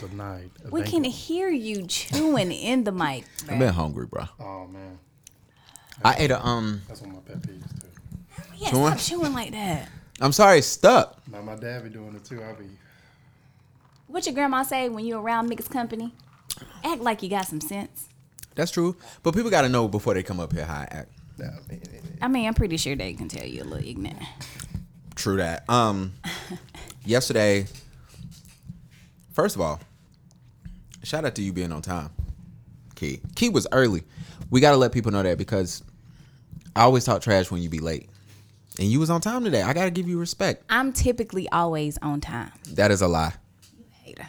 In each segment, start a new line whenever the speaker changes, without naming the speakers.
denied.
We
Thank
can
you.
hear you chewing in the mic.
I've been hungry, bro.
Oh man,
I ate a um.
that's one of my pet peeves too.
Yeah, stop
Chewing?
chewing like that.
I'm sorry, it's stuck.
Now my dad be doing it too. I be
What your grandma say when you around niggas company? Act like you got some sense.
That's true, but people gotta know before they come up here how I act.
I mean, I'm pretty sure they can tell you a little ignorant.
True that. Um, yesterday, first of all, shout out to you being on time. Key, Key was early. We gotta let people know that because I always talk trash when you be late, and you was on time today. I gotta give you respect.
I'm typically always on time.
That is a lie.
Hater.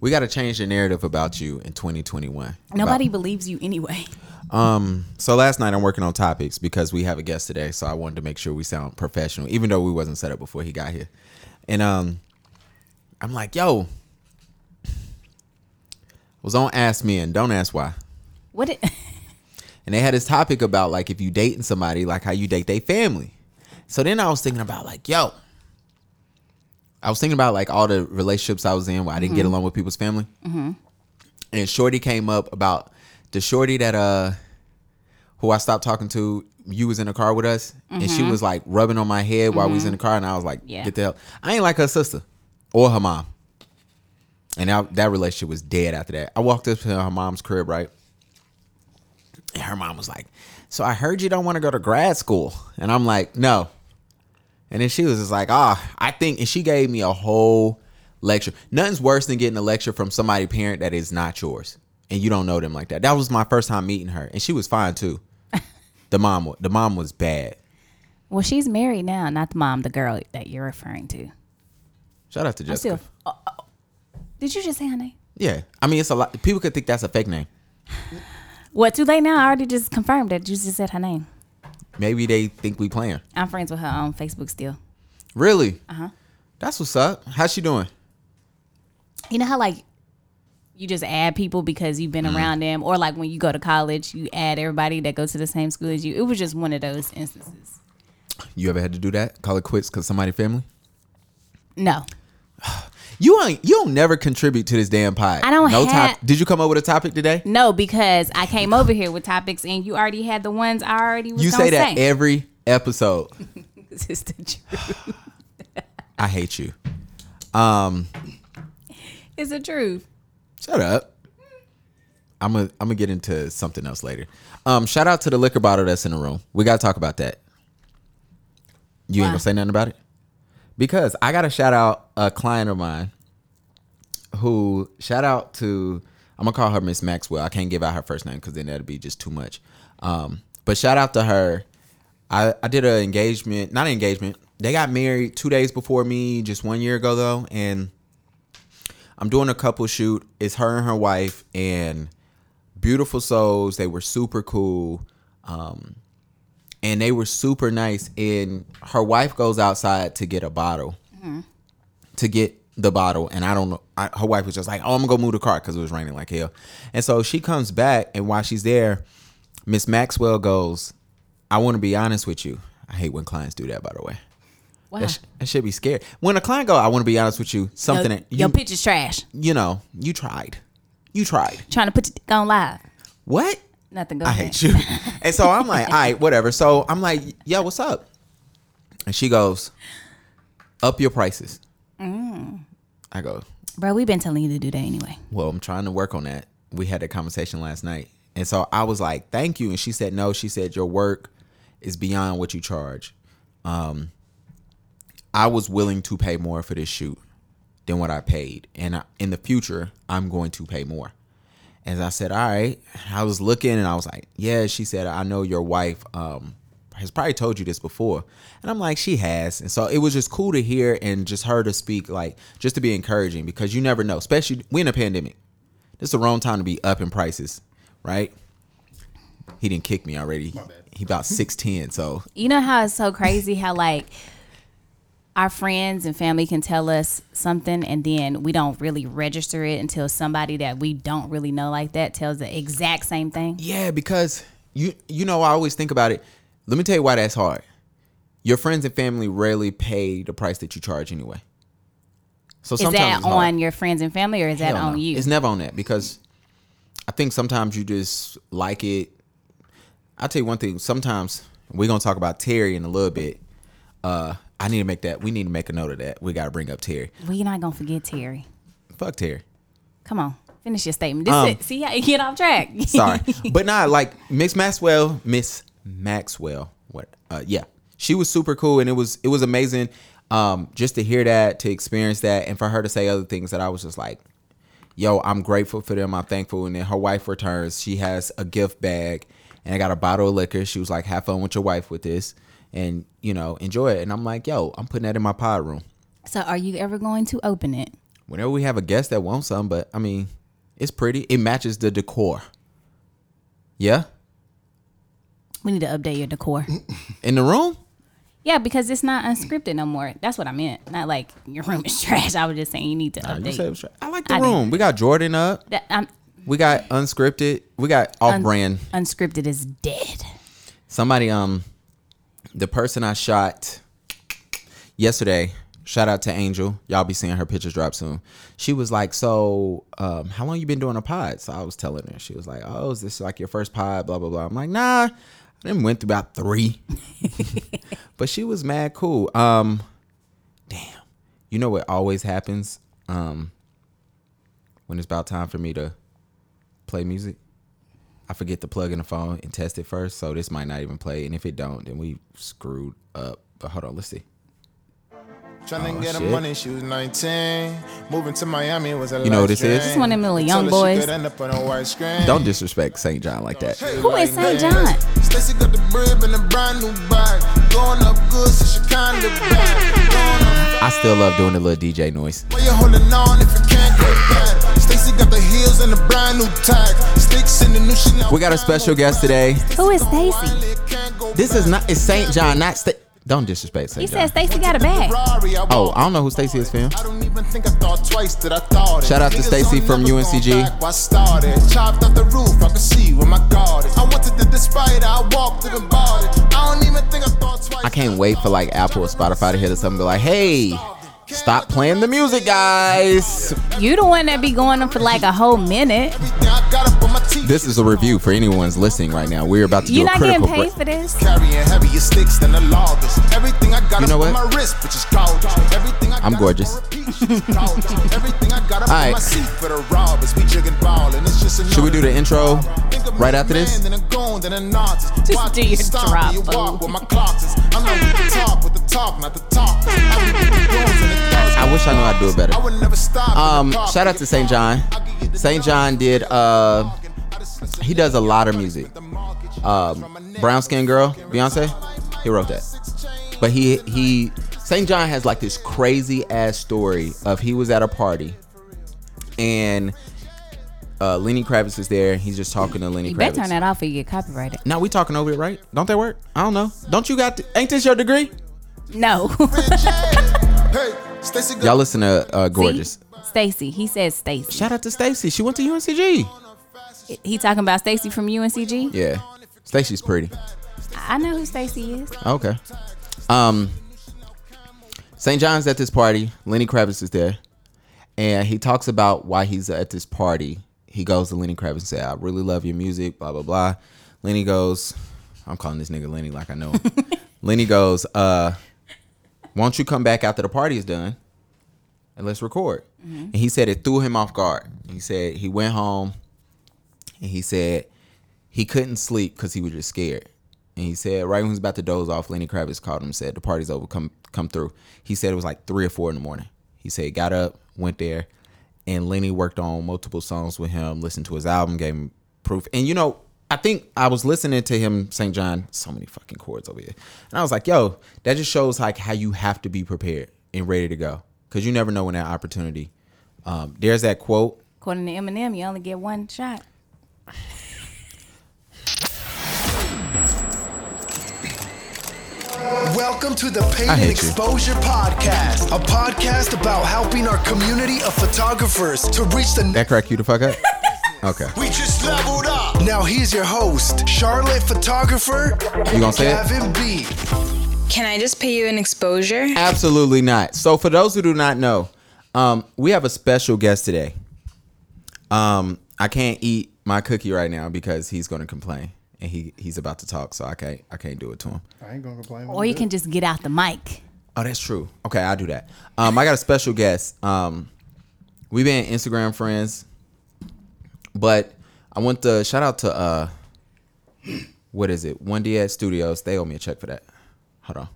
We gotta change the narrative about you in 2021.
Nobody believes you anyway.
Um, so last night I'm working on topics because we have a guest today, so I wanted to make sure we sound professional, even though we wasn't set up before he got here. And um, I'm like, yo, was on Ask Me and Don't Ask Why,
What? It,
and they had this topic about like if you dating somebody, like how you date their family. So then I was thinking about like, yo, I was thinking about like all the relationships I was in where I didn't get along with people's family, and Shorty came up about the Shorty that uh who I stopped talking to, you was in the car with us, and she was like rubbing on my head while we was in the car, and I was like,
Yeah.
"Get the hell!" I ain't like her sister or her mom, and I, that relationship was dead after that. I walked up to her mom's crib, right, and her mom was like, "So I heard you don't want to go to grad school," and I'm like, "No," and then she was just like, "Ah, I think," and she gave me a whole lecture. Nothing's worse than getting a lecture from somebody parent that is not yours. And you don't know them like that. That was my first time meeting her, and she was fine too. The mom, wa- the mom was bad.
well, she's married now, not the mom, the girl that you're referring to.
Shout out to
I'm
Jessica.
still. Oh, oh. Did you just say her name?
yeah, I mean it's a lot. People could think that's a fake name.
What? Too late now. I already just confirmed that you just said her name.
Maybe they think we playing.
I'm friends with her on Facebook still.
Really? Uh
Uh-huh.
huh. That's what's up. How's she doing?
You know how like you just add people because you've
Mm-hmm.
been around them, or like when you go to college, you add everybody that goes to the same school as you. It was just one of those instances.
You ever had to do that? Call it quits because somebody family?
No,
You ain't. You don't never contribute to this damn pod.
I don't
No
ha-
top- Did you come up with a topic today?
no, because I came over here with topics and you already had the ones I already was
you
gonna
say that
say.
every episode.
This is the truth.
I hate you. Um,
It's the truth.
shut up. I'm gonna I'm gonna get into something else later. Um, shout out to the liquor bottle that's in the room. We gotta talk about that. You ain't
Why?
gonna say nothing about it because I gotta shout out a client of mine who shout out to I'm gonna call her Miss Maxwell. I can't give out her first name because then that'd be just too much. Um, but shout out to her. I, I did an engagement, not an engagement. They got married two days before me, just one year ago though, and I'm doing a couple shoot. It's her and her wife and beautiful souls. They were super cool. Um, and they were super nice. And her wife goes outside to get a bottle, to get the bottle. And I don't know. I, her wife was just like, "Oh, I'm gonna go move the car" because it was raining like hell. And so she comes back, and while she's there, Miss Maxwell goes, "I want to be honest with you. I hate when clients do that, by the way."
Wow.
That, sh- that should be scary. When a client go, I want to be honest with you. Something
your,
that
your pitch is trash.
you know, you tried. You tried.
Trying to put your dick on live.
What?
Nothing. Go
I
ahead.
hate you. And so I'm like, all right, whatever. So I'm like, yeah, what's up? And she goes, up your prices. I go,
bro. We've been telling you to do that anyway.
well, I'm trying to work on that. We had a conversation last night. And so I was like, thank you. And she said, no, she said, your work is beyond what you charge. Um, I was willing to pay more for this shoot than what I paid. And I, in the future, I'm going to pay more. And I said, all right. I was looking and I was like, yeah, she said, I know your wife um, has probably told you this before. And I'm like, she has. And so it was just cool to hear and just her to speak, like, just to be encouraging because you never know, especially we in a pandemic. This is the wrong time to be up in prices, right? He didn't kick me already. He about 6'10, so
You know how it's so crazy how like our friends and family can tell us something and then we don't really register it until somebody that we don't really know like that tells the exact same thing.
Yeah, because you you know I always think about it. Let me tell you why that's hard. Your friends and family rarely pay the price that you charge anyway. So
Is
sometimes
that
it's hard.
on your friends and family or is that
Hell
on
no.
you?
It's never on that because I think sometimes you just like it. I'll tell you one thing. Sometimes we're gonna talk about Terry in a little bit. Uh, I need to make that. We need to make a note of that. We gotta bring up Terry.
We're not gonna forget Terry.
Fuck Terry.
Come on, finish your statement. This
Um,
is, see how you get off track.
Sorry, but nah. Like Miss Maxwell, Miss Maxwell. What? Uh, yeah, she was super cool, and it was it was amazing. Um, just to hear that, to experience that, and for her to say other things that I was just like, yo, I'm grateful for them. I'm thankful. And then her wife returns. She has a gift bag and I got a bottle of liquor. She was like, have fun with your wife with this and, you know, enjoy it. And I'm like, yo, I'm putting that in my pod room.
so, are you ever going to open it?
Whenever we have a guest that wants some, but I mean, it's pretty. It matches the decor. Yeah?
We need to update your decor.
In the room?
yeah, because it's not unscripted no more. That's what I meant. Not like your room is trash. I was just saying you need to
Nah, you
update.
said it was tra- I like the
I did.
room. We got Jordan up.
that, um,
We got unscripted. We got off brand.
unscripted is dead.
Somebody, um, the person I shot yesterday, shout out to Angel. Y'all be seeing her pictures drop soon. She was like, "So, um, how long you been doing a pod?" So I was telling her. She was like, "Oh, is this like your first pod?" Blah blah blah. I'm like, "Nah, I didn't went through about three. but she was mad cool. Um, damn, you know what always happens? Um, when it's about time for me to play music. I forget to plug in the phone and test it first, so this might not even play. And if it don't, then we screwed up. But hold on, let's see.
Tryna
Oh,
get her
shit.
money, she was 19. Moving to Miami was a
You know what this is?
This one them little young boys.
Don't disrespect St. John like that.
Who is St. John?
Stacy got the brib and a brand new bag. Going up good, so she kinda bad. Going up
I still love doing the little DJ noise.
why you holding on if you can't get back? Stacy got the heels and a brand new tag. Sticks in the new shit now.
We got a special guest today.
Who is Stacy?
This is not it's St. John, not St. Don't disrespect
He
St.
said
John.
Stacy got a bag.
Oh, I don't know who Stacy is, fam.
I don't even think I thought twice that I thought it.
Shout out to
Niggas
Stacy
don't
from
never gone
UNCG.
back where I started. Chopped off the roof, I could see where my guard is. I wanted to despite it, I walked up and bought it. I don't even think I thought twice.
I can't wait for like Apple or Spotify to hit us up and be like, hey, stop playing the music, guys.
You the one that be going on for like a whole minute.
Everything I got up on my teeth.
This is a review for anyone's listening right now. We're about to do
You're
a
not getting
critical
paid
break.
for this.
Carrying heavier sticks than the law. This everything I got
You know
up
what?
on my wrist, which is gold. Everything I
I'm
got
gorgeous.
Up on repeat, which is gold. everything I got up
All right.
on my seat for the robbers. We jigging ball, and it's just another
Should we do the intro right after this?
Just do your drop, fool.
I
I wish I knew I'd do it better.
I would never stop.
Um, shout out to St. John. St. John did uh he does a lot of music. Um Brown Skin Girl, Beyonce, he wrote that. But he he St. John has like this crazy ass story of he was at a party and uh Lenny Kravitz is there. He's just talking to Lenny
You
Kravitz.
better turn that off or you get copyrighted.
now we talking over it, right? Don't that work? I don't know. Don't you got? ain't this your degree?
No.
Y'all listen to uh, gorgeous.
Stacy. He said Stacy.
Shout out to Stacy. She went to UNCG.
He talking about Stacy from UNCG.
Yeah, Stacy's pretty.
I know who Stacy is.
Okay. Um, St. John's at this party. Lenny Kravitz is there, and he talks about why he's at this party. He goes to Lenny Kravitz and says, "I really love your music." Blah blah blah. Lenny goes, "I'm calling this nigga Lenny like I know him." Lenny goes, "Uh, won't you come back after the party is done, and let's record?" And he said it threw him off guard. He said he went home, and he said he couldn't sleep because he was just scared. And he said, right when he was about to doze off, Lenny Kravitz called him and said, The party's over, come come through. He said it was like three or four in the morning. He said, got up, went there, and Lenny worked on multiple songs with him, listened to his album, gave him proof. And you know, I think I was listening to him, St. John, so many fucking chords over here. And I was like, yo, that just shows like how you have to be prepared and ready to go. Cause you never know when that opportunity. Um, there's that quote
According to Eminem, you only get one shot.
Welcome to the Paid
I
and
hate you.
Exposure Podcast, a podcast about helping our community of photographers to reach the.
that crack you the fuck up? Okay.
We just leveled up.
now here's your host, Charlotte photographer.
You gonna say it?
Gavin B.
Can I just pay you an exposure?
Absolutely not. So for those who do not know, Um, we have a special guest today. Um, I can't eat my cookie right now because he's going to complain, and he he's about to talk, so I can't I can't do it to him.
I ain't gonna complain.
Or you can just get out the mic.
Oh, that's true. Okay, I'll do that. Um, I got a special guest. Um, we've been Instagram friends, but I want to shout out to uh, what is it? One D at Studios. They owe me a check for that. Hold on.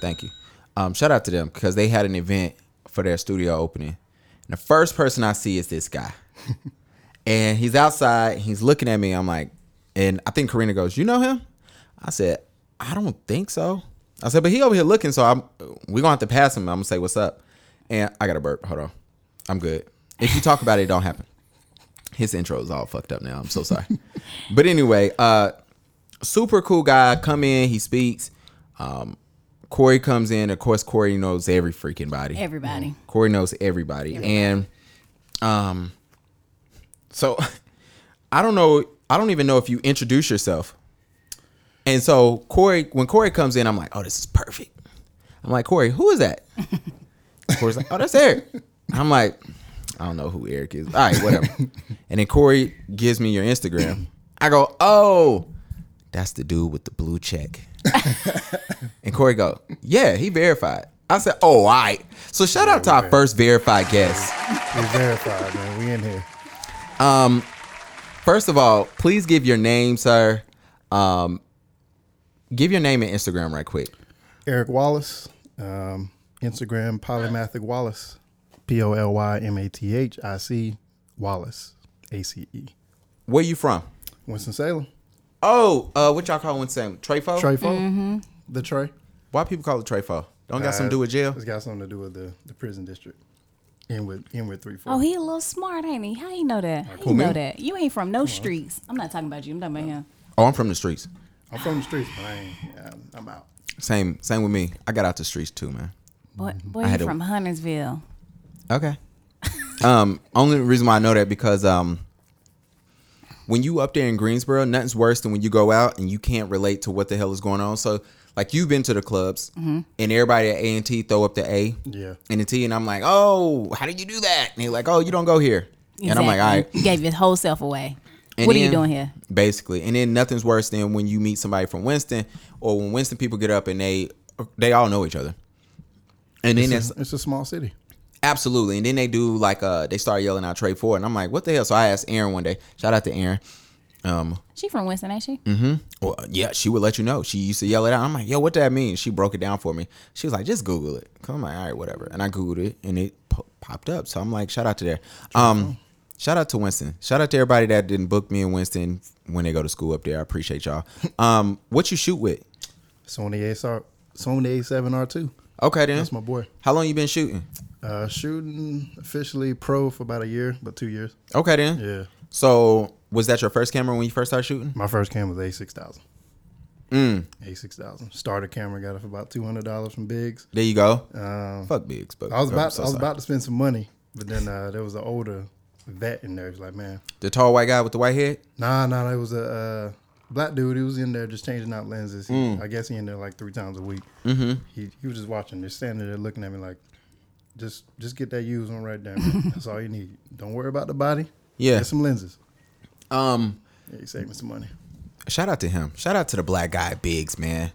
Thank you. Um, shout out to them because they had an event for their studio opening. And the first person I see is this guy, and he's outside. He's looking at me. I'm like, and I think Karina goes, "You know him?" I said, "I don't think so." I said, "But he over here looking, so I'm we gonna have to pass him." I'm gonna say, "What's up?" And I got a burp. Hold on, I'm good. If you talk about it, it don't happen. His intro is all fucked up now. I'm so sorry. but anyway, uh, super cool guy. Come in, he speaks. Um, Corey comes in. Of course, Corey knows every freaking body.
Everybody.
Corey knows everybody. And um so I don't know I don't even know if you introduce yourself. And so Corey when Corey comes in, I'm like, oh, this is perfect. I'm like, Corey, who is that? Corey's like, oh, that's Eric. I'm like, I don't know who Eric is. All right, whatever. and then Corey gives me your Instagram. I go, oh, that's the dude with the blue check. and Corey go, yeah, he verified. I said, oh, all right. So shout out to our first verified guest.
We verified, man. We in here.
First of all, please give your name, sir. Um, give your name and Instagram right quick.
Eric Wallace, um, Instagram Polymathic Wallace, P O L Y M A T H I C Wallace, A C E.
Where you from?
Winston Salem,
Oh, uh, what y'all call one saying? Trayfo?
Trey Fo,
Mm-hmm.
the Trey.
Why people call it Trayfo? Don't got something to do with jail?
It's got something to do with the, the prison district. In with in with three four.
Oh, he a little smart, ain't he? How you know that? How you
me?
know that? You ain't from no streets. I'm not talking about you. I'm talking about him.
Oh, I'm from the streets.
I'm from the streets, but I ain't, yeah, I'm out.
Same, same with me. I got out the streets too, man.
Boy, boy
Mm-hmm. I
you
had to-
from Huntersville.
Okay. um, only reason why I know that because um, when you up there in Greensboro, nothing's worse than when you go out and you can't relate to what the hell is going on. So, like, you've been to the clubs
Mm-hmm.
and everybody at A and T throw up the A,
Yeah.
and the T, and I'm like, oh, how did you do that? And they're like, oh, you don't go here, and I'm like, all
Exactly.
right.
You gave your whole self away.
And
what are you
then-
doing here?
Basically, and then nothing's worse than when you meet somebody from Winston or when Winston people get up and they they all know each other, and then
It's
it's
a, it's a small city.
Absolutely. And then they do like uh they start yelling out Trey Ford. And I'm like, what the hell? So I asked Aaron one day, shout out to Aaron. Um,
She from Winston, ain't she?
Mm-hmm. well, yeah, she would let you know. She used to yell it out. I'm like, yo, what that mean? She broke it down for me. She was like, just Google it. 'Cause I'm like, all right, whatever. And I Googled it and it po- popped up. So I'm like, shout out to there. Um, shout out to Winston. Shout out to everybody that didn't book me and Winston when they go to school up there. I appreciate y'all. Um, what you shoot with?
Sony ASR, Sony A7R2.
Okay then.
That's my boy.
How long you been shooting?
Uh, shooting officially pro for about a year, but two years.
Okay then.
Yeah.
So was that your first camera when you first started shooting?
My first camera was A6000. Mm. A6000. Starter camera got it for about two hundred dollars from Biggs.
There you go. Fuck Biggs. But
Um, I was
I'm
about
so
I was
sorry.
about to spend some money, but then uh, there was an older vet in there. He was like, man,
the tall white guy with the white head.
nah, nah, it was a uh, black dude. He was in there just changing out lenses. He,
Mm.
I guess he in there like three times a week. Mm-hmm. He he was just watching. They're standing there looking at me like, just just get that used one right there. man. That's all you need. Don't worry about the body.
Yeah.
Get some lenses.
Um,
Yeah, you saving some money.
shout out to him. Shout out to the black guy Biggs, man.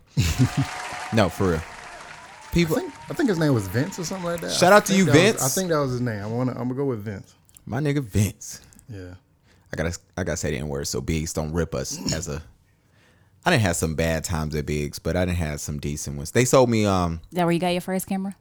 no, for real.
I
People,
think, I think his name was Vince or something like that.
Shout
I
out to
think
you,
that was-
Vince.
I think that was his name. I wanna, I'm gonna go with Vince.
my nigga Vince.
Yeah.
I gotta, I gotta say the N word so Biggs don't rip us as a. I didn't have some bad times at Biggs, but I didn't have some decent ones. They sold me. Um,
Is that where you got your first camera?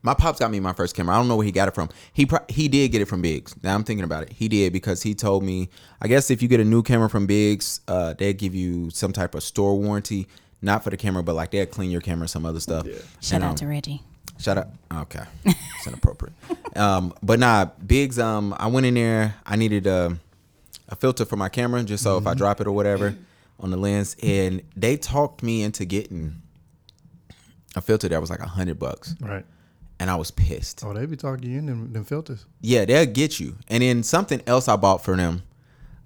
my pops got me my first camera. I don't know where he got it from. He pro- he did get it from Biggs. Now I'm thinking about it. He did because he told me. I guess if you get a new camera from Biggs, uh, they give you some type of store warranty, not for the camera, but like they'll clean your camera, some other stuff.
Shout
And,
out
um,
to Reggie.
Shout out. oh, Okay, it's inappropriate. um, but nah, Biggs. Um, I went in there. I needed a, a filter for my camera, just so if
Mm-hmm.
I drop it or whatever on the lens, and they talked me into getting a filter that was like a hundred bucks,
Right.
and I was pissed.
Oh, they be talking to you in them, them filters.
Yeah, they'll get you. And then something else I bought for them.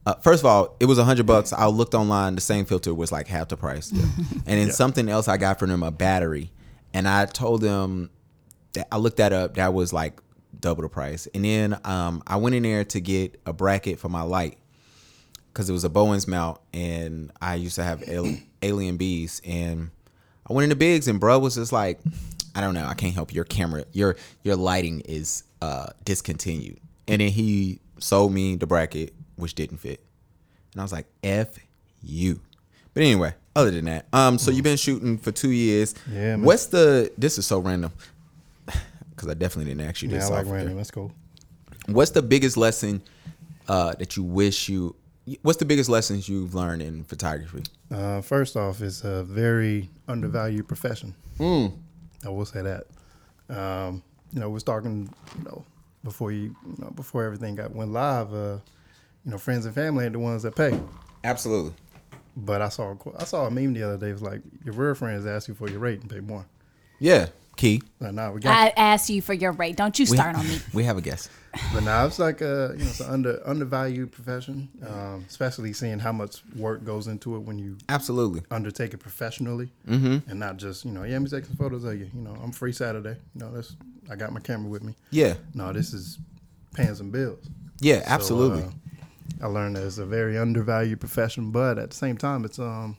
Uh, first of all, it was a hundred bucks. I looked online; the same filter was like half the price. And then something else I got for them a battery, and I told them that I looked that up. That was like double the price. And then um, I went in there to get a bracket for my light because it was a Bowens mount, and I used to have al- alien bees, and I went into Bigs, and bro was just like, I don't know, I can't help you. your camera, your your lighting is uh, discontinued, and then he sold me the bracket which didn't fit, and I was like, f you. But anyway, other than that, um, so you've been shooting for two years.
Yeah, man.
What's the? This is so random. Because I definitely didn't ask you
Yeah,
this.
I like
off the-
random. That's cool.
What's the biggest lesson uh, that you wish you? What's the biggest lessons you've learned in photography?
Uh, first off, it's a very undervalued profession. I will say that. Um, you know, we was talking, you know, before you, you know, before everything got went live. Uh, you know, friends and family ain't the ones that pay.
Absolutely.
But I saw a qu- I saw a meme the other day. It was like your real friends ask you for your rate and pay more.
Yeah. Key.
Like, nah, we got.
I asked you for your rate. Don't you
We-
start on me.
We have a guess.
but now it's like a you know it's an under undervalued profession, um, especially seeing how much work goes into it when you
Absolutely.
undertake it professionally
Mm-hmm.
and not just you know yeah, let me take some photos of you. You know, I'm free Saturday. You know, that's I got my camera with me.
Yeah.
No, this is paying some bills.
Yeah.
So,
Absolutely.
uh, I learned that it's a very undervalued profession, but at the same time, it's um,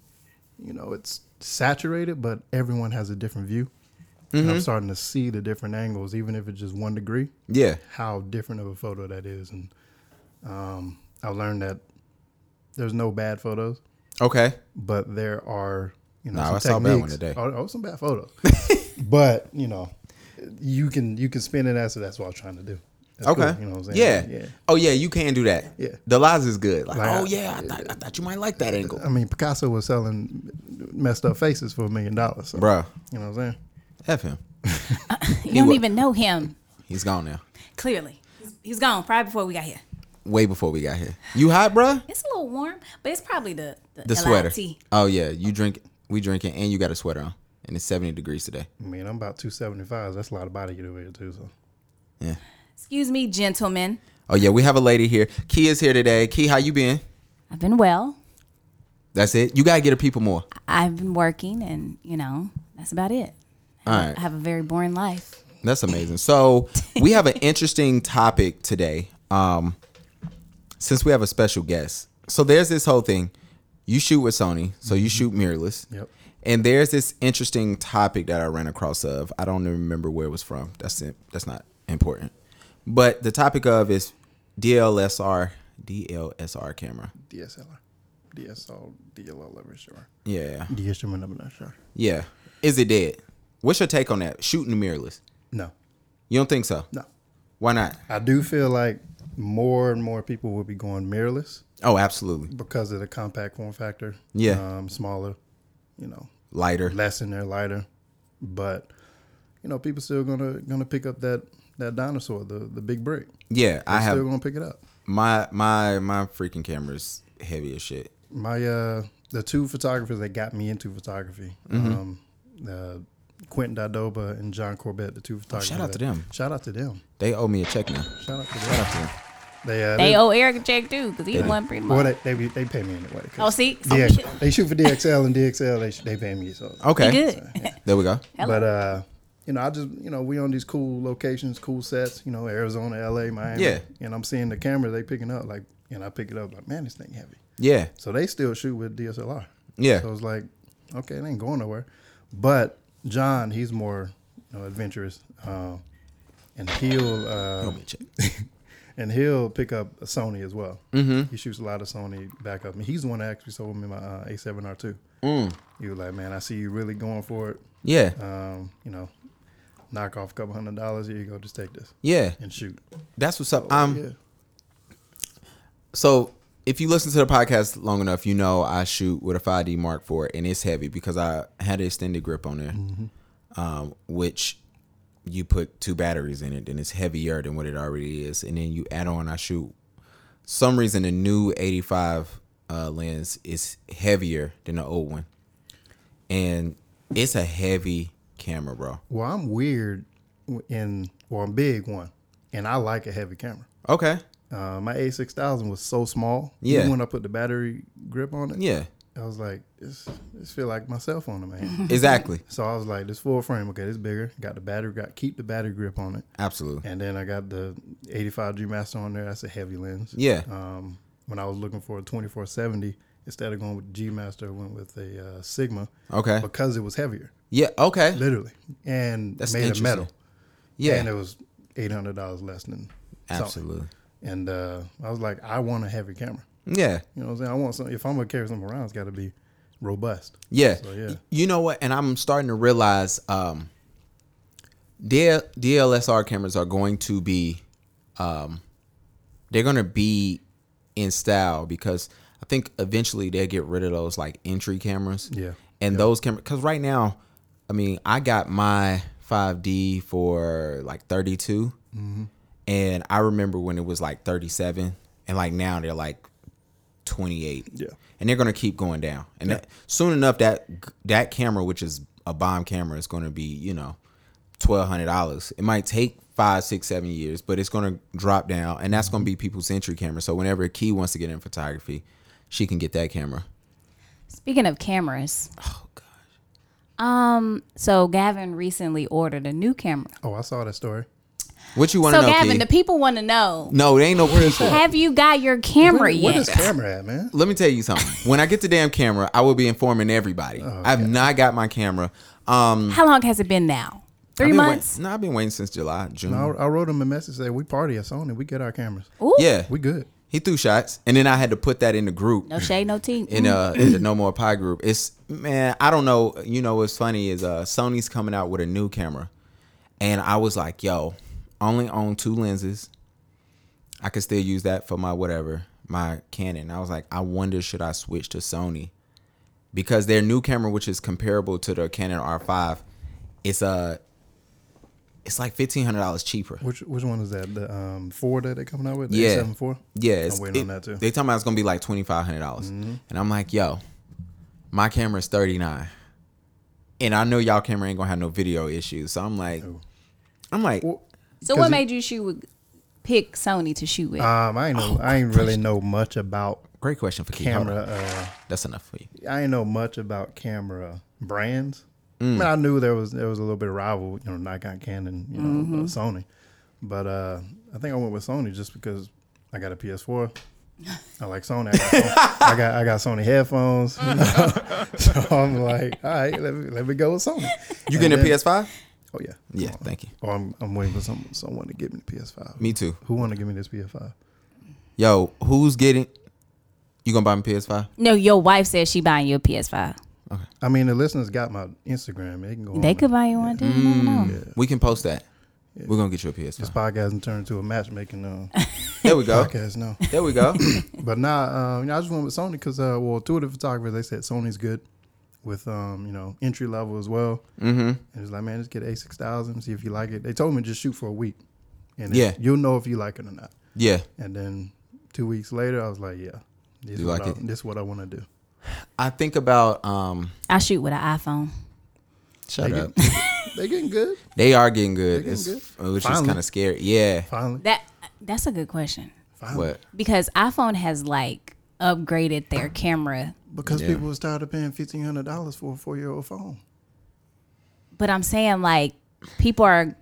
you know, it's saturated, but everyone has a different view. And
Mm-hmm.
I'm starting to see the different angles, even if it's just one degree.
yeah.
How different of a photo that is, and um, I learned that there's no bad photos,
Okay.
but there are you know
Nah,
some
I saw a
techniques.
bad one today.
Oh, oh, some bad photos, but you know, you can you can spin it as so that's what I was trying to do. That's
Okay.
cool, you know what I'm
yeah.
saying? Yeah.
Oh yeah, you can do that.
Yeah.
The lies is good. Like,
Like,
oh
I-
yeah, I thought, I thought you might like that angle,
I mean, Picasso was selling messed up faces for a million dollars. So,
Bruh.
You know what I'm saying?
F him.
You don't
wa-
even know him.
He's gone now.
Clearly, He's- he's gone probably before we got here.
Way before we got here. You hot, bruh?
It's a little warm, but it's probably the the,
The sweater.
LIT.
Oh yeah, you drink. We drinking, and you got a sweater on, and it's seventy degrees today.
I mean, I'm about 275. That's a lot of body heat over here, too. So,
Yeah.
Excuse me, gentlemen.
Oh yeah, we have a lady here. Key is here today. Key, how you been?
I've been well.
That's it. You gotta get her people more.
I've been working, and you know that's about it.
All right.
I have a very boring life.
That's amazing. So we have an interesting topic today. Um, since we have a special guest, so there's this whole thing. You shoot with Sony, so you shoot mirrorless.
Yep.
And there's this interesting topic that I ran across of. I don't even remember where it was from. That's it. That's not important. But the topic of is DLSR, DLSR camera.
DSLR. DSL, DLL, whatever, sure.
Yeah.
DSLR, I'm not sure.
Yeah. Is it dead? What's your take on that? Shooting mirrorless.
No,
You don't think so?
no.
Why not?
I do feel like more and more people will be going mirrorless
Oh, absolutely.
because of the compact form factor.
Yeah.
Um, smaller, you know,
Lighter.
less in there, lighter. But, you know, people still gonna gonna pick up that that dinosaur, the the big brick.
Yeah, I
They're
have
still gonna pick it up.
my my my freaking camera's heavy as shit.
my uh the two photographers that got me into photography
Mm-hmm.
um uh quentin dadoba and john corbett the two photographers
Oh, shout out to
that-
them.
shout out to them
They owe me a check now.
shout out to them they uh
They
they,
owe Eric a check too, cause he won pretty
well,
much.
they, they, be- they pay me anyway 'cause
Oh, see? So
DX
we should-
they shoot for dxl and dxl they, sh- they pay me so
He
Okay,
good.
There we go.
Hello.
but uh you know, I just you know we on these cool locations, cool sets. You know, Arizona, L.A., Miami.
Yeah.
And I'm seeing the camera they picking up, like, and I pick it up, like, man, this thing heavy.
Yeah,
So they still shoot with DSLR.
Yeah.
So it's like, okay, it ain't going nowhere. But John, he's more you know, adventurous, uh, and he'll
owe
uh,
me a check.
and he'll pick up a Sony as well. Mm-hmm. He shoots a lot of Sony backup. I mean, he's the one that actually sold me my uh, A7R2. Mm. He was like, man, I see you really going for it.
Yeah,
Um, you know, knock off a couple hundred dollars. Here you go, just take this
yeah.
and shoot.
That's what's up. Um,
Oh, yeah.
so if you listen to the podcast long enough, you know I shoot with a 5D Mark IV, and it's heavy because I had an extended grip on it, um, which you put two batteries in it, and it's heavier than what it already is, and then you add on I shoot. Some reason the new 85 uh, lens is heavier than the old one, and it's a heavy camera, bro.
Well, I'm weird in well, I'm big one, and I like a heavy camera.
Okay,
Uh, my A6000 was so small.
Yeah.
Even when I put the battery grip on it,
yeah,
I was like, this this feel like my cell phone to me.
Exactly.
so I was like, this full frame, okay, this bigger. Got the battery, got keep the battery grip on it,
Absolutely.
and then I got the 85 G Master on there. That's a heavy lens.
Yeah.
Um, when I was looking for a 2470, instead of going with G Master, I went with a uh, Sigma.
Okay.
Because it was heavier,
Yeah. Okay.
literally, and
That's
made of
interesting.
metal. And it
Yeah.
was eight hundred dollars less than something.
Absolutely.
And uh, I was like, I want a heavy camera.
Yeah.
You know what I'm saying? I want something. If I'm gonna carry something around, it's got to be robust.
Yeah.
So, yeah.
Y- You know what? And I'm starting to realize um, DL- DLSR cameras are going to be, um, they're going to be in style because I think eventually they'll get rid of those like entry cameras.
Yeah.
And those cameras, because right now, I mean, I got my 5D for like 32. And I remember when it was like 37. And like now they're like 28.
Yeah.
And they're going to keep going down. And that, soon enough that that camera which is a bomb camera is going to be, you know, $1200. It might take five, six, seven years, but it's going to drop down and that's going to be people's entry camera. So whenever a key wants to get in photography, she can get that camera.
Speaking of cameras, Um,
Oh god.
so Gavin recently ordered a new camera.
Oh, I saw that story.
What you want to
So
know,
Gavin,
Key?
the people want to know:
No, it ain't no people.
Have you got your camera
Where- Where
yet?
this camera at, man?
Let me tell you something. When I get the damn camera, I will be informing everybody. I've not got my camera. Um
How long has it been now?
I've
Three
been wait-
months.
no, I've been waiting since July, June.
I, I wrote him a message saying we party at Sony. We get our cameras.
Ooh.
Yeah.
We good.
He threw shots, and then I had to put that in the group
No shade, no tea.
in uh in the No More Pie group. It's man, I don't know. You know what's funny is uh Sony's coming out with a new camera, and I was like, yo, I only own two lenses. I could still use that for my whatever my Canon. I was like, I wonder should I switch to Sony because their new camera, which is comparable to the Canon R5, it's uh, it's like fifteen hundred dollars cheaper.
Which which one is that? The um four that they coming out with? The
Yeah.
Seven four.
Yeah, it's,
I'm waiting
it-
on that too. Mm-hmm.
They talking about it's gonna be like twenty five hundred dollars, and I'm like, yo, my camera's thirty nine, and I know y'all camera ain't gonna have no video issues, so I'm like, I'm like,
Well,
So
'Cause
what
it-
made you shoot with, pick Sony to shoot with?
um, I ain't
Oh,
know. I ain't really know much about
great question for Key. Hold
camera.
on.
Uh,
That's enough for you.
I ain't know much about camera brands. I mean,
Mm.
I knew there was there was a little bit of rival, you know, Nikon, Canon, you know, uh, Sony. But uh, I think I went with Sony just because I got a PS4. I like Sony. I got, Sony- I got I got Sony headphones. you know. so I'm like, all right, let me let me go with Sony.
You getting a
then-
PS five?
Oh yeah,
Yeah, thank you.
Oh, I'm I'm waiting for some, someone to give me the PS5.
Me too.
Who want to give me this PS5?
Yo, who's getting? You gonna buy me PS five?
no, your wife said she buying you a PS5.
I mean, the listeners got my Instagram. They can go.
They
on
could buy you one too. you
Mm,
never know.
We can post that. We're gonna get you a PS
This
five.
podcast and turn into a matchmaking uh,
There we go.
podcast now.
There we go.
But nah, uh, you know, I just went with Sony because uh, well, two of the photographers they said Sony's good with um, you know entry level as well. Mm-hmm. And it's like, man, just get a six thousand, see if you like it. They told me just shoot for a week, and
Yeah.
yeah, you'll know if you like it or not.
Yeah.
And then two weeks later, I was like, yeah, this
You
is
like
what I,
it?
This is what I want to do.
I think about um.
I shoot with an iPhone.
Shut
They
up.
Getting, they getting good
They are getting good.
They're
It's,
getting
Which is
Finally.
kind of scary. Yeah.
finally.
That that's a good question
finally.
What?
because iPhone has like upgraded their camera.
Because
Yeah.
people was tired of paying fifteen hundred dollars for a four year old phone.
But I'm saying like people are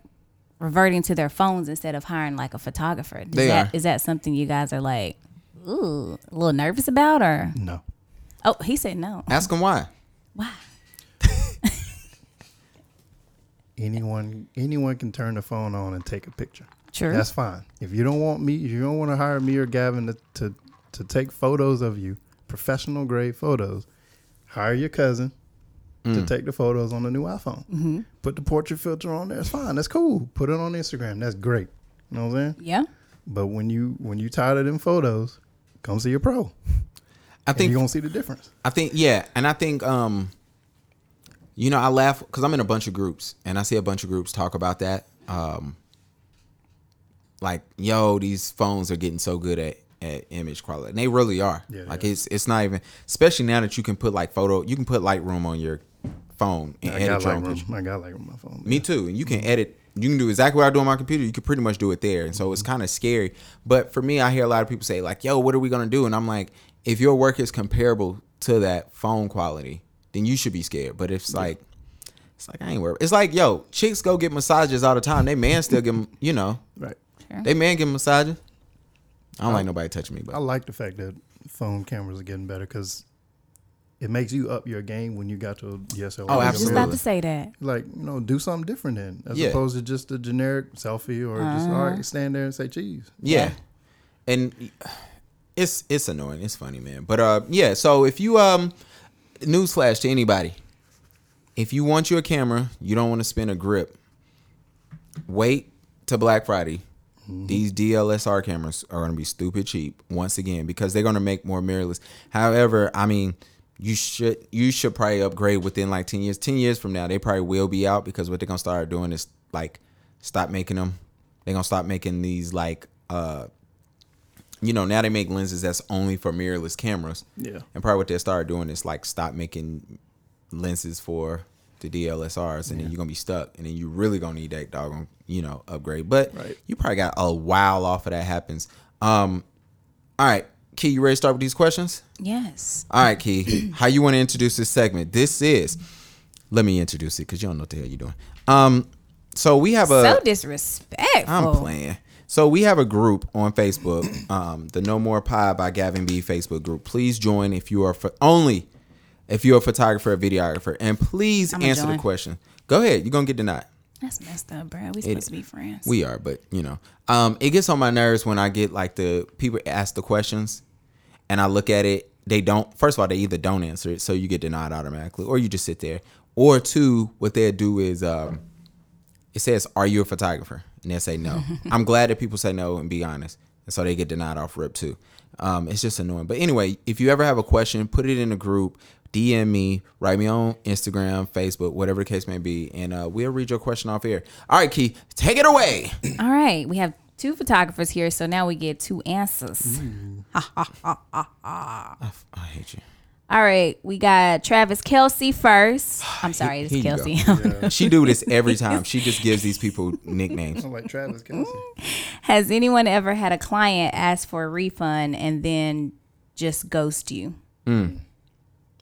reverting to their phones instead of hiring like a photographer. Is
They
that,
are.
Is that something you guys are like, ooh, a little nervous about or?
No,
Oh, he said no.
Ask them why.
Why?
anyone anyone can turn the phone on and take a picture.
True.
That's fine. If you don't want me, if you don't want to hire me or Gavin to, to to take photos of you, professional grade photos, hire your cousin to take the photos on the new iPhone. Put the portrait filter on there. It's fine. That's cool. Put it on Instagram. That's great. You know what I'm saying?
yeah.
But when you when you tired of them photos, come see a pro.
I
I think
think
you're gonna see the difference.
I think yeah, and I think um, you know, I laugh because I'm in a bunch of groups and I see a bunch of groups talk about that. Um, like yo, these phones are getting so good at, at image quality, and they really are.
Yeah, they
like
are.
it's it's not even, especially now that you can put like photo, you can put Lightroom on your phone and
I got
edit your own picture.
Lightroom. I got Lightroom on my phone.
Me too. And you can edit. You can do exactly what I do on my computer. You can pretty much do it there. And so it's kind of scary. But for me, I hear a lot of people say like, "Yo, what are we gonna do?" And I'm like, if your work is comparable to that phone quality, then you should be scared. But if it's like, it's like I ain't worried. It's like yo, chicks go get massages all the time. They man still get 'em, you know,
Right.
they man get massages. I don't like nobody touching me,
I
but
like the fact that phone cameras are getting better because it makes you up your game when you got to a DSLR.
Oh,
I was just
absolutely.
about to say that.
Like you know, do something different then, as
Yeah.
opposed to just a generic selfie or just all right, stand there and say cheese.
yeah. And it's it's annoying. It's funny, man. But uh, yeah. So if you um, newsflash to anybody, if you want your camera, you don't want to spend a grip. Wait to Black Friday. These DLSR cameras are going to be stupid cheap once again because they're going to make more mirrorless. However, I mean, you should you should probably upgrade within like ten years. Ten years from now, they probably will be out because what they're going to start doing is like stop making them. They're going to stop making these like uh, you know, now they make lenses that's only for mirrorless cameras.
Yeah.
And probably what they start doing is like stop making lenses for the DLSRs, and then you're gonna be stuck, and then you really gonna need that doggone, you know, upgrade. But
Right.
you probably got a while off of that happens. Um, all right, Key, you ready to start with these questions?
Yes.
All right, Key, how you want to introduce this segment? This is, let me introduce it because you don't know what the hell you're doing. Um, so we have a
so disrespectful.
I'm playing. So we have a group on Facebook, um, the No More Pie by Gavin B Facebook group. Please join if you are pho- only if you're a photographer or videographer, and please
I'ma
answer the
join.
question. Go ahead, you're gonna get denied.
That's messed up, bro. We supposed to be friends.
We are, but you know, um, it gets on my nerves when I get like the people ask the questions, and I look at it. They don't. First of all, they either don't answer it, so you get denied automatically, or you just sit there. Or two, what they'll do is um, it says, "Are you a photographer?" and they'll say no. I'm glad that people say no and be honest, and so they get denied off rip too. Um, it's just annoying. But anyway, if you ever have a question, put it in a group. DM me, write me on Instagram, Facebook, whatever the case may be, and uh, we'll read your question off air. All right, Key, take it away.
All right. We have two photographers here, so now we get two answers.
Mm-hmm. I hate you.
All right. We got Travis Kelsey first. I'm sorry, it's
Here
Kelsey.
you go. She do this every time. She just gives these people nicknames.
i like Travis Kelsey.
Has anyone ever had a client ask for a refund and then just ghost you?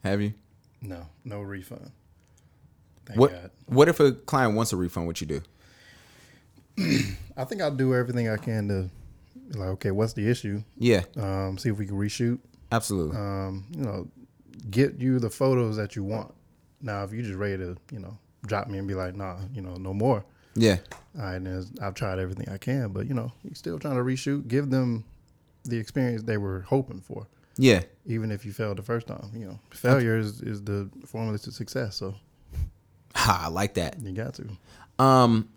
Have you?
no, no refund. Thank
What
God.
What if a client wants a refund? What you do?
I think I'll do everything I can to be like, okay, what's the issue?
Yeah,
Um, see if we can reshoot.
absolutely.
Um, you know, get you the photos that you want. Now, if you just ready to, you know, drop me and be like, nah, you know, no more.
yeah,
All right, and I've tried everything I can, but you know, you're still trying to reshoot. Give them the experience they were hoping for,
yeah.
even if you failed the first time. You know, failure is, is the formula to success, so
Ha, I like that.
you got to.
Um,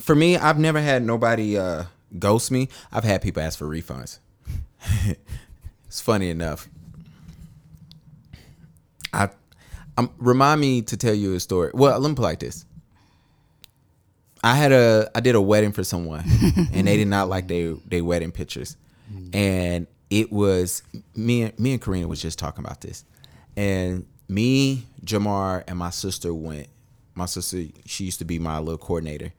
for me, I've never had nobody uh, ghost me. I've had people ask for refunds. it's funny enough. I, um, remind me to tell you a story. Well, let me put it like this. I had a I did a wedding for someone, and they did not like their their wedding pictures, and it was me and me and Karina was just talking about this, and me Jamar and my sister went. My sister she used to be my little coordinator,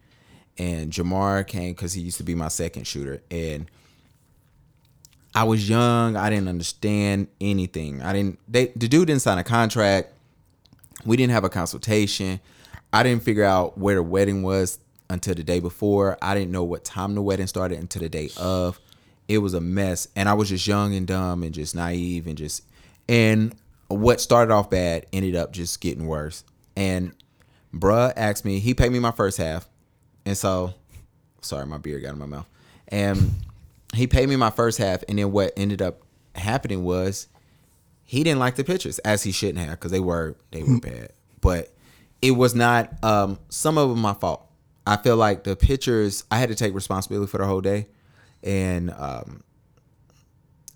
and Jamar came because he used to be my second shooter, and I was young. I didn't understand anything. I didn't. They the dude didn't sign a contract. We didn't have a consultation. I didn't figure out where the wedding was until the day before. I didn't know what time the wedding started until the day of. It was a mess, and I was just young and dumb and just naive and just and what started off bad ended up just getting worse. And bruh asked me. He paid me my first half, and so sorry, my beer got in my mouth. And he paid me my first half, and then what ended up happening was he didn't like the pictures as he shouldn't have because they were they were bad. But it was not um, some of them my fault. I feel like the pictures I had to take responsibility for the whole day, and um,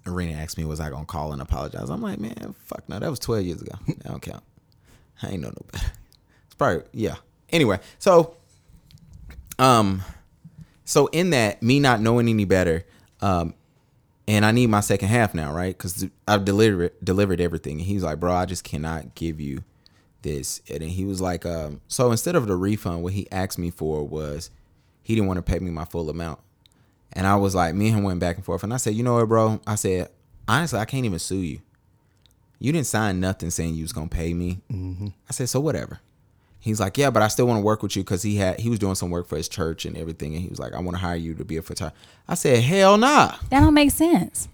Arena asked me was I gonna call and apologize. I'm like, man, fuck no, that was 12 years ago. That don't count. I ain't know no better. It's probably yeah. Anyway, so um, so in that me not knowing any better, um, and I need my second half now, right? Because I've delivered delivered everything. And he's like, bro, I just cannot give you this. And then he was like, um, so instead of the refund, what he asked me for was he didn't want to pay me my full amount. And I was like, me and him went back and forth. And I said, you know what, bro? I said, honestly, I can't even sue you. You didn't sign nothing saying you was gonna pay me. I said, so whatever. He's like, yeah, but I still want to work with you because he had he was doing some work for his church and everything, and he was like, I want to hire you to be a photographer. I said, hell nah.
That don't make sense.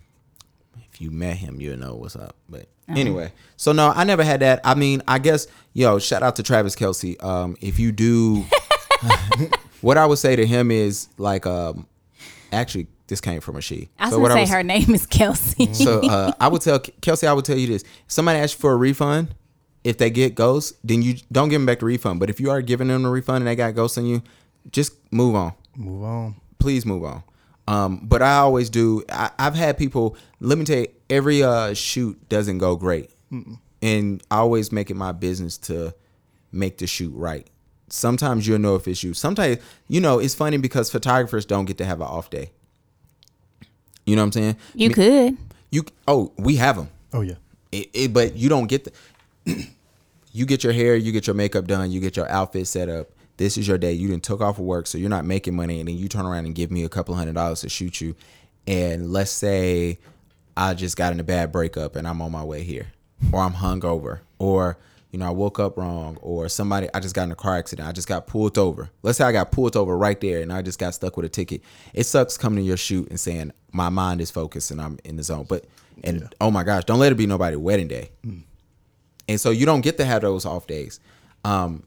If you met him, you'll know what's up. But
Uh-huh.
anyway, so no, I never had that. I mean, I guess yo, shout out to Travis Kelsey. Um, if you do, what I would say to him is like, um, actually, this came from a she.
I was
So what
gonna say
would
her name is Kelsey.
so uh, I would tell Kelsey, I would tell you this: if somebody asks you for a refund, if they get ghosts, then you don't give them back the refund. But if you are giving them a refund and they got ghosts on you, just move on.
Move on.
Please move on. Um, but I always do. I, I've had people. Let me tell you, every uh, shoot doesn't go great, and I always make it my business to make the shoot right. Sometimes you'll know if it's you. Sometimes you know it's funny because photographers don't get to have an off day. You know what I'm saying?
you
Me-
could.
you oh, we have them.
Oh yeah.
It, it, but you don't get the. you get your hair, you get your makeup done, you get your outfit set up. This is your day. You didn't took off of work, so you're not making money, and then you turn around and give me a couple hundred dollars to shoot you. And let's say I just got in a bad breakup and I'm on my way here, or I'm hungover, or you know I woke up wrong, or somebody I just got in a car accident, I just got pulled over. Let's say I got pulled over right there, and I just got stuck with a ticket. It sucks coming to your shoot and saying my mind is focused and I'm in the zone, but and oh my gosh, don't let it be nobody wedding day and so you don't get to have those off days um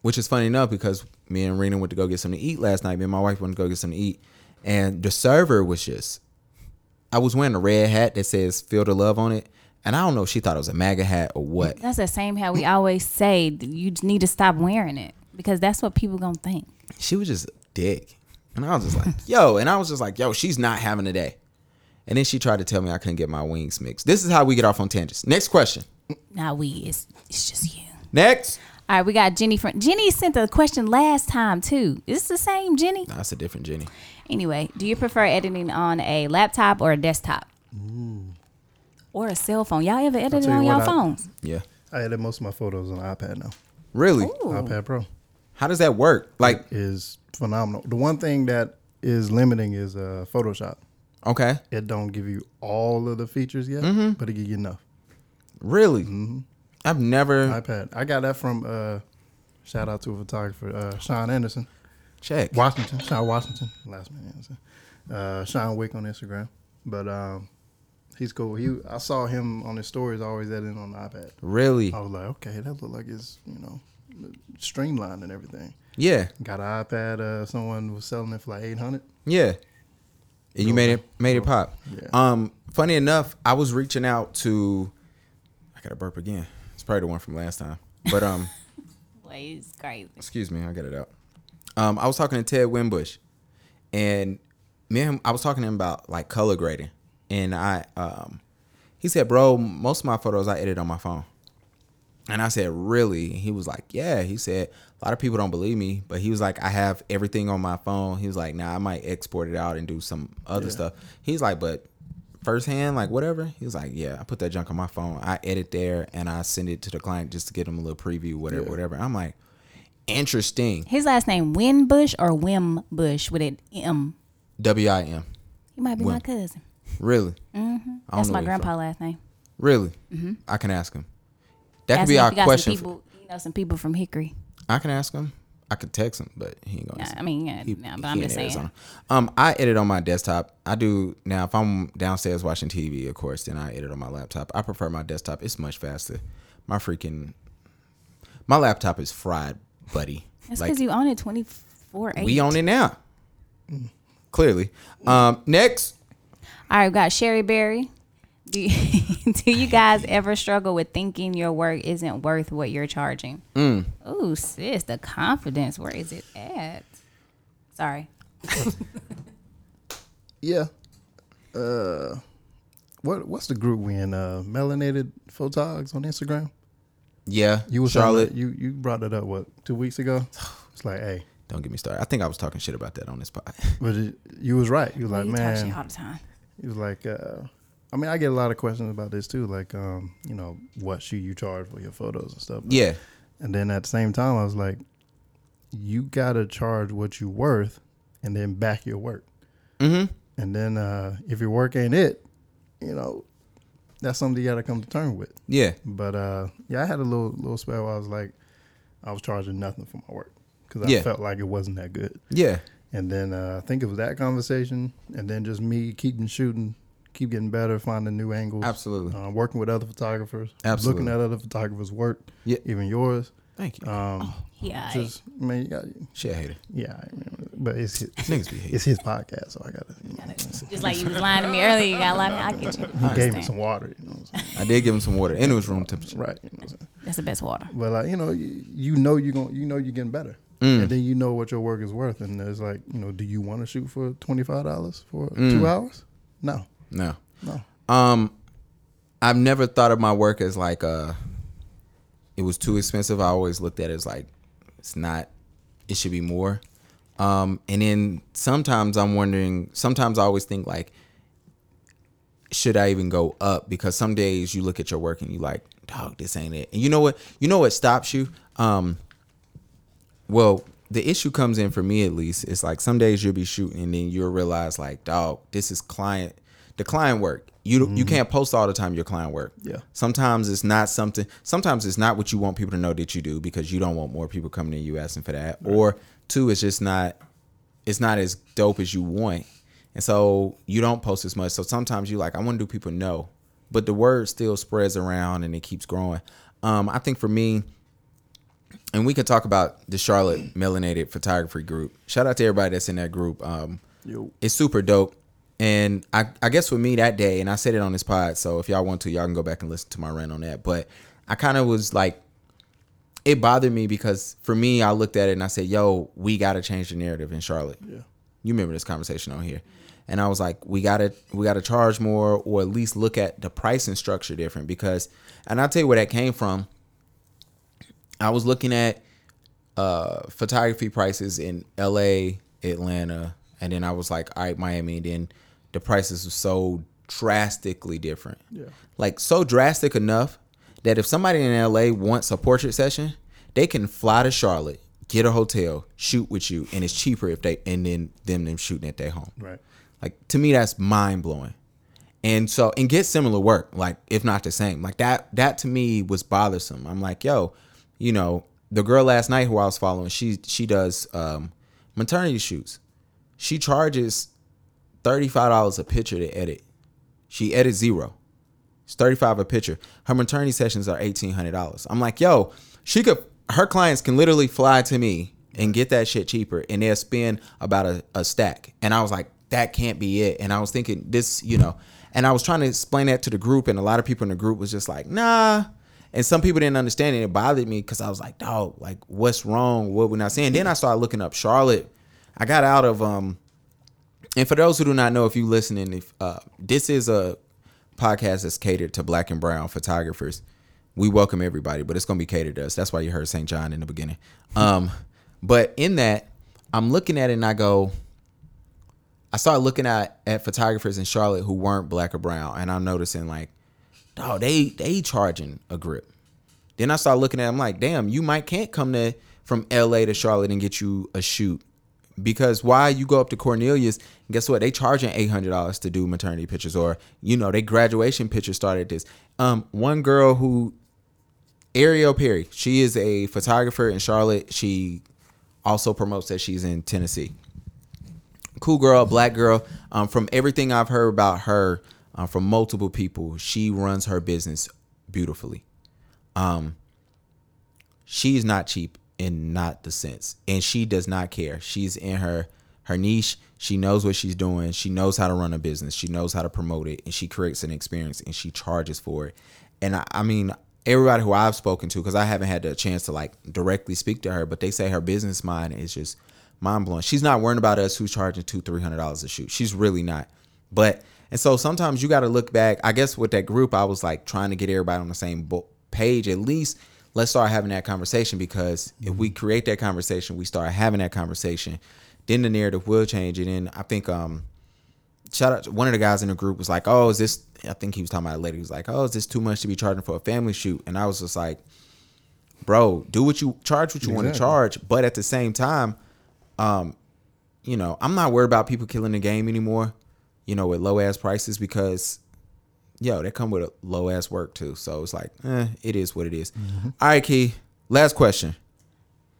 which is funny enough because me and Rena went to go get something to eat last night me and my wife went to go get something to eat and the server was just I was wearing a red hat that says feel the love on it and I don't know if she thought it was a MAGA hat or what
That's the same how we always say that you just need to stop wearing it because that's what people gonna think.
she was just a dick and I was just like yo and I was just like yo she's not having a day and then she tried to tell me I couldn't get my wings mixed this is how we get off on tangents next question
Not we. It's it's just you.
next
All right, we got Jenny from Jenny sent the question last time too. Is this the same Jenny?
that's a different Jenny
Anyway, do you prefer editing on a laptop or a desktop? Or a cell phone? Y'all ever edit it
tell you
on y'all
what, I-
phones?
yeah
I edit most of my photos on iPad now.
really
iPad Pro
how does that work like
is phenomenal. The one thing that is limiting is uh, Photoshop.
okay
It don't give you all of the features yet, but it give you enough.
Really? I've never
iPad. Mm-hmm. I got that from uh, shout out to a photographer, uh, Sean Anderson,
checked.
Washington, Sean Washington, last man Anderson, uh, Sean Wick on Instagram. But um, he's cool. He I saw him on his stories always editing on the iPad.
Really?
I was like, okay, that look like it's you know streamlined and everything.
Yeah.
Got an iPad. Uh, someone was selling it for like eight hundred.
Yeah. And you made it made it pop.
Yeah.
Um funny enough, I was reaching out to I got to burp again. It's probably the one from last time. But um
Wait, it's crazy.
excuse me, I'll get it out. Um, I was talking to Ted Wimbush, and me and him, I was talking to him about like color grading, and I, um, he said, "Bro, most of my photos I edit on my phone." And I said, "Really?" He was like, "Yeah." He said, "A lot of people don't believe me, but he was like, I have everything on my phone." He was like, "Nah, I might export it out and do some other stuff." He's like, "But firsthand, like whatever." He was like, "Yeah, I put that junk on my phone. I edit there and I send it to the client just to get them a little preview, whatever, whatever." I'm like, "Interesting."
His last name Winbush or Wimbush with an M.
W I M.
He might be my
Wim.
cousin.
Really? Mm-hmm. I don't
That's
know
my
where he from.
grandpa last name.
Really? I can ask him. That could
Ask
be
him if
our
you got
question.
Some
for-
people, you know, some people from Hickory.
I can ask him. I could text him, but he ain't gonna.
Nah,
answer.
I mean, yeah,
He-
nah,
he
but I'm
in
just saying.
Arizona. Um, I edit on my desktop. I do now if I'm downstairs watching TV, of course, then I edit on my laptop. I prefer my desktop. It's much faster. My freaking my laptop is fried, buddy.
That's
Like,
because you own it twenty four eight.
we own it now.
Mm.
Clearly. Um, next.
All right, we got Sherry Berry. Do you, do you guys ever struggle with thinking your work isn't worth what you're charging?
Mm.
Ooh, sis, the confidence. Where is it at? Sorry.
Yeah. Uh, what what's the group we in? Uh, Melanated Photogs on Instagram.
Yeah.
You was
Charlotte.
Charlotte. You you brought it up what two weeks ago? It's like, hey,
Don't get me started. I think I was talking shit about that on this pod.
but it, you was right. You was like,
you talk shit all
man.
the time.
You was like, uh, I mean, I get a lot of questions about this too. Like, um, you know, what should you charge for your photos and stuff?
yeah.
And then at the same time, I was like, you gotta charge what you worth, and then back your work. Mm-hmm. And then uh, if your work ain't it, you know, that's something you got to come to terms with.
Yeah.
But uh, yeah, I had a little little spell where I was like, I was charging nothing for my work because I
Yeah.
felt like it wasn't that good.
Yeah.
And then uh, I think it was that conversation, and then just me keeping shooting, keep getting better, finding new angles.
Absolutely.
Uh, working with other photographers.
Absolutely.
Looking at other photographers' work.
Yeah.
Even yours.
Thank you.
Um,
Yeah.
just I mean, you got,
Shit hater.
yeah, I mean, but it's his,
Niggas be hating.
it's his podcast, so I gotta. You know,
Just like you was lying to me earlier, you got lying. I get you.
he gave me some water. You know what I'm saying?
I did give him some water, and it was room temperature.
right. You know what I'm saying?
That's the best water.
But like you know, you, you know you're going you know you're getting better,
Mm.
and then you know what your work is worth. And it's like you know, do you want to shoot for twenty five dollars for
Mm.
two hours? No,
No.
no.
Um, I've never thought of my work as like uh It was too expensive. I always looked at it as like it's not. It should be more. Um, and then sometimes I'm wondering. Sometimes I always think like, should I even go up? Because some days you look at your work and you like, dog, this ain't it. And you know what? You know what stops you? Um, well, the issue comes in for me at least. It's like some days you'll be shooting and then you'll realize like, dog, this is client the client work. You you can't post all the time your client work.
Yeah.
Sometimes it's not something sometimes it's not what you want people to know that you do because you don't want more people coming to you asking for that. Or two, it's just not it's not as dope as you want. And so you don't post as much. So sometimes you like, I want to do people know. But the word still spreads around and it keeps growing. Um, I think for me, and we could talk about the Charlotte Melanated Photography Group. Shout out to everybody that's in that group. Um,
Yo.
It's super dope. And I, I guess for me that day, and I said it on this pod, so if y'all want to, y'all can go back and listen to my rant on that. But I kind of was like, it bothered me because for me, I looked at it and I said, yo, we got to change the narrative in Charlotte. Yeah. You remember this conversation on here. And I was like, we got to we got to charge more or at least look at the pricing structure different because and I'll tell you where that came from. I was looking at uh, photography prices in LA, Atlanta, and then I was like, all right, Miami. And then the prices were so drastically different. Yeah. Like, so drastic enough that if somebody in LA wants a portrait session, they can fly to Charlotte, get a hotel, shoot with you, and it's cheaper if they, and then them, them shooting at their home.
Right.
Like, to me, that's mind blowing and so and get similar work like if not the same like that that to me was bothersome i'm like yo you know the girl last night who i was following she she does um maternity shoots she charges $35 a picture to edit she edits zero it's 35 a picture her maternity sessions are $1800 i'm like yo she could her clients can literally fly to me and get that shit cheaper and they'll spend about a, a stack and i was like that can't be it and i was thinking this you know and i was trying to explain that to the group and a lot of people in the group was just like nah and some people didn't understand it it bothered me because i was like dog like what's wrong what we're not saying then i started looking up charlotte i got out of um and for those who do not know, if you listening, if uh, this is a podcast that's catered to black and brown photographers, we welcome everybody, but it's gonna be catered to us. That's why you heard St. John in the beginning. Um, but in that, I'm looking at it and I go, I started looking at at photographers in Charlotte who weren't black or brown, and I'm noticing like, dog, they they charging a grip. Then I started looking at it, I'm like, damn, you might can't come to from LA to Charlotte and get you a shoot. Because why you go up to Cornelius, and guess what? They charging eight hundred dollars to do maternity pictures or you know, they graduation pictures started this. Um, one girl who Ariel Perry, she is a photographer in Charlotte. She also promotes that she's in Tennessee cool girl, black girl. Um, from everything I've heard about her, uh, from multiple people, she runs her business beautifully. Um, she's not cheap in not the sense, and she does not care. She's in her her niche. She knows what she's doing. She knows how to run a business. She knows how to promote it, and she creates an experience and she charges for it. And I, I mean, everybody who I've spoken to, because I haven't had the chance to like directly speak to her, but they say her business mind is just mind blowing. She's not worrying about us who's charging two, three hundred dollars a shoot. She's really not. But and so sometimes you got to look back. I guess with that group, I was like trying to get everybody on the same bo- page. At least let's start having that conversation because if we create that conversation, we start having that conversation, then the narrative will change. And then I think um shout out to one of the guys in the group was like, "Oh, is this?" I think he was talking about a lady. He was like, "Oh, is this too much to be charging for a family shoot?" And I was just like, "Bro, do what you charge, what you want to
Exactly.
charge, but at the same time, um, you know, I'm not worried about people killing the game anymore. You know, with low ass prices because yo, they come with a low ass work too. So it's like, eh, it is what it is. All right, Key. Last question.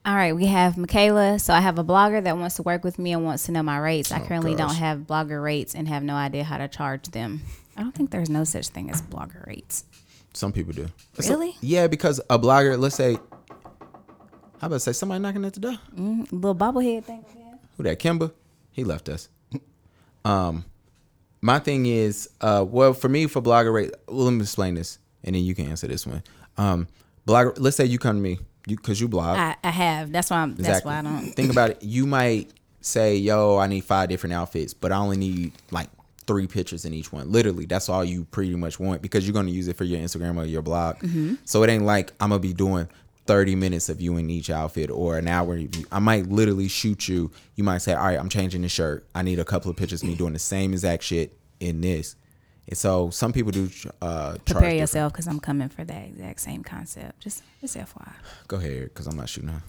All right, we have Michaela. So I have a blogger that wants to work with me and wants to know my rates. I currently
Oh, gosh.
don't have blogger rates and have no idea how to charge them. I don't think there's no such thing as blogger rates.
Some people do. It's
Really?
A, yeah, because a blogger, let's say, how about say somebody knocking at the door?
Little bobblehead thing.
Who that? Kimba? He left us. Um, my thing is, uh, well, for me, for blogger rate, well, let me explain this, and then you can answer this one. Um, blogger, let's say you come to me, you because you blog.
I, I have. That's why. I'm, That's why I don't.
think about it. You might say, "Yo, I need five different outfits, but I only need like three pictures in each one." Literally, that's all you pretty much want because you're going to use it for your Instagram or your blog.
Mm-hmm.
So it ain't like I'm gonna be doing. 30 minutes of you in each outfit or an hour of you. I might literally shoot you. You might say, All right, I'm changing the shirt. I need a couple of pictures of me doing the same exact shit in this. And so some people do uh charge
Prepare
different-
yourself because I'm coming for that exact same concept. Just, just FYI.
Go ahead, because I'm not shooting her.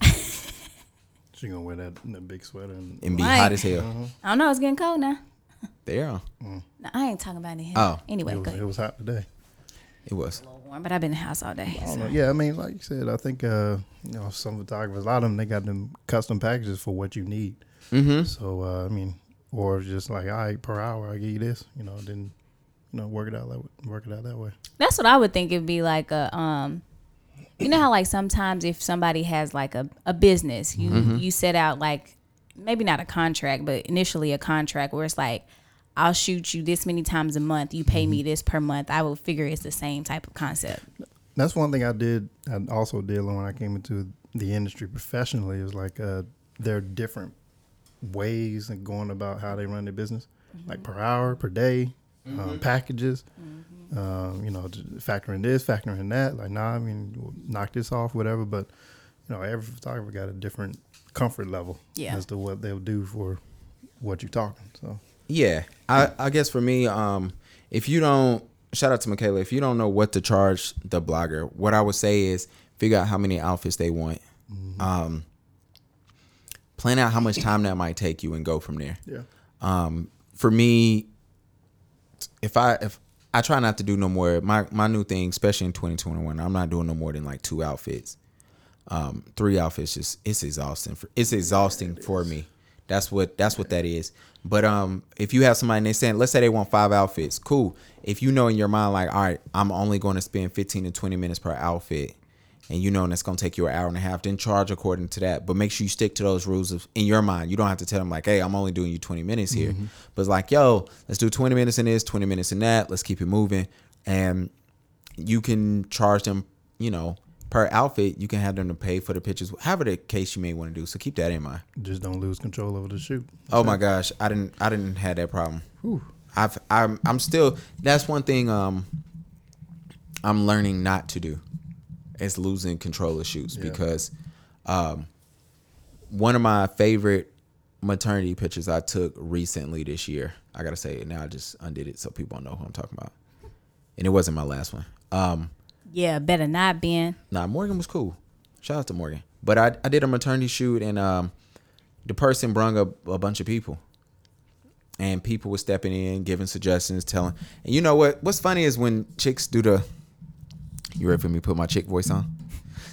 She gonna wear that, that big sweater and
And be
Right.
hot as hell.
I don't know. It's getting cold now.
They are.
No, I ain't talking about it. Here.
Oh.
it
anyway, go
was,
ahead.
it was hot today.
It was.
warm, but I've been in the house all day.
I
Oh,
so.
don't know. Yeah, I mean, like you said, I think uh, you know some photographers, a lot of them, they got them custom packages for what you need. Mm-hmm. So uh, I mean, or it's just like, all right, per hour, I give you this, you know, then you know, work it out that work it out that way.
That's what I would think it'd be like a um you know how like sometimes if somebody has like a, a business, you
Mm-hmm.
you set out like maybe not a contract, but initially a contract where it's like I'll shoot you this many times a month, you pay
Mm-hmm.
me this per month. I would figure it's the same type of concept.
That's one thing I did. I also did when I came into the industry professionally. Is like uh, there are different ways and going about how they run their business, like per hour, per day, um, packages. Um, you know, j- factoring this, factoring that. Like, nah, I mean, we'll knock this off, whatever. But you know, every photographer got a different comfort level
Yeah.
as to what they'll do for what you're talking. So
Yeah, I, I guess for me, um, if you don't shout out to Michaela, if you don't know what to charge the blogger, what I would say is figure out how many outfits they want, um, plan out how much time that might take you, and go from there.
yeah,
Um, for me, if I if I try not to do no more my my new thing, especially in 2021, I'm not doing no more than like two outfits, um, three outfits. Just it's exhausting. For, it's exhausting for me. That's what that's what that is. But um, if you have somebody and they saying, let's say they want five outfits, cool. If you know in your mind like, all right, I'm only going to spend 15 to 20 minutes per outfit, and you know that's going to take you an hour and a half, then charge according to that. But make sure you stick to those rules of, in your mind. You don't have to tell them like, hey, I'm only doing you 20 minutes here. But it's like, yo, let's do 20 minutes in this, 20 minutes in that. Let's keep it moving. And you can charge them, you know, per outfit. You can have them to pay for the pictures, however the case you may want to do. So keep that in mind.
just don't lose control over the shoot.
Oh my gosh, I didn't I didn't have that problem. I've I'm I'm still that's one thing um I'm learning not to do is losing control of shoots because um one of my favorite maternity pictures I took recently this year. I gotta say it now I just undid it so people don't know who I'm talking about. And it wasn't my last one. Um
Yeah, better not Ben.
Nah, Morgan was cool. Shout out to Morgan. But I, I did a maternity shoot and um, the person brung up a bunch of people. And people were stepping in, giving suggestions, telling. And you know what? What's funny is when chicks do the. You ready for me to put my chick voice on?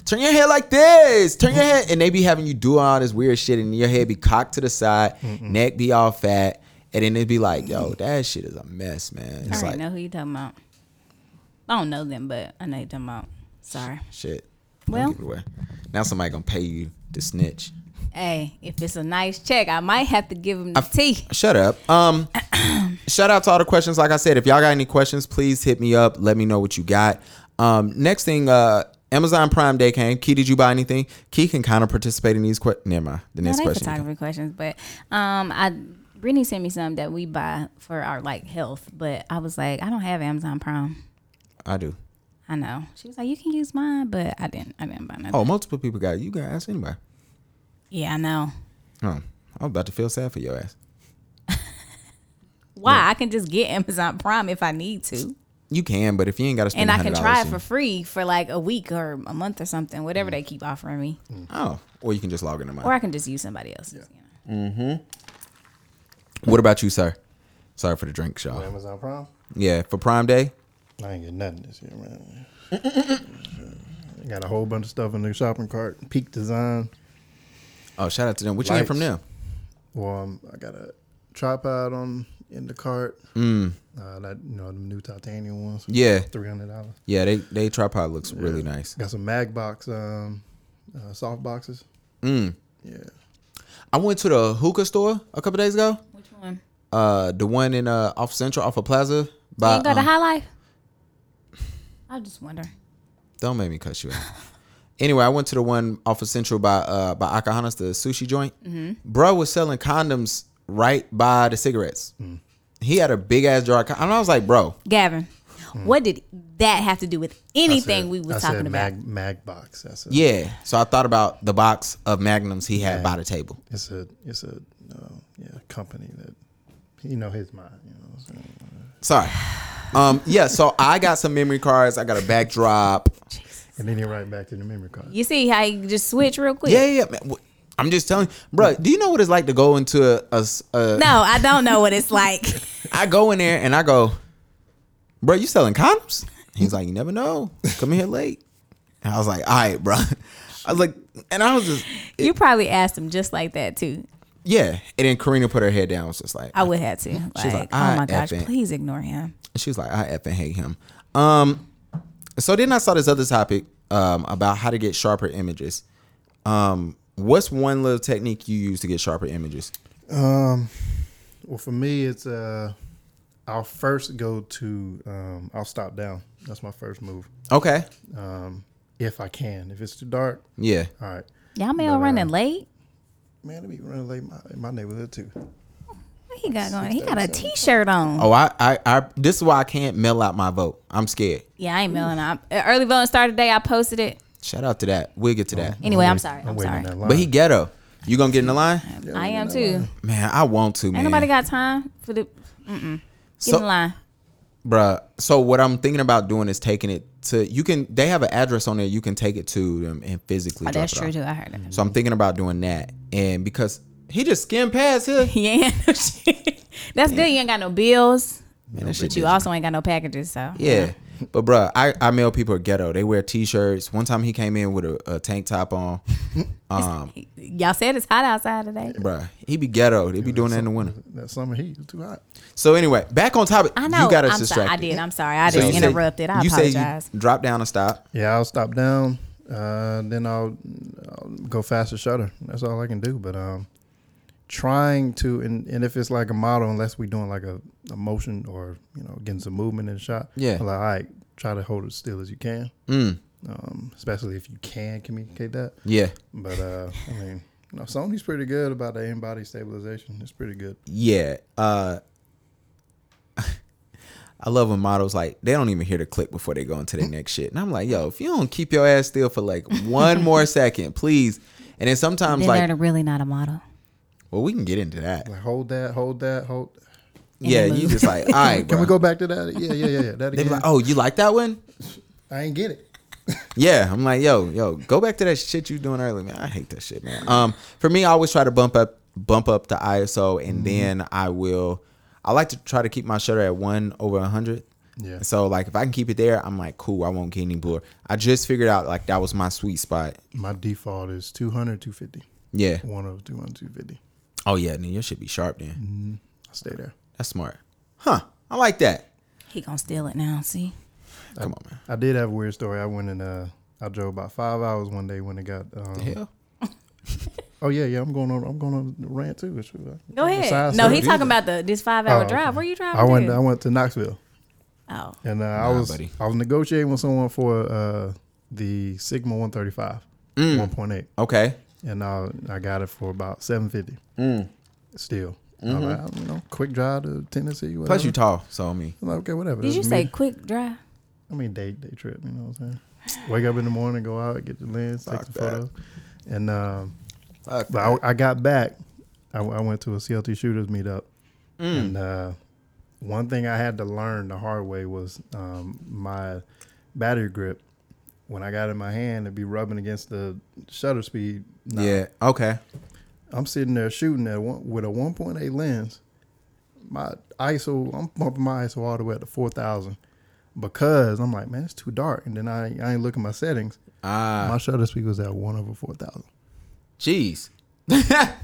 Turn your head like this. Turn your head. And they be having you do all this weird shit, and your head be cocked to the side, neck be all fat. And then it'd be like, yo, that shit is a mess, man.
I
It's
already
like,
know who you talking about. I don't know them, but I know you talking about. Sorry.
shit.
Well-
Don't give it away. Now somebody gonna pay you to snitch.
Hey, if it's a nice check, I might have to give them the tea.
Shut up. Um, shout out to all the questions. Like I said, if y'all got any questions, please hit me up. Let me know what you got. Um, next thing, uh, Amazon Prime Day came. Key, did you buy anything? Key can kind of participate in these questions. Never mind. The
No,
next
they
question.
photography questions, but um, I Brittany sent me some that we buy for our like health, but I was like, I don't have Amazon Prime.
I do.
I know. She was like, you can use mine, but I didn't. I didn't buy nothing.
Oh, multiple people got it. You got to ask anybody.
Yeah, I know.
Oh, I'm about to feel sad for your ass.
Why? I can just get Amazon Prime if I need to,
You can, but if you ain't got to spend
and I can
$100 Mm.
try it
in-
for free for like a week or a month or something, whatever they keep offering me,
Oh, or you can just log into mine.
or I can just use somebody else's. You know?
What about you, sir? Sorry for the drink, y'all.
Amazon Prime.
Yeah, for Prime Day,
I ain't getting nothing this year, man. Got a whole bunch of stuff in the shopping cart. Peak Design.
Oh, shout out to them. What you get from them?
Lights. Well, um, I got a tripod on in the cart. Uh, that you know, the new titanium ones.
Mm. Yeah.
three hundred dollars.
Yeah, they they tripod looks really nice.
Got some mag box, um, uh, soft boxes. Mm. Yeah.
I went to the hookah store a couple days ago.
Which one?
Uh, the one in uh off Central, off of Plaza.
You
By,
ain't go to
um,
High Life? I just wonder.
Don't make me cuss you out. anyway, I went to the one off of Central by uh by Akahana's, the sushi joint.
Mm-hmm.
Bro was selling condoms right by the cigarettes. He had a big ass jar. Of con- and I was like, bro,
Gavin,
Hmm.
what did that have to do with anything
said-
we was
I
talking
said
about?
Mag, mag box. That's a,
yeah. So I thought about the box of magnums he had by the table.
It's a it's a uh, yeah company that he know his mind. You know. So,
Sorry. Um, yeah, so I got some memory cards. I got a backdrop.
and then he right back to the memory card.
You see how you just switch real quick?
Yeah, yeah. man. W- I'm just telling, bro. Do you know what it's like to go into a? a s- a-
No, I don't know what it's like.
I go in there and I go, bro. You selling condoms? He's like, you never know. Come in here late. And I was like, all right, bro. I was like, and I was just,
you probably asked him just like that too.
yeah. And then Karina put her head down. Was just like,
I would have to. Like,
She's like,
oh
I
my gosh,
effing-
please ignore him.
she was like, I effing hate him. Um, so then I saw this other topic um, about how to get sharper images. Um, what's one little technique you use to get sharper images?
Well, for me, it's uh, I'll first go to um, I'll stop down. That's my first move.
Okay.
If I can, if it's too dark,
Yeah.
all right.
Y'all mail
But, uh,
running late.
Man, it be running late in my, in my neighborhood too.
What he got going? He got a T-shirt on.
Oh, I, I, I, this is why I can't mail out my vote. I'm scared.
Yeah, I ain't mailing. out. Early voting started today. I posted it.
Shout out to that. We'll get to that.
Anyway, I'm sorry. I'm,
waiting in
sorry.
that line.
But he ghetto. You gonna get in the line?
I am too.
Man, I want to, man.
Ain't nobody got time for the. Mm-mm. Get
So-
in line.
Bruh. So what I'm thinking about doing is taking it to you can they have an address on there, you can take it to them and physically.
Oh,
drop
that's
it
true
off.
too. I heard it.
So I'm thinking about doing that. And because he just skimmed past here.
Yeah, no shit. that's good. You ain't got no bills,
Man, that shit
but you
is-
also ain't got no packages. So
Yeah. But bruh, I, I mail people are ghetto. They wear t-shirts. One time he came in with a, a tank top on.
y'all said it's hot outside today.
Bruh, he be ghetto. They be doing that in the winter.
That summer heat is too hot.
So anyway, back on topic.
I know.
You got us
I'm sorry.
distracted.
I did. I'm sorry. I
So
just
you said-
interrupted. I
you said you
apologize.
drop down and stop.
Yeah, I'll stop down. Uh, then I'll, I'll go faster shutter. That's all I can do. But um, trying to and, and if it's like a model, unless we're doing like a, a motion or you know getting some movement in the shot.
Yeah. Mm.
I'm like all right, try to hold it still as you can. Um, especially if you can communicate that.
Yeah.
But uh, I mean, you know, Sony's pretty good about the in body stabilization. It's pretty good.
Yeah. Uh I love when models like they don't even hear the click before they go into their next shit. And I'm like, yo, if you don't keep your ass still for like one more second, please. And then sometimes
Then
like,
they're really not a model.
well, we can get into that.
Like hold that, hold that, hold.
Yeah,
the
you
mood.
just like, all right,
Can we go
bro.
back to that? Yeah, yeah, yeah, yeah. That
They
again.
be like, oh, you like that one?
I ain't get it.
Yeah, I'm like, yo, yo, go back to that shit you doing earlier, man. I hate that shit, man. Um, for me, I always try to bump up, bump up the ISO, and then I will. I like to try to keep my shutter at one over a hundred.
Yeah.
So like, if I can keep it there, I'm like, cool. I won't get any blur. I just figured out like that was my sweet spot.
My default is 200, 250.
Yeah.
One of 200, 250.
Oh yeah, then your shit be sharp then.
I stay there.
That's smart. Huh? I like that.
He gonna steal it now. See,
Come on, man.
I did have a weird story. I went and uh, I drove about five hours one day when it got. Um,
Hell.
Oh yeah, yeah. I'm going on. I'm going on the rant too. Shoot, I-
go ahead.
Besides
no,
that-
he talking about the this five hour
Oh,
drive.
okay.
Where you driving?
I went.
to?
I went to Knoxville,
oh,
and uh, I
Nah,
was
buddy.
I was negotiating with someone for uh, the Sigma 135,
Mm.
1.8,
Okay.
and I I got it for about 750.
Mm.
Still, I'm like, you know, quick drive to Tennessee. Whatever.
Mm-hmm. Plus you tall, so I mean,
I'm like, okay, whatever.
did
that's
you
me.
say quick drive?
I mean, day day trip. You know what I'm saying? Wake up in the morning, go out, get the lens, take
Fuck
some
that.
photos, and um,
fuck
but I, I got back. I, I went to a CLT shooters meetup,
Mm.
and uh, one thing I had to learn the hard way was um, my battery grip. When I got it in my hand, it'd be rubbing against the shutter speed. knob.
yeah. Okay.
I'm sitting there shooting at one, with a 1.8 lens. My ISO, I'm bumping my ISO all the way up to 4,000. because I'm like, man, it's too dark. And then I, I ain't look at my settings.
Ah,
My shutter speed was at one over four thousand.
jeez.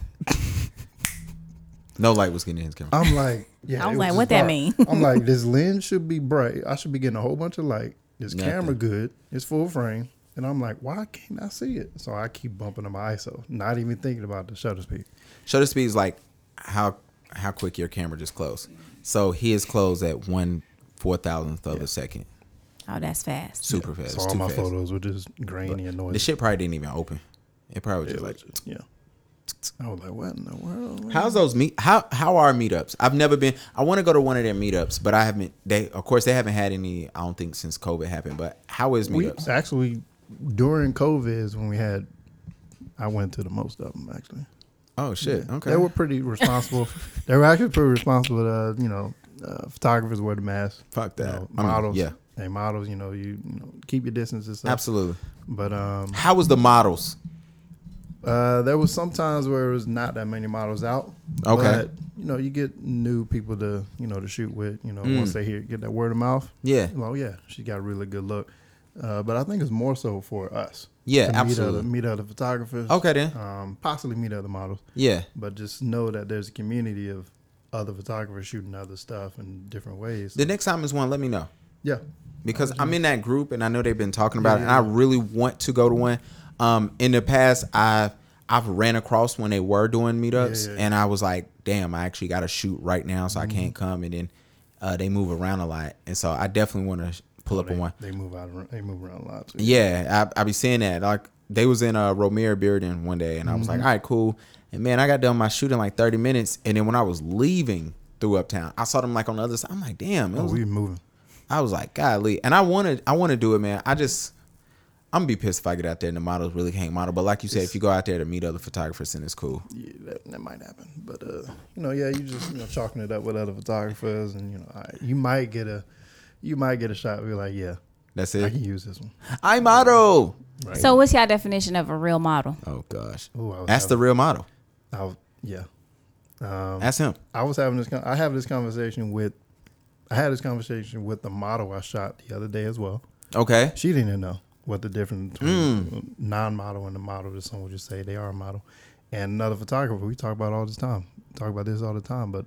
no light was getting in his camera.
I'm like, yeah.
I was
it
like,
just
what that
dark.
mean?
I'm like, this lens should be bright. I should be getting a whole bunch of light. This
Nothing.
camera good. It's full frame. And I'm like, why can't I see it? So I keep bumping to my ISO, not even thinking about the shutter speed.
Shutter speed is like how how quick your camera just closed. So his closed at one four thousandth of a second.
Oh, that's fast.
Super fast.
So all
too
my
fast.
photos were just grainy and noisy.
The shit probably didn't even open. It probably was
It
just like
was- yeah. I was like, what in the world?
How's those meet? How how are meetups? I've never been. I want to go to one of their meetups, but I haven't. They of course they haven't had any. I don't think since COVID happened. But how is
We
meetups?
actually during COVID is when we had. I went to the most of them actually.
oh shit. Okay.
They were pretty responsible. they were actually pretty responsible. Uh, you know, uh, photographers wear the mask.
Fuck
You
that.
know,
I mean,
models,
yeah.
They models, you know, you, you know, keep your distance and stuff.
Absolutely.
But um,
How was the models?
uh, there was some times where it was not that many models out.
Okay.
But, you know, you get new people to you know to shoot with. You know, once they hear get that word of mouth.
Mm. Yeah.
Well, yeah, she got a really good look. Uh, but I think it's more so for us.
Yeah,
to
absolutely.
Meet other, meet other photographers.
Okay then.
Um, possibly meet other models.
Yeah.
But just know that there's a community of other photographers shooting other stuff in different ways.
The next time is one. Let me know
yeah.
because I'm in that group and I know they've been talking about it,
Mm-hmm.
and I really want to go to one. Um, in the past, I've I've ran across when they were doing meetups,
Yeah, yeah, Mm-hmm. yeah.
and I was like, damn, I actually got to shoot right now, so I can't come. And then uh, they move around a lot, and so I definitely want to pull up
Oh, They,
on one.
they move out. Around, they move around a lot. Too.
Yeah, I, I be seeing that. Like they was in a Romero building one day, and I was
Mm-hmm.
like, all right, cool. And man, I got done my shoot in like thirty minutes, and then when I was leaving through uptown, I saw them like on the other side. I'm like, damn, it
Oh,
was,
we moving.
I was like, golly, and I wanted, I want to do it, man. I just. I'm gonna be pissed if I get out there and the models really can't model. But like you said, if you go out there to meet other photographers, then it's cool.
Yeah, that, that might happen. But uh, you know, yeah, you just you know chalking it up with other photographers, and you know, I, you might get a, you might get a shot. Where you're like, yeah,
That's
I
it.
can use this one.
I model.
So, what's y'all definition of a real model?
Oh gosh,
Ooh, I was
that's the
having-
real model.
I was, yeah, Um,
that's him.
I was having this. con- I have this conversation with, I had this conversation with the model I shot the other day as well.
Okay.
She didn't even know what the difference between
Hmm.
non-model and the model that some would just say they are a model. And another photographer, we talk about all this time, talk about this all the time, but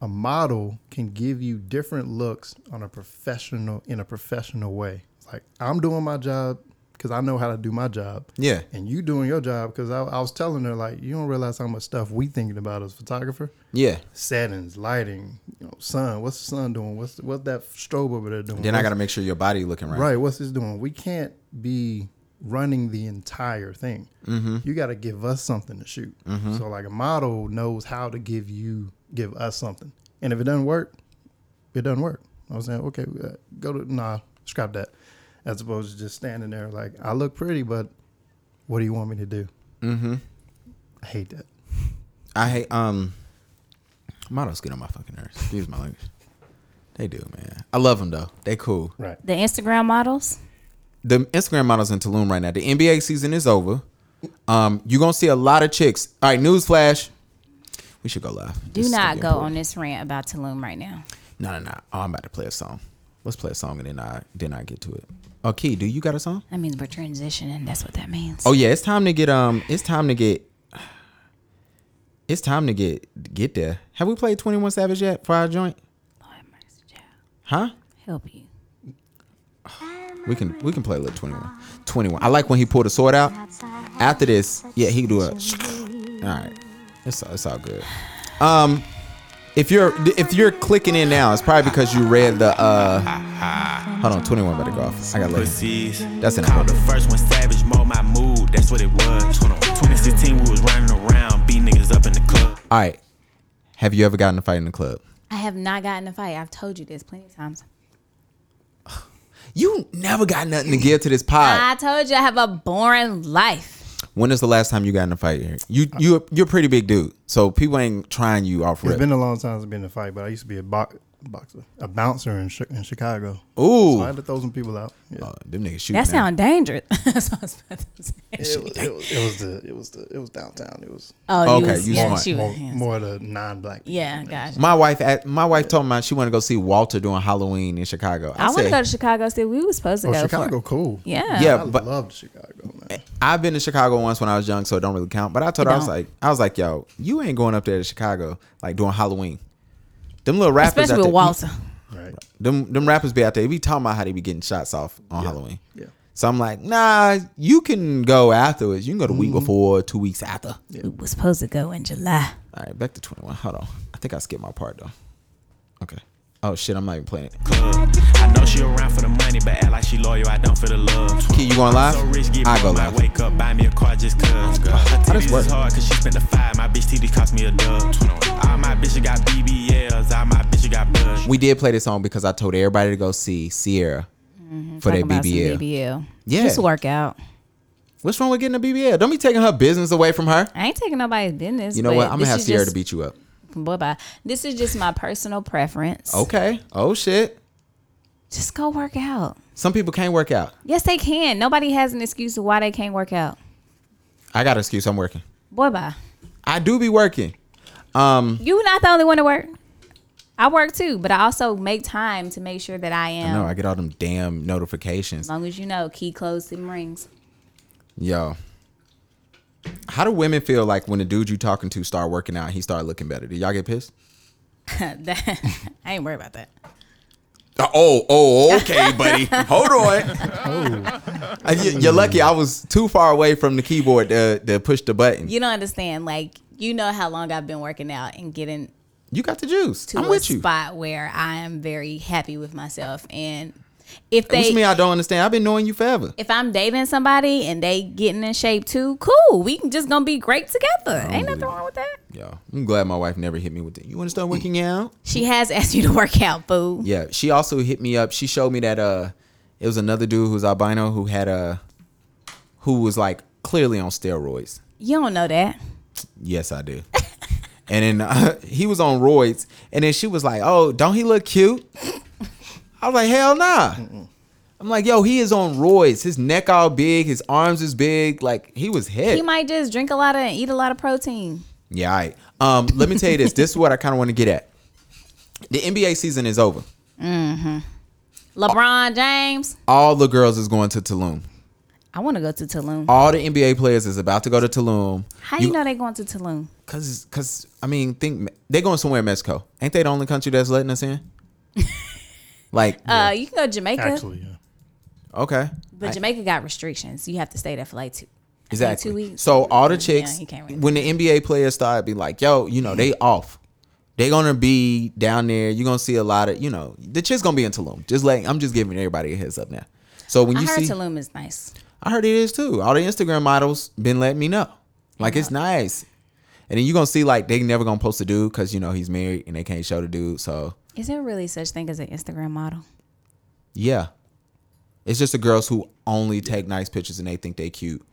a model can give you different looks on a professional in a professional way. It's like I'm doing my job because I know how to do my job.
Yeah.
And you doing your job because I, I was telling her like you don't realize how much stuff we thinking about as photographer
Yeah.
settings, lighting, you know, sun. What's the sun doing? What's what's that strobe over there doing?
Then I
What's-
got to make sure your body looking right.
Right. What's this doing? We can't be running the entire thing. You got to give us something to shoot. So like a model knows how to give you give us something, and if it doesn't work, it doesn't work. I was saying, okay, uh, go to nah, scrap that, as opposed to just standing there like I look pretty, but what do you want me to do? Mm-hmm. I hate that.
I hate um models get on my fucking nerves. Excuse my language. They do, man. I love them though. They cool.
Right.
The Instagram models?
The Instagram models in Tulum right now. The NBA season is over. Um, you gonna see a lot of chicks. All right, news flash. We should go live.
Do not go on this rant about Tulum right now.
No, no, no. Oh, I'm about to play a song. Let's play a song and then I then I get to it. Okay, do you got a song?
That means we're transitioning. That's what that means.
Oh yeah, it's time to get um. It's time to get. It's time to get get there. Have we played Twenty One Savage yet for our joint?
Lord have mercy, child.
Huh?
Help you.
We can we can play a little 21. 21. I like when he pulled the sword out. After this, yeah, he can do a. All right, it's it's all good. Um, if you're if you're clicking in now, it's probably because you read the uh. Hold on, 21 better go off. I got lazy.
Pussies.
That's enough.
Called the first one savage, mold my mood. That's what it was. Hold on. 2016, we was running around, beat niggas up in the club.
All right. Have you ever gotten in a fight in the club?
I have not gotten a fight. I've told you this plenty of times.
You never got nothing to give to this pod.
I told you I have a boring life.
When is the last time you got in a fight here? You you you're a pretty big dude, so people ain't trying you off.
It's
rip.
been a long time since I've been in a fight, but I used to be a box. boxer, a bouncer in, Chi- in Chicago. So I
Ooh,
had to throw some people out. Yeah.
Oh, them niggas shooting.
That
now.
sound dangerous. That's what I was about to say.
it, was, it, was, it was the it was the it was downtown. It was
Oh,
Okay,
you, was,
you
yeah,
smart.
she
more,
was, yeah.
more the non-black.
yeah, gosh.
My wife, at, my wife told me she wanted to go see Walter doing Halloween in Chicago. I,
I want to
said,
go to Chicago still. We were supposed to
Oh,
go. for-
Chicago, cool.
yeah.
Yeah.
I
but-
loved Chicago, man.
I've been to Chicago once when I was young, so it don't really count. But I told
It
her I was
don't.
like, I was like, yo, you ain't going up there to Chicago like doing Halloween. Them little rappers,
Especially
out
with
there-
Walter.
Right.
Them them rappers be out there. They be talking about how they be getting shots off on Halloween.
Yeah.
So I'm like, nah, you can go afterwards. You can go the
Mm-hmm.
week before, two weeks after.
We were supposed to go in July.
All right, back to 21. Hold on. I think I skipped my part though. Okay. Oh shit, I'm not even playing it.
club. I know she around for the money, but act like she loyal. I don't feel the love.
Kid, you going live?
So rich, give
I
I
go
go
live.
Wake up, buy me a car just cuz.
How
Her
this
titties
work?
is hard cause she spent the five. My bitch TD cost me a dub. All my bitches got BBLs. All my bitches got blood.
We did play this song because I told everybody to go see Sierra for
Talking
their
Mm-hmm. about some
BBL.
BBL.
Yeah.
Just work out.
What's wrong with getting a BBL? Don't be taking her business away from her.
I ain't taking nobody's business.
You know
but
what? I'm gonna
this
have
is
Sierra
just-
to beat you up.
Bye bye. This is just my personal preference.
Okay. Oh shit.
Just go work out.
Some people can't work out.
Yes, they can. Nobody has an excuse of why they can't work out.
I got an excuse. I'm working.
Boy, bye.
I do be working. Um,
You not the only one to work. I work too, but I also make time to make sure that I am.
no, I get all them damn notifications.
as long as you know, key closed and rings.
Yo. How do women feel like when the dude you talking to start working out, he start looking better? Do y'all get pissed?
That- I ain't worried about that.
Oh, oh, okay, buddy. Hold on.
Oh,
Uh, you, you're lucky I was too far away from the keyboard to, to push the button.
You don't understand. Like you know how long I've been working out and getting
You got the juice.
to
I'm
a
with you.
spot where I am very happy with myself. And if
Which
they
mean I don't understand. I've been knowing you forever.
if I'm dating somebody and they getting in shape too, cool. We can just gonna be great together. Ain't nothing wrong with that.
Yo, I'm glad my wife never hit me with that. You want to start working out?
She has asked you to work out, boo.
Mm. Yeah, she also hit me up. She showed me that uh, it was another dude who's albino who had a, who was like clearly on steroids.
You don't know that.
Yes, I do. and then uh, he was on roids, and then she was like, "Oh, don't he look cute?" I was like, "Hell nah." I'm like, "Yo, he is on roids. His neck all big, his arms is big. Like he was hit."
He might just drink a lot of and eat a lot of protein.
Yeah, all right. Um, let me tell you this. This is what I kind of want to get at. The NBA season is over.
LeBron James.
All the girls is going to Tulum.
I want to go to Tulum.
All the NBA players is about to go to Tulum.
How you know they going to Tulum?
Cause, cause I mean, think they going somewhere in Mexico. Ain't they the only country that's letting us in? like,
Uh, you can go to Jamaica,
Actually, yeah.
okay,
but Jamaica got restrictions. You have to stay there for like two. I think
exactly.
Two weeks.
So all the chicks,
he can't wait.
when the NBA players start, be like, yo, you know, they off. They gonna be down there. You are gonna see a lot of, you know, the chicks gonna be in Tulum. Just like I'm just giving everybody a heads up now. So when
I
you
heard
see,
Tulum is nice.
I heard it is too. All the Instagram models been letting me know. Like it's nice. And then you're gonna see like they never gonna post a dude because you know he's married and they can't show the dude. So
Is there really such thing as an Instagram model?
yeah. It's just the girls who only take nice pictures and they think they cute.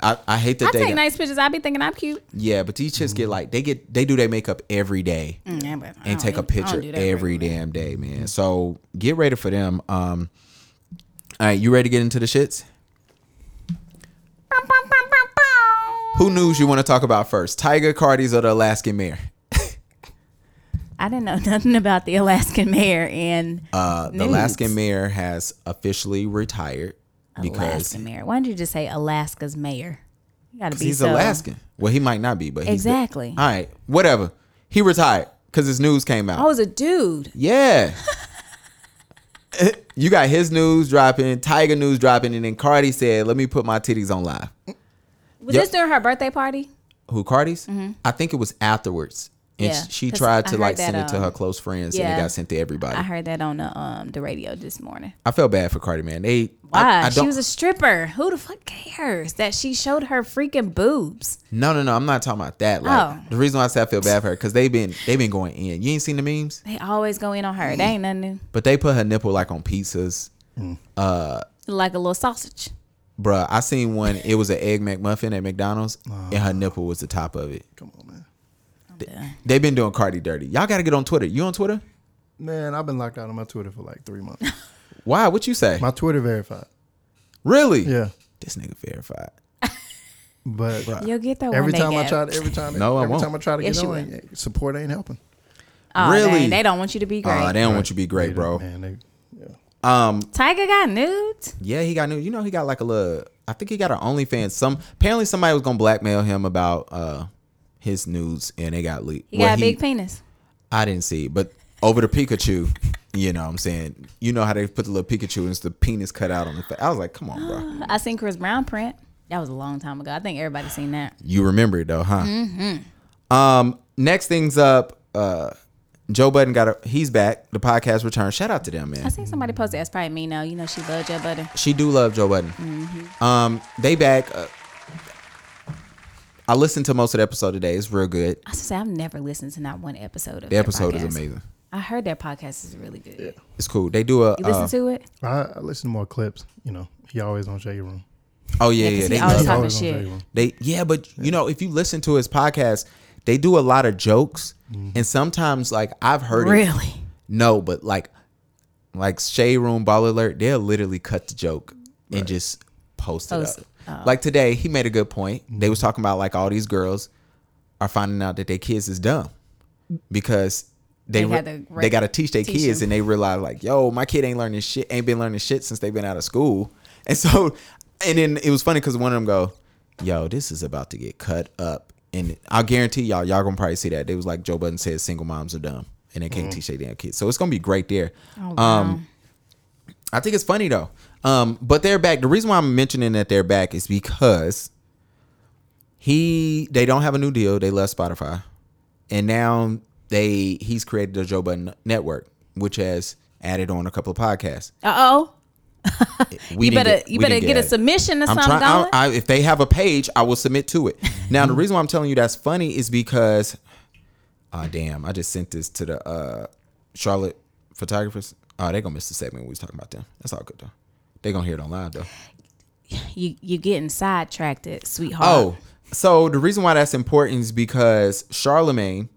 I, I hate that
I
they
take
got-
nice pictures. I be thinking I'm cute.
Yeah, but these chicks get like they get they do their makeup every day.
Yeah, but Mm. I
and
don't
take
even- I
a
don't
picture
do that
every
regularly. Mm-hmm.
damn day, man. So get ready for them. Um all right, you ready to get into the shits? Who news you want to talk about first? Tiger, Cardi's, or the Alaskan Mare?
I didn't know nothing about the Alaskan mare and
Uh, the Alaskan Mare has officially retired because
Alaskan mayor. Why don't you just say Alaska's mayor? You gotta be
he's
so.
Alaskan. Well, he might not be, but he's the-
Exactly.
all right, whatever. He retired because his news came out.
I was a dude.
Yeah. you got his news dropping, Tiger news dropping, and then Cardi said, "Let me put my titties on live."
Was
Yep.
this during her birthday party?
Who Cardi's? I think it was afterwards, and
Mm-hmm. Yeah,
she
'cause
tried
I
to
heard
like
that,
send it to
um,
her close friends, and
yeah.
it got sent to everybody.
I
I,
heard that on the um the radio this morning.
felt bad for Cardi, man. They
Why?
I, I
she
don't,
was a stripper. Who the fuck cares that she showed her freaking boobs?
no, no, no. I'm not talking about that. Like
Oh.
the reason why I say I feel bad for her because they've been they've been going in. You ain't seen the memes,
They always go in on her. They ain't nothing new.
but they put her nipple like on pizzas.
Like a little sausage.
Bruh, I seen one. It was an egg McMuffin at McDonald's, and her nipple was the top of it.
Come on, man.
Yeah.
They've been doing Cardi dirty. Y'all got to get on Twitter. You on Twitter?
Man, I've been locked out of my Twitter for like three months.
Why? What you say?
My Twitter verified.
really?
Yeah,
This nigga verified.
but
You'll get that
every
one
time
they
I
get.
try, to, every time,
No, I
every
won't.
time I try to
Yes,
get
you
on,
will.
yeah, support ain't helping.
Oh,
Really?
dang, they don't want you to be great.
Uh, they don't want you to be great,
They-
bro.
Man, they, yeah.
Um,
Tiger got nudes.
Yeah, he got new. You know, he got like a little. I think he got an OnlyFans. Some apparently somebody was gonna blackmail him about uh his nudes, and they got leaked.
He
Well,
got a big penis.
I didn't see, it, but over the Pikachu, you know, what I'm saying, you know how they put the little Pikachu and it's the penis cut out on the. Fa- I was like, come on, bro.
I seen Chris Brown print. That was a long time ago. I think everybody seen that.
You remember it though, huh?
Mm-hmm.
Um, next things up. uh Joe Budden got a. He's back. The podcast returned. Shout out to them, man.
I seen somebody post that's probably me now. You know she loves your butter.
She do love Joe Budden.
Mm-hmm.
Um, they back. Uh, I listened to most of the episode today. It's real good.
I should say I've never listened to not one episode of
The
their
episode is
podcast.
amazing.
I heard their podcast is really good.
It's cool. They do a.
You listen
uh,
to it?
I, I listen to more clips. You know, he always on Shade Room.
oh yeah, yeah.
'cause
They,
he always
love-
He
talking
on
shit.
Shade Room.
they yeah, but you know, if you listen to his podcast, they do a lot of jokes, and sometimes like I've heard it.
Really?
No, but like, like Shade Room Ball Alert, they'll literally cut the joke and just post it
Post
up.
it. Oh.
Like today, he made a good point. They was talking about like all these girls are finding out that their kids is dumb because they
They
re-
had to
they got to teach their
teach
kids
them.
and they realize like, yo, my kid ain't learning shit, ain't been learning shit since they've been out of school, and so and then it was funny because one of them go, yo, this is about to get cut up. And I guarantee y'all, y'all gonna probably see that. They was like Joe Budden said, single moms are dumb and they can't teach their damn kids. So it's gonna be great there.
Oh, wow.
Um, I think it's funny though. Um, but they're back. The reason why I'm mentioning that they're back is because he they don't have a new deal. They left Spotify, and now they he's created the Joe Budden Network, which has added on a couple of podcasts.
Uh oh.
We
You
didn't
better
get-
you
we
better
didn't
get a
added.
submission or
I'm
something
trying. I,
going.
I, if they have a page, I will submit to it. Now, the reason why I'm telling you that's funny is because, ah, damn, I just sent this to the uh, Charlotte photographers. Oh, they gonna miss the segment we was talking about them. That's all good though. They gonna hear it online though.
You you getting sidetracked, it, sweetheart.
Oh, so the reason why that's important is because Charlemagne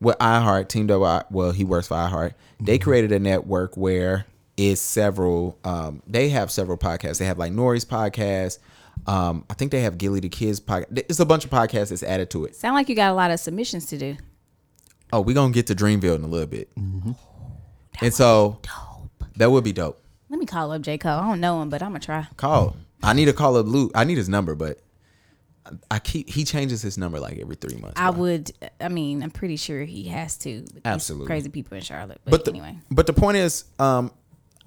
with iHeart teamed up. with- Well, he works for iHeart. They created a network where it's several. Um, they have several podcasts. They have like Nori's podcast. Um, I think they have Gilly the Kids podcast. It's a bunch of podcasts that's added to it.
sound like you got a lot of submissions to do.
Oh, we're gonna get to Dreamville in a little bit. Mm-hmm. and so that would be dope.
Let me call up J Cole. I don't know him, but I'm gonna try.
Call. I need to call up Luke. I need his number, but I, I keep he changes his number like every three months.
I
bro.
would. I mean, I'm pretty sure he has to. with these
Absolutely.
crazy people in Charlotte. But,
But the,
anyway,
but the point is, um,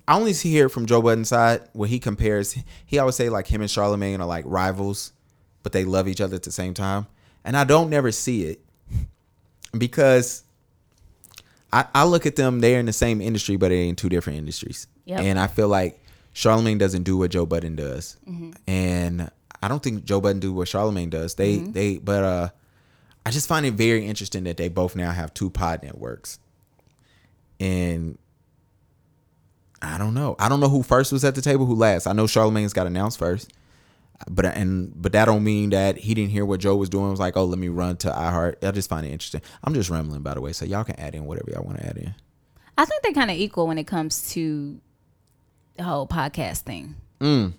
I only see here from Joe Budden's side where he compares. He always say like him and Charlemagne are like rivals, but they love each other at the same time. And I don't never see it because I, I look at them. They're in the same industry, but they're in two different industries.
Yep.
And I feel like Charlemagne doesn't do what Joe Budden does, and I don't think Joe Budden do what Charlemagne does. They they but uh, I just find it very interesting that they both now have two pod networks and I don't know. I don't know who first was at the table, who last. I know Charlemagne's got announced first, but and but that don't mean that he didn't hear what Joe was doing. It was like, oh, let me run to iHeart. I just find it interesting. I'm just rambling, by the way, so y'all can add in whatever y'all want to add in.
I think they're kind of equal when it comes to the whole podcast thing.
Mm.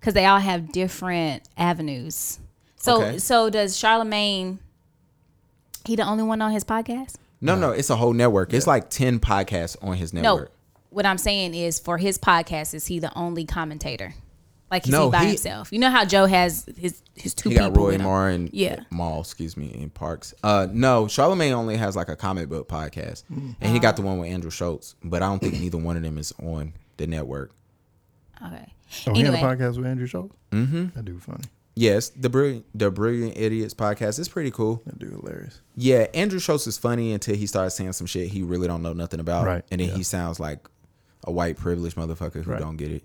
Because they all have different avenues. So
Okay.
so does Charlemagne? He the only one on his podcast?
No, no, it's a whole network. It's like ten podcasts on his
No.
network.
What I'm saying is, for his podcast, is he the only commentator? Like is
No,
he by
he-
himself? You know how Joe has his his two
He
people.
got Roy
with him?
Moore and
Yeah.
Maul, excuse me, in Parks. Uh, no, Charlemagne only has like a comic book podcast,
Mm.
and he got
Ah.
the one with Andrew Schultz. But I don't think neither one of them is on the network.
Okay.
Oh, he had a
anyway,
podcast with Andrew Schultz. Mm-hmm. That dude funny.
Yes, the brilliant, the brilliant idiots podcast is pretty cool.
That dude hilarious.
Yeah, Andrew Schultz is funny until he starts saying some shit he really don't know nothing about,
Right,
And then
yeah.
he sounds like a white privileged motherfucker who
Right.
don't get it.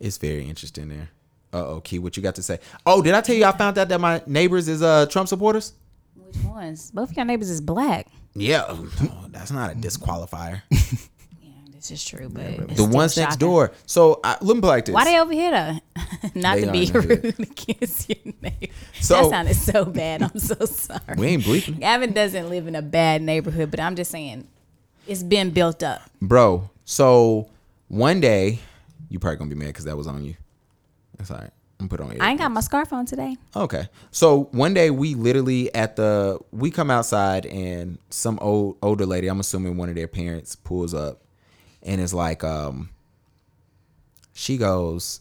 It's very interesting there. Uh oh, Key, what you got to say? Oh, did I tell you I found out that my neighbors is uh Trump supporters?
which ones? Both of your neighbors is black.
Yeah, Oh, that's not a disqualifier.
Yeah, this is true, but it's
the
still
ones next
shocking.
door. So I, let me put it like this.
Why they over here though? Not
They
to be
are over here.
rude against your neighbor.
So-
that sounded so bad. I'm so sorry.
we ain't bleeping.
Gavin doesn't live in a bad neighborhood, but I'm just saying It's been built up.
bro. So one day you probably gonna be mad because that was on you. That's all right. I'm gonna put on.
I ain't got my scarf on today.
Okay. So one day we literally at the we come outside and some old older lady, I'm assuming one of their parents pulls up and is like um she goes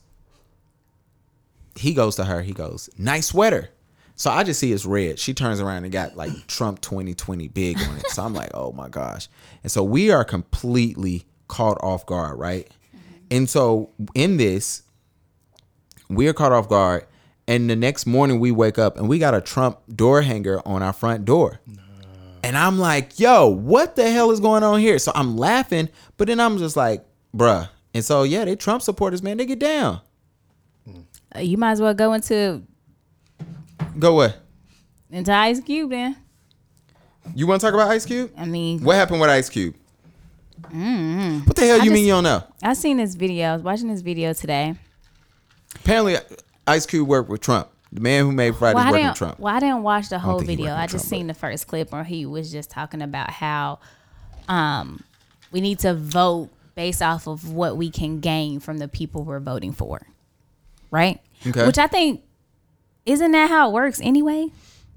he goes to her, he goes, "Nice sweater." So I just see it's red. She turns around and got like Trump 2020 big on it. So I'm like, "Oh my gosh." And so we are completely caught off guard, right? And so in this we are caught off guard. And the next morning we wake up and we got a Trump door hanger on our front door. And I'm like, yo, what the hell is going on here? So I'm laughing, but then I'm just like, bruh. And so yeah, they Trump supporters, man, they get down.
Uh, You might as well go into
Go what?
into Ice Cube then.
You want to talk about Ice Cube?
I mean,
What happened with Ice Cube? What the hell you
Mm-hmm. just-
mean you don't know?
I seen this video. I was watching this video today.
Apparently, Ice Cube worked with Trump. The man who made Fridays
Well, I
worked
didn't.
with Trump.
Well, I didn't watch the whole
think he
video.
working
I
with
just
Trump,
seen the first clip where he was just talking about how, um, we need to vote based off of what we can gain from the people we're voting for, right?
Okay.
Which I think isn't that how it works anyway.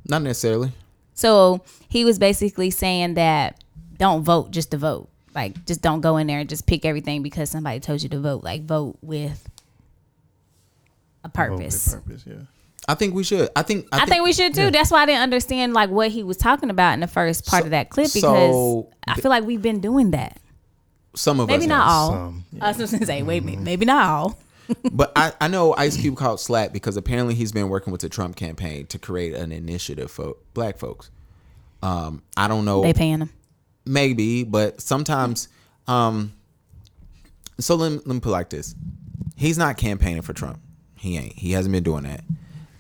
Not necessarily.
So he was basically saying that don't vote just to vote. Like just don't go in there and just pick everything because somebody told you to vote. Like vote with a
Vote with
purpose.
Oh, purpose, yeah.
I think we should. I think.
I think we should too. That's why I didn't understand like what he was talking about in the first part
So-
of that clip because
so
I feel like we've been doing that.
some of us
Maybe not
have.
all.
Some,
I was just gonna say, wait a
mm-hmm.
minute, maybe not all.
But I, I know Ice Cube called slack because apparently he's been working with the Trump campaign to create an initiative for black folks. Um, I don't know,
They paying him.
maybe, but sometimes. Um, so let, me- let me put it like this: He's not campaigning for Trump. He ain't. He hasn't been doing that.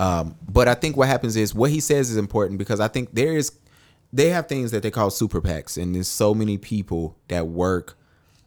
Um, but I think what happens is what he says is important because I think there is they have things that they call super PACs, and there's so many people that work.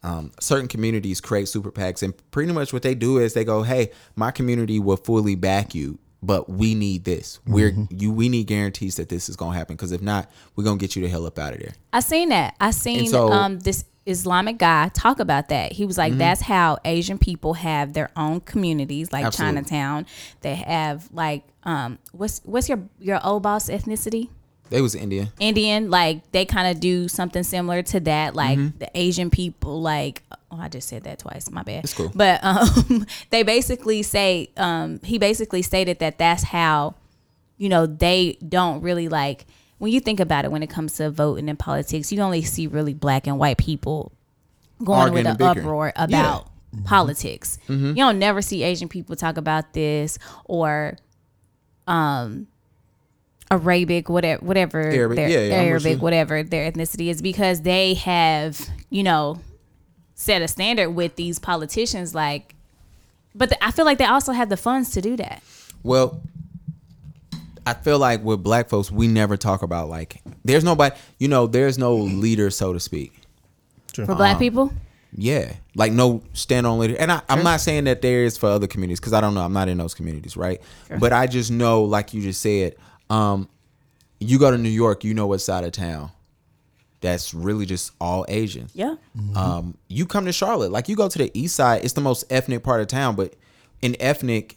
Um, certain communities create super PACs, and pretty much what they do is they go, "Hey, my community will fully back you, but we need this. We're you. We need guarantees that this is gonna happen because if not, we're gonna get you the hell up out of there."
I seen that. I seen
so- Mm-hmm.
um this Islamic guy talk about that. He was like, "That's how Asian people have their own communities, like
Absolutely.
Chinatown. They have like um what's what's your your old boss ethnicity?
They was Indian.
Indian. Like they kind of do something similar to that. Like
Mm-hmm.
the Asian people, like oh, I just said that twice. My bad.
It's cool.
But um, they basically say um, he basically stated that that's how you know they don't really like when you think about it when it comes to voting and politics. You only see really black and white people going
Arguing Mm-hmm. and
with an
bickering.
uproar about politics.
Mm-hmm.
You don't never see Asian people talk about this or um Arabic, whatever whatever
Arabic,
their
yeah, yeah, I'm with
Arabic,
you.
whatever their ethnicity is, because they have, you know, set a standard with these politicians like but the, I feel like they also have the funds to do that.
Well, I feel like with black folks, we never talk about like there's nobody, you know, there's no leader, so to speak.
For
Uh-huh.
black people?
Yeah, like no stand on leader. And I, I'm not saying that there is for other communities because I don't know. I'm not in those communities, right? But I just know, like you just said, um, you go to New York, you know what side of town that's really just all Asian.
Yeah.
Um, you come to Charlotte, like you go to the east side, it's the most ethnic part of town, but in ethnic,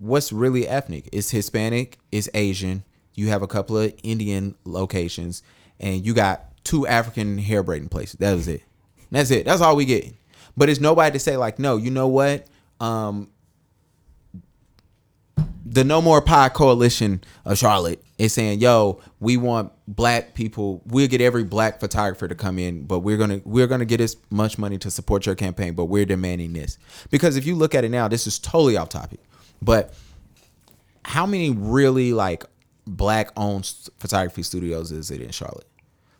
what's really ethnic? It's Hispanic, it's Asian, you have a couple of Indian locations, and you got two African hair braiding places. That was it. That's it. That's all we get. But it's nobody to say, like, no, you know what? Um, the No More Pie Coalition of Charlotte is saying, "Yo, we want black people. We'll get every black photographer to come in, but we're gonna we're gonna get as much money to support your campaign. But we're demanding this because if you look at it now, this is totally off topic. But how many really like black owned photography studios is it in Charlotte?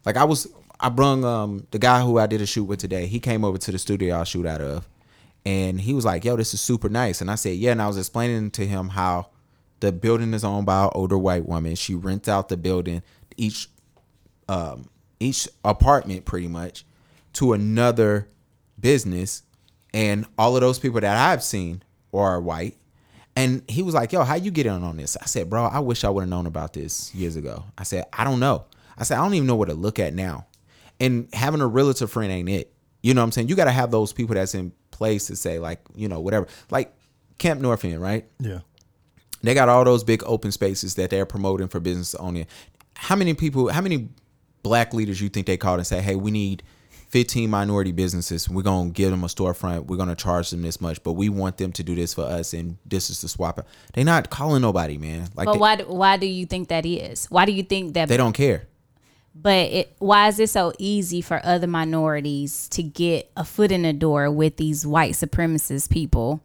Like I was, I brung um the guy who I did a shoot with today. He came over to the studio I shoot out of, and he was like, "Yo, this is super nice." And I said, "Yeah." And I was explaining to him how the building is owned by an older white woman. She rents out the building each um, each apartment pretty much to another business and all of those people that i've seen are white and he was like yo how you get in on this i said bro i wish i would have known about this years ago i said i don't know i said i don't even know what to look at now and having a realtor friend ain't it. You know what I'm saying? You got to have those people that's in place to say like, you know, whatever. Like Camp North End, right?
Yeah.
They got all those big open spaces that they're promoting for business to own in. How many people, how many black leaders you think they called and say, hey, we need 15 minority businesses. We're going to give them a storefront. We're going to charge them this much, but we want them to do this for us. And this is the swap out. They're not calling nobody, man. Like
But
they,
why? do- Why do you think that is? Why do you think that?
they don't care.
But it, why is it so easy for other minorities to get a foot in the door with these white supremacist people,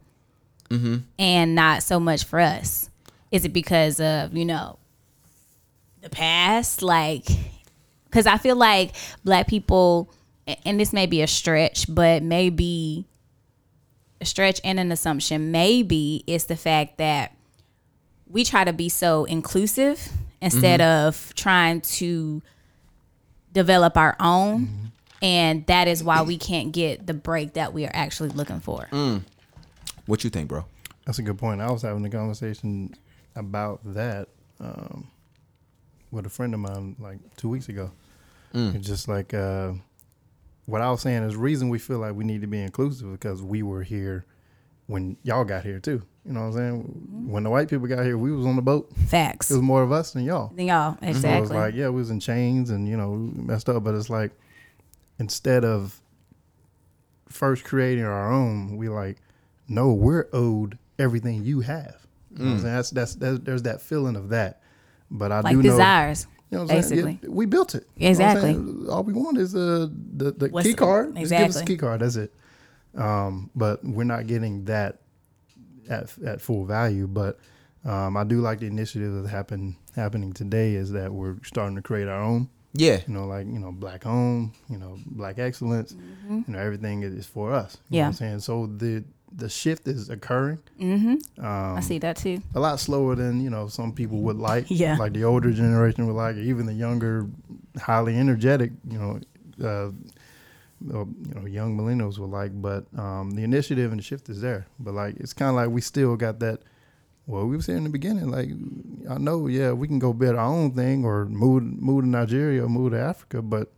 and not so much for us? Is it because of you know the past? Like, because I feel like black people, a- and this may be a stretch, but maybe a stretch and an assumption. Maybe it's the fact that we try to be so inclusive instead of trying to develop our own.
Mm-hmm.
And that is why we can't get the break that we are actually looking for.
What you think, bro?
That's a good point. I was having a conversation about that um, with a friend of mine like two weeks ago. It's just like uh, what I was saying is reason we feel like we need to be inclusive because we were here when y'all got here too. You know what I'm saying? When the white people got here, we was on the boat.
Facts.
It was more of us than y'all.
Then y'all,
So it was
exactly.
Mm-hmm. like, yeah, we was in chains and you know we messed up, but it's like instead of first creating our own, we like, no, we're owed everything you have. You know what I'm saying? That's, that's that's there's that feeling of that. But I
Mm. like
do know,
desires,
you know what I'm saying?
basically.
Yeah, we built it. You know what I'm
Exactly.
saying? All we want is uh, the the
What's
key
the-
card. Just give us a
exactly.
key card. That's it. Um, but we're not getting that at at full value. But um, I do like the initiative that's happen happening today is that we're starting to create our own.
Yeah.
You know, like you know, black owned. You know, black excellence. You know, everything is is for us. You
Mm-hmm. Yeah.
Know what I'm saying so the the shift is occurring um,
I see that too.
a lot slower than you know some people would like.
Yeah.
like the older generation would like, or even the younger, highly energetic, you know, uh, or, you know, young millennials would like. But um, the initiative and the shift is there. But like, it's kind of like we still got that. Well, we were saying in the beginning, like I know, yeah, we can go build our own thing or move move to Nigeria or move to Africa, but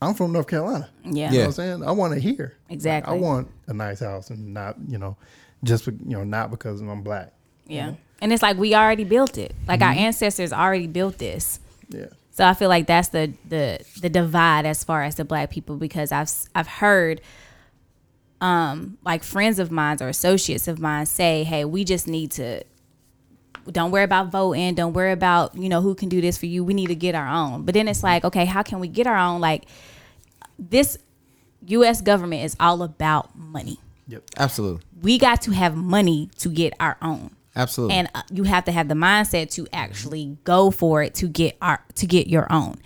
I'm from North Carolina.
Yeah.
You
Yeah.
know what I'm saying? I want to hear.
Exactly.
I want a nice house and not, you know, just, be- you know, not because I'm black.
Yeah. And it's like we already built it. Like our
Mm-hmm.
ancestors already built this.
Yeah.
So I feel like that's the the the divide as far as the black people because I've s- I've heard um like friends of mine or associates of mine say, "Hey, we just need to don't worry about voting, don't worry about, you know, who can do this for you. We need to get our own." But then it's like, "Okay, how can we get our own?" Like this US government is all about money.
Absolutely.
We got to have money to get our own
Absolutely.
and uh, you have to have the mindset to actually go for it to get our to get your own.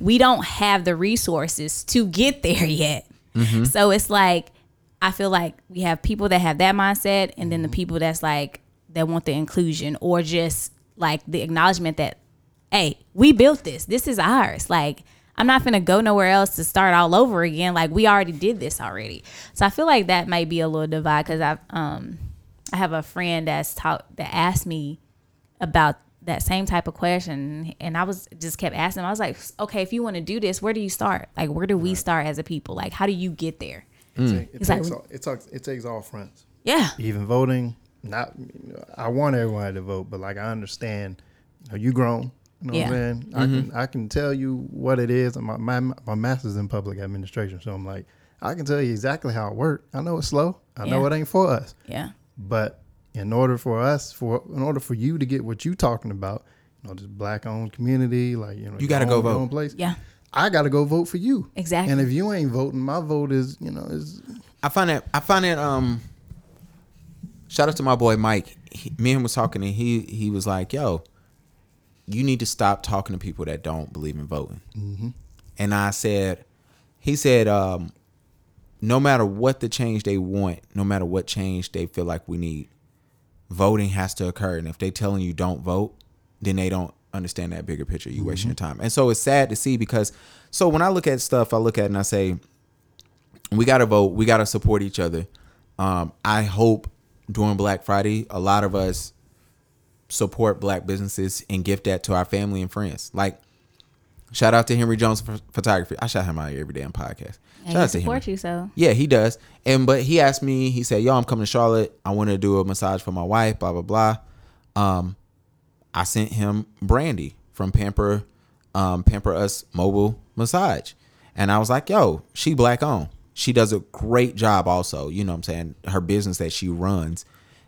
We don't have the resources to get there yet. So it's like I feel like we have people that have that mindset and then the people that's like that want the inclusion or just like the acknowledgement that hey, we built this. This is ours. Like I'm not gonna go nowhere else to start all over again. Like we already did this already. So I feel like that might be a little divide because I've um I have a friend that's taught that asked me about that same type of question and I was just kept asking him. I was like, okay, if you want to do this, where do you start? Like where do we start as a people? Like how do you get there?
It,
It's like-
takes all, it, takes, it takes all fronts.
Yeah.
Even voting, not I want everyone to vote, but like I understand, you, know, you grown. You know what
Yeah.
I'm saying? I can I can tell you what it is. My, my my master's in public administration, so I'm like I can tell you exactly how it worked. I know it's slow. I know
Yeah.
it ain't for us.
Yeah.
But in order for us, for in order for you to get what you talking about, you know, this black-owned community, like you know,
You gotta
your own-
go
your
vote.
own Place.
Yeah.
I gotta go vote for you.
Exactly.
And if you ain't voting, my vote is, you know, is
I find that I find that um shout out to my boy Mike. He, me and him was talking and he he was like, "Yo, you need to stop talking to people that don't believe in voting." And I said, he said, um, "No matter what the change they want, no matter what change they feel like we need, voting has to occur. And if they telling you don't vote, then they don't understand that bigger picture. You wasting your time." And so it's sad to see because so when I look at stuff, I look at it and I say, we gotta vote. We gotta support each other. Um, I hope during Black Friday, a lot of us support black businesses and gift that to our family and friends. Like Shout out to Henry Jones Ph- Photography. I shout him out every damn podcast.
And
shout
he
out to Henry.
support you, so
Yeah, he does. And but he asked me, he said, Yo, I'm coming to Charlotte. I want to do a massage for my wife, blah, blah, blah. Um, I sent him Brandy from Pamper, um, Pamper Us Mobile Massage. And I was like, yo, she black owned. She does a great job also. You know what I'm saying? Her business that she runs.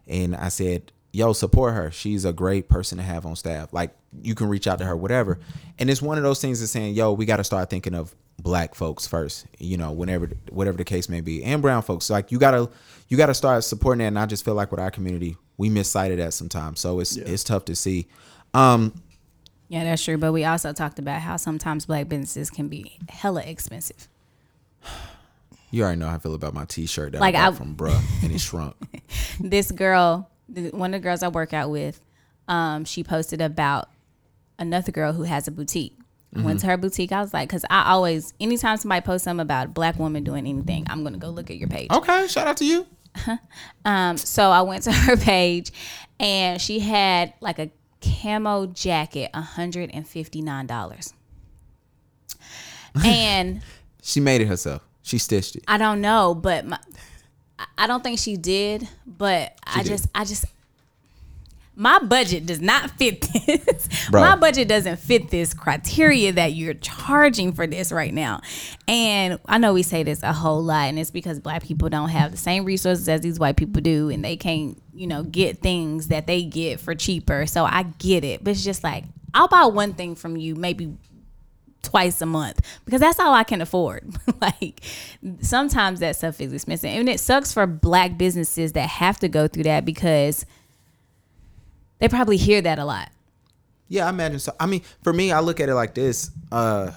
And I said, yo, support her. She's a great person to have on staff. Like you can reach out to her, whatever. And it's one of those things that's saying, yo, we gotta start thinking of black folks first, you know, whenever whatever the case may be. And brown folks. Like you gotta you gotta start supporting that. And I just feel like with our community, we miss sight of that sometimes. So it's it's tough to see. Um,
yeah, that's true. But we also talked about how sometimes black businesses can be hella expensive.
you already know how I feel about my T-shirt that
Like,
I got
I-
from Bruh, and it shrunk.
this girl, th- one of the girls I work out with, um, she posted about another girl who has a boutique. Went to her boutique. I was like, because I always, anytime somebody posts something about a black woman doing anything, I'm gonna go look at your page.
okay, shout out to you.
Um, so I went to her page, and she had like a camo jacket, hundred and fifty nine dollars. And
She made it herself. She stitched it.
I don't know, but my, I- I don't think she did. But I
did.
just, I just, my budget does not fit this.
Bro.
My budget doesn't fit this criteria that you're charging for this right now. And I know we say this a whole lot, and it's because black people don't have the same resources as these white people do, and they can't, you know, get things that they get for cheaper. So I get it, but it's just like I'll buy one thing from you, maybe twice a month because that's all I can afford. like sometimes that stuff is expensive. And it sucks for black businesses that have to go through that because they probably hear that a lot.
Yeah, I imagine so. I mean, for me, I look at it like this. Uh,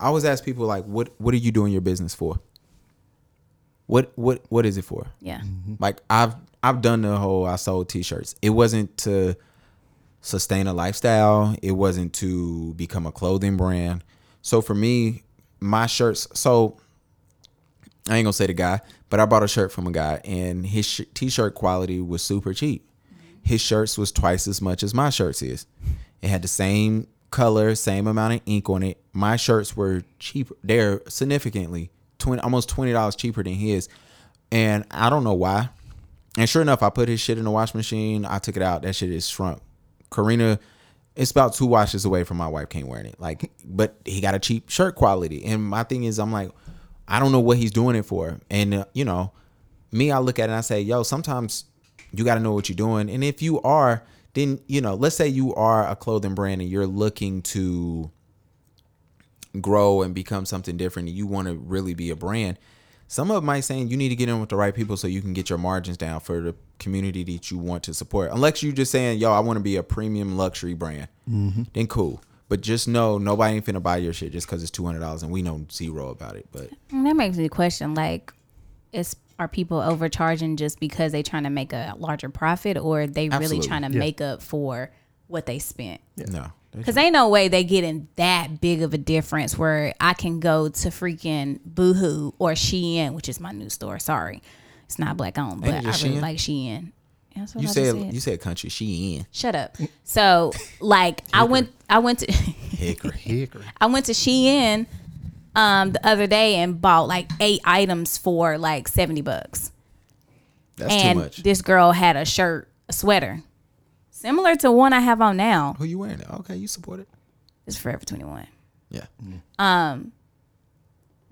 I always ask people like, "What What are you doing your business for? What What What is it for?"
Yeah.
Like I've I've done the whole I sold T-shirts. It wasn't to sustain a lifestyle. It wasn't to become a clothing brand. So for me, my shirts. So I ain't gonna say the guy, but I bought a shirt from a guy, and his sh- T-shirt quality was super cheap his shirts was twice as much as my shirts is. It had the same color, same amount of ink on it. My shirts were cheaper. They're significantly twenty, almost twenty dollars cheaper than his. And I don't know why. And sure enough, I put his shit in the wash machine. I took it out. That shit is shrunk. Karina, it's about two washes away from my wife can't wearing it. Like, but he got a cheap shirt quality. And my thing is, I'm like, I don't know what he's doing it for. And uh, you know, me, I look at it and I say, yo, sometimes you got to know what you're doing. And if you are, then, you know, let's say you are a clothing brand and you're looking to grow and become something different and you want to really be a brand. Some of it might saying you need to get in with the right people so you can get your margins down for the community that you want to support. Unless you're just saying, yo, I want to be a premium luxury brand,
Mm-hmm.
then cool. But just know nobody ain't finna buy your shit just because it's two hundred dollars and we know zero about it. But
And that makes me question like is are people overcharging just because they trying to make a larger profit or they
Absolutely.
really trying to
Yeah.
make up for what they spent?
no,
Cause ain't no way they getting that big of a difference where I can go to freaking Boohoo or Shein, which is my new store. Sorry, it's not black owned, but I
Ain't it
really
just Shein?
like Shein. That's what
you
I
said,
just said.
you said country. She in
Shut up. So like I went, I went to,
hickory.
Hickory.
I went to Shein um, the other day and bought like eight items for like seventy bucks,
That's
and
too much.
this girl had a shirt, a sweater, similar to one I have on now.
Who you wearing it? Okay, you support it.
It's Forever Twenty One.
Yeah.
Mm.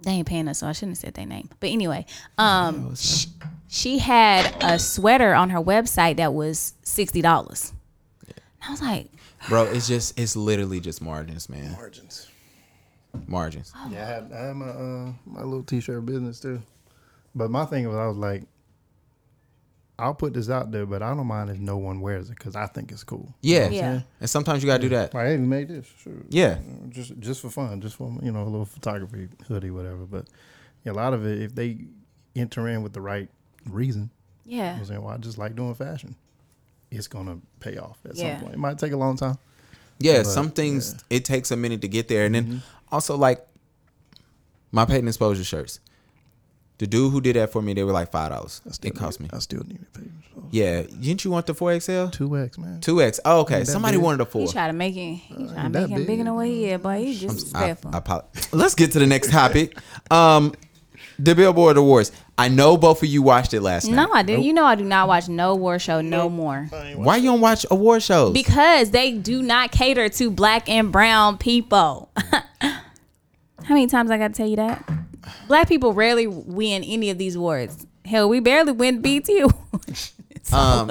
they ain't paying us, so I shouldn't have said their name. But anyway, um, she, she had a sweater on her website that was sixty dollars. I was like,
Bro, it's just it's literally just margins, man.
Margins.
Margins.
Yeah, I had, I had my uh, my little t-shirt business too. But my thing was, I was like, I'll put this out there, but I don't mind if no one wears it because I think it's cool.
Yeah.
Yeah.
And sometimes you gotta do that.
Like, hey, we made this, sure.
Yeah.
just just for fun, just for you know a little photography hoodie, whatever. But yeah, a lot of it, if they enter in with the right reason,
yeah,
I'm saying, well, I just like doing fashion. It's gonna pay off at
Yeah.
some point. It might take a long time.
Yeah. some things it takes
Mm-hmm.
a minute to get there. And then also like my patent exposure shirts. The dude who did that for me, they were like five dollars. It cost me.
I still need to pay. so.
Yeah, didn't you want the four XL?
Two X man.
Two X. Oh, okay.
that
Somebody
big.
wanted a four. Uh,
He try to make it. He try to
ain't
make
that
him
big.
bigger than what he is, boy. He's
I,
disrespectful.
I apo- Let's get to the next topic. Um, the Billboard Awards. I know both of you watched it last night.
no, I did. You know, I do not watch no war show no more
Why you don't watch award shows?
because they do not cater to black and brown people. How many times I got to tell you that? Black people rarely win any of these awards. Hell, we barely win BT.
um,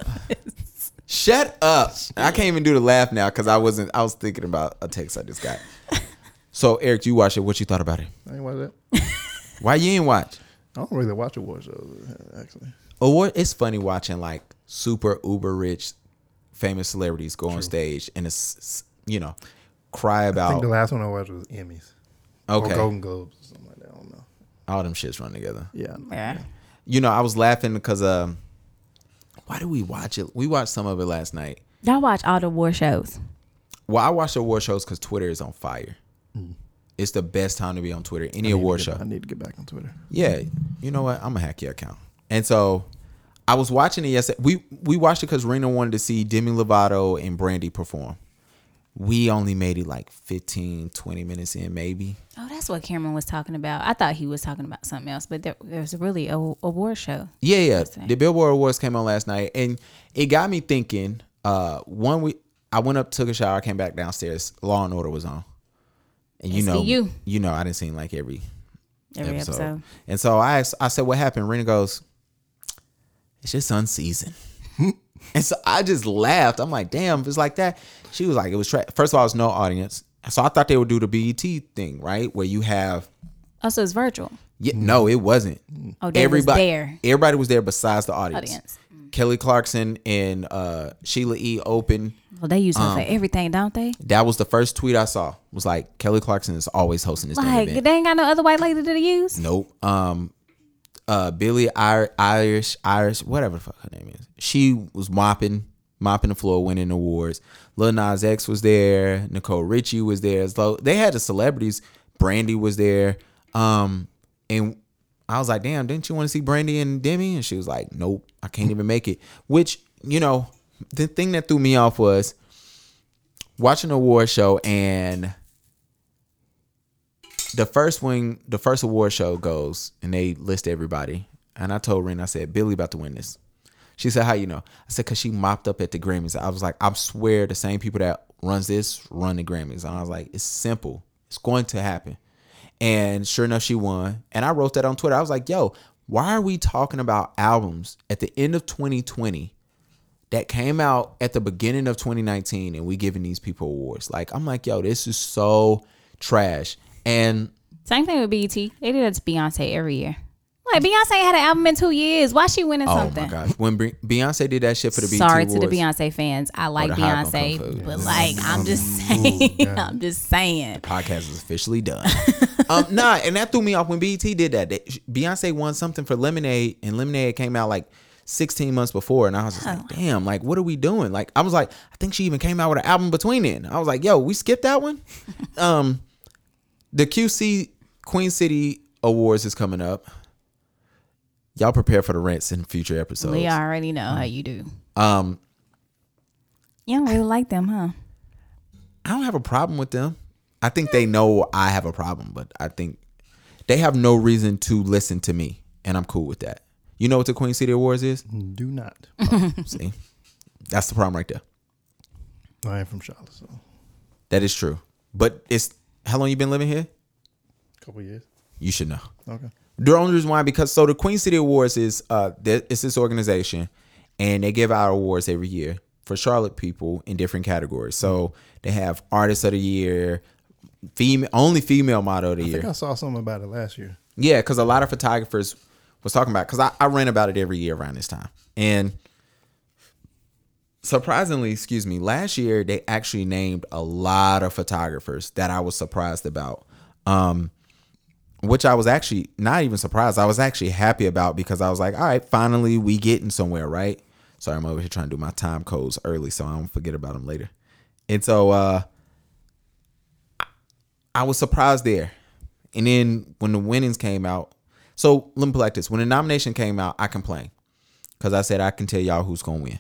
shut up. I can't even do the laugh now because I wasn't. I was thinking about a text I just got. so Eric, you watched it. What you thought about it?
I ain't watch that.
Why you ain't watch?
I don't really watch award shows uh, actually.
Award. It's funny watching like super uber rich, famous celebrities go on stage and it's it's, you know cry
I think
about
the last one I watched was Emmys.
Oh. okay
Or Golden Globes or something like that. I don't know.
all them shits run together.
Yeah. I know.
yeah.
you know, I was laughing because um, why did we watch it? We watched some of it last night.
Y'all watch all the war shows.
Well, I watch award shows because Twitter is on fire. It's the best time to be on Twitter. Any award show,
Mm. I need to get back on Twitter.
yeah. You know what? I'm gonna hack your account. And so, I was watching it yesterday. We we watched it because Rena wanted to see Demi Lovato and Brandy perform. We only made it like 15, 20 minutes in, maybe.
Oh, that's what Cameron was talking about. I thought he was talking about something else, but there, there was really a, a war show.
Yeah, yeah.
Interesting.
The Billboard Awards came on last night, and it got me thinking. Uh, one we I went up, took a shower, came back downstairs. Law and Order was on, and you know,
SVU.
you know, I didn't seem like every
Every
episode.
episode.
And so I asked, I said, "What happened?" Rena goes, "It's just unseasoned." and so I just laughed. I'm like, "Damn, if it's like that." She was like, "It was tra-. first of all, it was no audience." So I thought they would do the BET thing, right, where you have
Also, Oh, it's virtual.
yeah, no, it wasn't.
Oh, they was there.
Everybody was there besides the audience.
Audience. Mm.
Kelly Clarkson and uh, Sheila E. Open.
Well, they use him
Um,
for everything, don't they?
That was the first tweet I saw. Was like Kelly Clarkson is always hosting this damn
Like
event.
they ain't got no other white lady to use.
nope. Um, uh, Billy Ir- Irish Irish whatever the fuck her name is. She was mopping mopping the floor, winning awards. Lil Nas X was there. Nicole Richie was there. So they had the celebrities. Brandy was there. Um, and I was like, damn, didn't you want to see Brandy and Demi? And she was like, nope, I can't even make it. Which, you know, the thing that threw me off was watching an award show and the first one, the first award show goes and they list everybody. And I told Ren, I said, Billy about to win this. She said, How you know? I said, Cause she mopped up at the Grammys. I was like, I swear the same people that runs this run the Grammys. And I was like, It's simple. It's going to happen. And sure enough, she won. And I wrote that on Twitter. I was like, yo, why are we talking about albums at the end of 2020 that came out at the beginning of 2019 and we giving these people awards? Like, I'm like, yo, this is so trash. And
Same thing with BET. They did that to Beyonce every year. Like Beyonce had an album in two years. Why she winning
oh
something?
my gosh, when Bre- Beyonce did that shit for the BT
Sorry to the
Awards,
Beyonce fans. I like
the high gonna come
Beyonce,
for it.
but like I'm just saying, I'm just saying.
podcast is officially done. um, nah, and that threw me off when BET did that. They- Beyonce won something for Lemonade, and Lemonade came out like 16 months before, and I was just like, damn, like what are we doing? Like I was like, I think she even came out with an album between then. I was like, yo, we skipped that one. um, the QC Queen City Awards is coming up. Y'all prepare for the rants in future episodes.
We already know how you do.
Um,
You don't really like them, huh?
I don't have a problem with them. I think they know I have a problem, but I think they have no reason to listen to me, and I'm cool with that. You know what the Queen City Awards is?
Do not.
See, that's the problem right there.
I am from Charlotte, so a
That is true. But it's how long you been living here?
couple years.
You should know.
Okay.
The only reason why because so the Queen City Awards is uh th- it's this organization, and they give out awards every year for Charlotte people in different categories. So they have Artist of the Year, female only female model of the
I
year.
think I saw something about it last year.
Yeah, because a lot of photographers was talking about because I, I ran about it every year around this time. And surprisingly, excuse me, last year they actually named a lot of photographers that I was surprised about. Um which I was actually not even surprised. I was actually happy about because I was like, all right, finally we getting somewhere, right? Sorry, I'm over here trying to do my time codes early so I don't forget about them later. And so uh I was surprised there. And then when the winnings came out, So let me put it like this: when the nomination came out, I complained because I said I can tell y'all who's gonna win.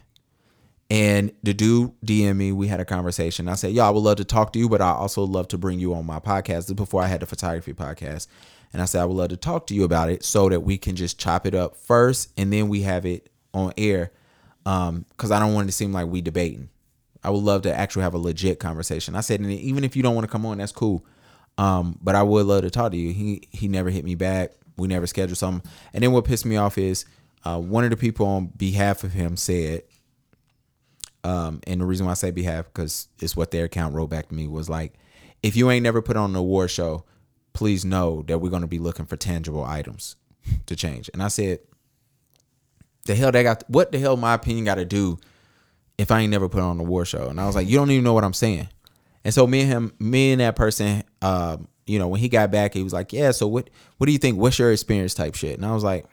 And the dude DM me. We had a conversation. I said, "Yo, I would love to talk to you, but I also love to bring you on my podcast." This is before I had the photography podcast, and I said, "I would love to talk to you about it so that we can just chop it up first, and then we have it on air." Because I don't want it to seem like we debating. I would love to actually have a legit conversation. I said, and even if you don't want to come on, that's cool. Um, but I would love to talk to you. He he never hit me back. We never scheduled something. And then what pissed me off is uh, one of the people on behalf of him said, um, and the reason why I say behalf because it's what their account wrote back to me was like, if you ain't never put on an award show, please know that we're gonna be looking for tangible items to change. And I said, the hell they got? What the hell my opinion got to do if I ain't never put on a war show. And I was like, you don't even know what I'm saying. And so me and him, me and that person, um, you know, when he got back, he was like, yeah. So what? What do you think? What's your experience? Type shit. And I was like,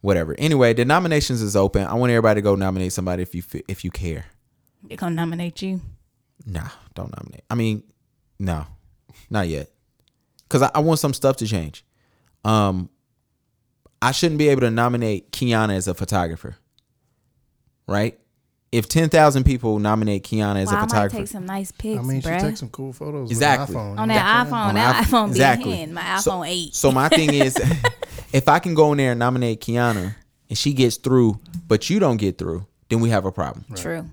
whatever. Anyway, the nominations is open. I want everybody to go nominate somebody if you fe- if you care.
They gonna nominate you.
Nah, don't nominate. I mean, no, not yet. Cause I, I want some stuff to change. Um, I shouldn't be able to nominate Kiana as a photographer, right? If ten thousand people nominate Kiana as
Well,
a
I might
photographer,
take some nice pics,
I mean, she
bruh.
takes some cool photos
Exactly.
with an iPhone.
on that iPhone,
On
that
iP-
iPhone
exactly.
be in my iPhone
So-
8.
So my thing is, if I can go in there and nominate Kiana and she gets through, but you don't get through, then we have a problem.
True.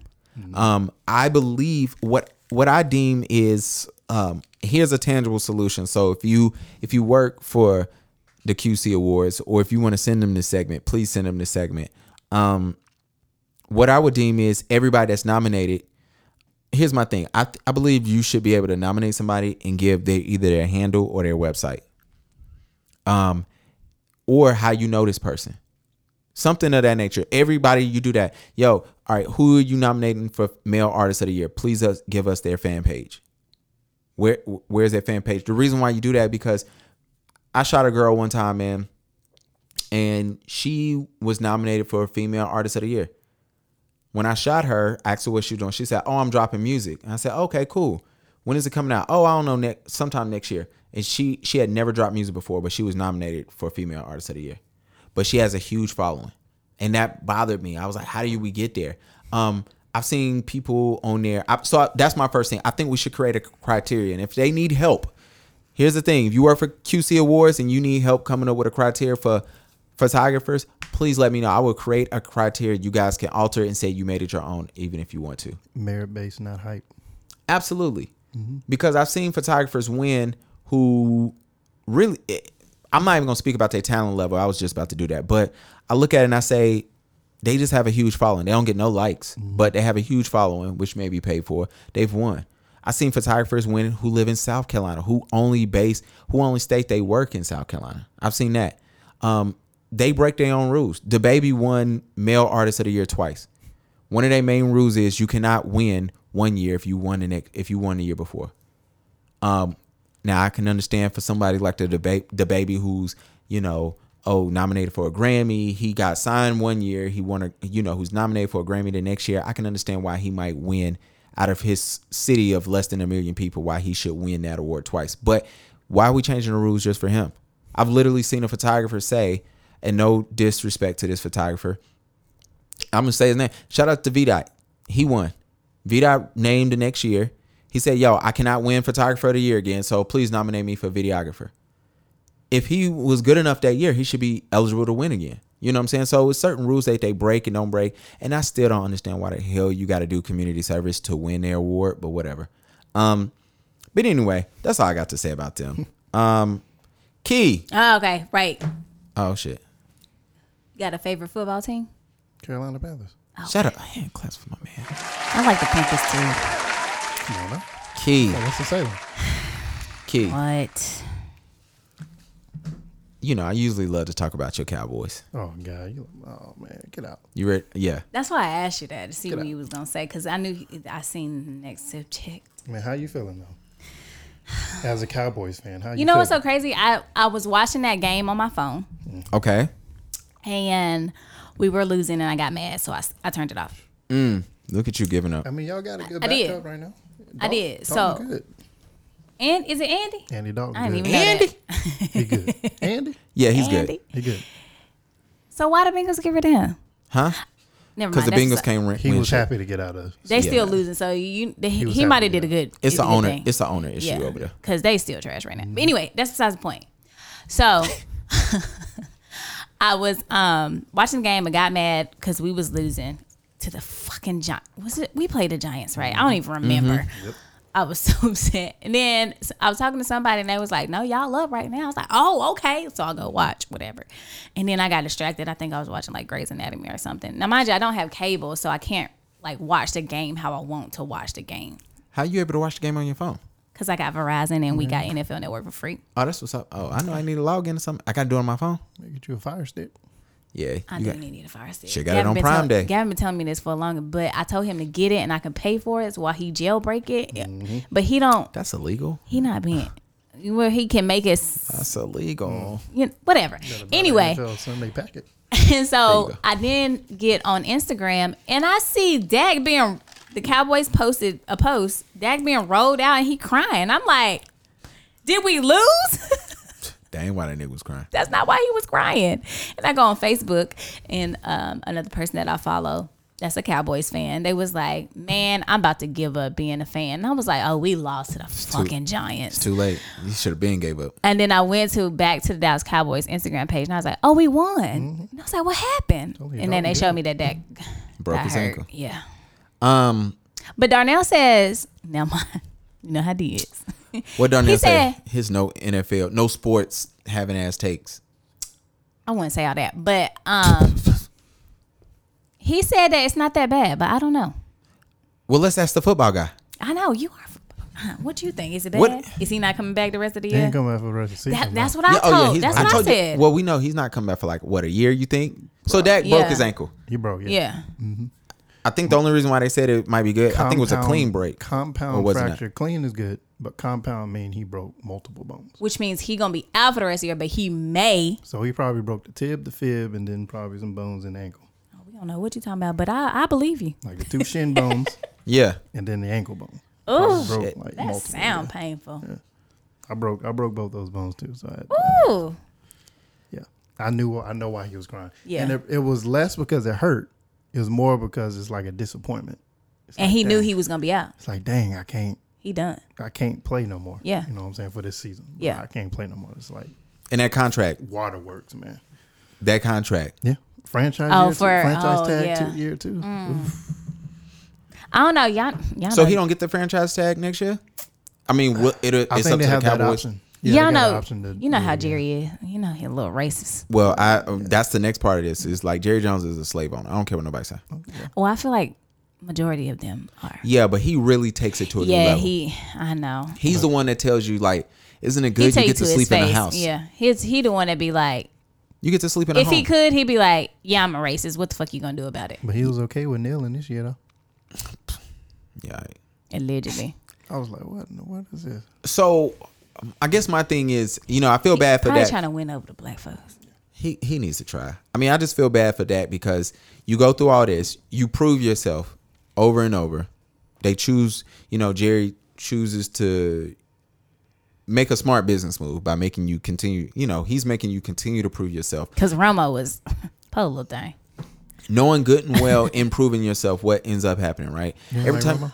Um, I believe what what I deem is um, here's a tangible solution. So if you if you work for the QC Awards or if you want to send them this segment, please send them this segment. Um, what I would deem is everybody that's nominated. Here's my thing. I I believe you should be able to nominate somebody and give their either their handle or their website, um, or how you know this person something of that nature. Everybody, you do that. Yo, all right, who are you nominating for male artist of the year? Please us, give us their fan page. Where where's that fan page? The reason why you do that because I shot a girl one time, man, and she was nominated for female artist of the year. When I shot her, I asked her what she was doing. She said, "Oh, I'm dropping music." And I said, "Okay, cool. When is it coming out?" "Oh, I don't know, next sometime next year." And she she had never dropped music before, but she was nominated for female artist of the year. But she has a huge following, and that bothered me. I was like, "How do we get there?" Um, I've seen people on there. I, so I- that's my first thing. I think we should create a criteria, and if they need help, here's the thing: if you work for QC Awards and you need help coming up with a criteria for photographers, please let me know. I will create a criteria you guys can alter it and say you made it your own, even if you want to.
Merit based, not hype.
Absolutely, because I've seen photographers win who really. eh, I'm not even gonna speak about their talent level. I was just about to do that, but I look at it and I say they just have a huge following. They don't get no likes, but they have a huge following, which may be paid for. They've won. I've seen photographers win who live in South Carolina, who only base, who only state they work in South Carolina. I've seen that. Um, they break their own rules. The baby won male artist of the year twice. One of their main rules is you cannot win one year if you won the next if you won the year before. Um, now I can understand for somebody like the debate the baby who's you know oh nominated for a Grammy he got signed one year he won a you know who's nominated for a Grammy the next year I can understand why he might win out of his city of less than a million people why he should win that award twice but why are we changing the rules just for him I've literally seen a photographer say and no disrespect to this photographer I'm gonna say his name. Shout out to V Dot. He won. V Dot named the next year. He said, "Yo, I cannot win photographer of the year again, so please nominate me for videographer." If he was good enough that year, he should be eligible to win again. You know what I'm saying? So it's certain rules that they break and don't break, and I still don't understand why the hell you got to do community service to win their award, but whatever. Um, but anyway, that's all I got to say about them. Um, Key.
Oh, okay, right.
Oh shit.
You got a favorite football team?
Carolina Panthers.
Shut up. I had class for my man.
I like the Panthers too.
Come on now.
Key.
What's the say?
Key.
What?
you know, I usually love to talk about your Cowboys.
Oh God, you, oh man, get out.
You read? Yeah.
That's why I asked you that to see
Get
what
out.
you was gonna say because I knew I seen the next subject.
Man, how you feeling though? As a Cowboys fan, how you?
You know what's so
feeling?
crazy? I I was watching that game on my phone
Okay.
and we were losing and I got mad, so I, s- I turned it off.
Look at you giving up.
I mean, y'all got a good
I did.
backup right now.
I did,
Dalton
so-
good.
And is it Andy?
Andy Dalton.
I didn't
good.
even know
Andy?
that.
He good. Andy?
Yeah, he's
Andy?
good.
He good.
So why the Bengals give it to him?
Huh?
Never
Because
mind.
the
that's
Bengals
a-
came win.
He
win
was
shit.
happy to get out of us.
They still
Yeah.
losing, so you they, he,
was
might have
happy
did a
to
good.
It's
did a
the
good
owner.
thing.
It's the owner issue over there.
Because they still trash right now. But anyway, that's besides the point. So I was um watching the game and got mad because we was losing to the fucking Giants. Was it we played the Giants, right? I don't
Mm-hmm.
even remember. I was so upset. And then s- I was talking to somebody and they was like, No, y'all up right now. I was like, Oh, okay. So I'll go watch, whatever. And then I got distracted. I think I was watching like Grey's Anatomy or something. Now mind you, I don't have cable, so I can't like watch the game how I want to watch the game.
How you able to watch the game on your phone?
Cause I got Verizon and we got
Mm-hmm.
NFL Network for free.
Oh, that's what's up. Oh, I know I need to log in or something. I got to do it on my phone.
Get you a fire stick.
Yeah.
I
you
do
got-
need a fire stick.
Shit, got it on
been
Prime
tell-
Day.
Gavin been telling me this for longer, but I told him to get it and I can pay for it while he jailbreak it.
Mm-hmm.
But he don't.
that's illegal.
He not being. Where he can make it, s-
That's illegal.
you know, whatever. Anyway,
NFL Sunday packet.
and
There you
so
go.
I then get on Instagram and I see Dak being the Cowboys posted a post, Dak being rolled out and he crying. I'm like, did we lose?
Dang, why that nigga was crying.
That's not why he was crying. And I go on Facebook and um, another person that I follow that's a Cowboys fan. They was like, "Man, I'm about to give up being a fan." And I was like, "Oh, we lost to the
too-
fucking Giants."
It's too late. You should have been gave up.
and then I went to back to the Dallas Cowboys Instagram page and I was like, "Oh, we won."
Mm-hmm.
And I was like, "What happened?"
Told you,
and then they
dog,
showed me that Dak
Broke
got
his
hurt.
ankle.
Yeah.
Um,
But Darnell says, "Now mind, you know how he is."
what Darnell said?
said-
His no NFL, no sports having ass takes.
I wouldn't say all that, but um, he said that it's not that bad. But I don't know.
Well, let's ask the football guy.
I know you are. What do you think? Is it bad?
What-
Is he not coming back the rest of the
He
year?
ain't coming out for the rest of the season.
That,
no.
that's what I
Yeah,
told.
he's-
that's what I,
told you-
said.
well, we know he's not coming back for like what a year. You think? So Dak broke
Yeah.
his ankle.
he broke. Yeah.
yeah.
I think the only reason why they said it might be good, I think it was a
Compound-
clean break. Or
Compound
was it not?
fracture. Clean is good, but compound mean he broke multiple bones.
Which means he gonna be out for the rest of the year, but he may.
So he probably broke the tib, the fib, and then probably some bones in the ankle,
We don't know what you're talking about, but I, I believe you.
like the two shin bones
Yeah.
and then the ankle bone.
Oh,
Probably broke, like,
that
multiple,
sound painful.
yeah. I broke. I broke both those bones too. So I had,
Ooh,
yeah, I knew. I know why he was crying.
Yeah.
and it, it was less because it hurt. It was more because it's like a disappointment.
and he knew
dang.
he was gonna be out.
It's like, dang, I can't.
He done.
I can't play no more.
Yeah.
you know what I'm saying for this season.
Yeah.
I can't play no more. It's like
And that contract,
waterworks, man.
that contract.
Yeah, franchise.
Oh,
year
for-
two, franchise
oh,
tag
yeah. Mm.
two, year two. Oof.
I don't know, y'all. y'all
So
know,
he don't get the franchise tag next year. I mean, what it,
I
it's
think they
up to the
have that
Cowboys.
option.
y'all
they got an
know.
option to-
you know how
yeah.
Jerry is. You know he a little racist.
Well, I um, that's the next part of this. Is like Jerry Jones is a slave owner. I don't care what nobody say.
Well, I feel like majority of them are.
Yeah, but he really takes it to a new
Yeah,
level.
he. I know.
He's the one that tells you like, isn't it
He
good
tell
you
you
get
to
to
his
sleep in a
face.
house?
Yeah, his he the one that be like,
You get to sleep in a
if
home.
he could, he'd be like, "Yeah, I'm a racist. What the fuck you gonna do about it?"
But he was okay with kneeling this year, though.
Yeah. all right.
Allegedly,
I was like, what? in the- What is this?
So, um, I guess my thing is, you know, I feel bad for
probably
that.
trying to win over the black folks.
he he needs to try. I mean, I just feel bad for Dak because you go through all this, you prove yourself over and over. They choose, you know, Jerry chooses to make a smart business move by making you continue. You know, he's making you continue to prove yourself,
Cause Romo was polo thing.
knowing good and well, improving yourself. What ends up happening, right? Every
like
time,
Romo?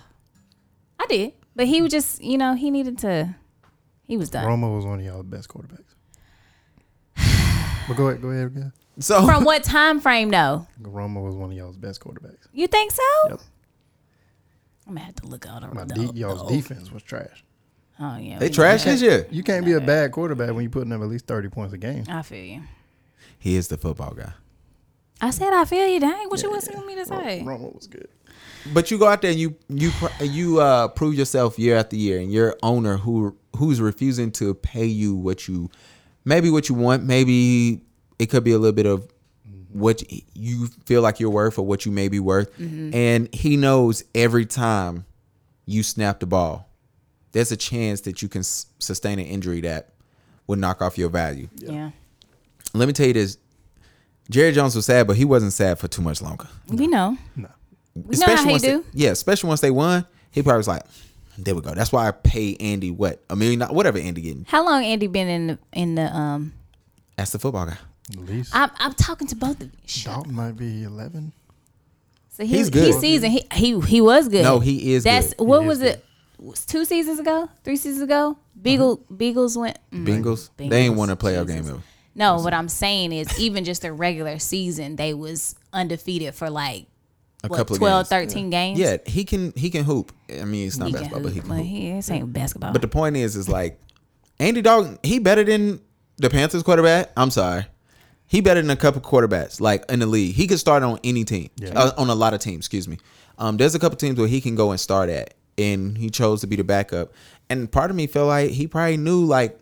I did, but he was just, you know, he needed to. He was done.
Romo was one of y'all best quarterbacks. But go ahead, go ahead, yeah.
so
From what time frame though?
Romo was one of y'all's best quarterbacks.
You think so?
Yep.
I'm gonna have to look out on
My
the,
de- y'all's
the-
defense was trash.
Oh yeah,
they
we-
trash this year.
You can't be a bad quarterback when you're putting up at least thirty points a game.
I feel you.
He is the football guy.
I said I feel you. Dang, what you was want me to say?
Romo was good.
But you go out there and you you pr- you uh, prove yourself year after year, and your owner who who's refusing to pay you what you maybe what you want, maybe it could be a little bit of what you feel like you're worth or what you may be worth, and he knows every time you snap the ball, there's a chance that you can s- sustain an injury that would knock off your value.
Yeah.
Let me tell you this: Jerry Jones was sad, but he wasn't sad for too much longer
we know.
No.
We know how he
once
do.
They, yeah, especially once they won, he probably was like, There we go. That's why I pay Andy what a million, dollars- whatever Andy getting.
How long Andy been in the in the um?
That's the football guy.
At least
I'm I'm talking to both of you. Shh.
Dalton might be eleven.
So he,
He's
he's
good.
He season. He he he was good.
No, he is
That's
good.
what
He is
was it? Was Two seasons ago, three seasons ago, Beagle
Uh-huh.
Beagles went. mm.
Bengals. They ain't
Bengals,
won a playoff
Jesus.
game ever.
No, what I'm saying is even just the regular season, they was undefeated for like
A
what,
couple of
12,
games.
13 games.
Yeah, he can he can hoop. I mean, it's not
He
basketball,
can,
but he can
but
hoop.
he this ain't basketball.
But the point is, is like Andy Dalton, he better than the Panthers quarterback. I'm sorry, he better than a couple quarterbacks like in the league. He could start on any team, uh, on a lot of teams. Excuse me. Um, there's a couple teams where he can go and start at, and he chose to be the backup. And part of me felt like he probably knew like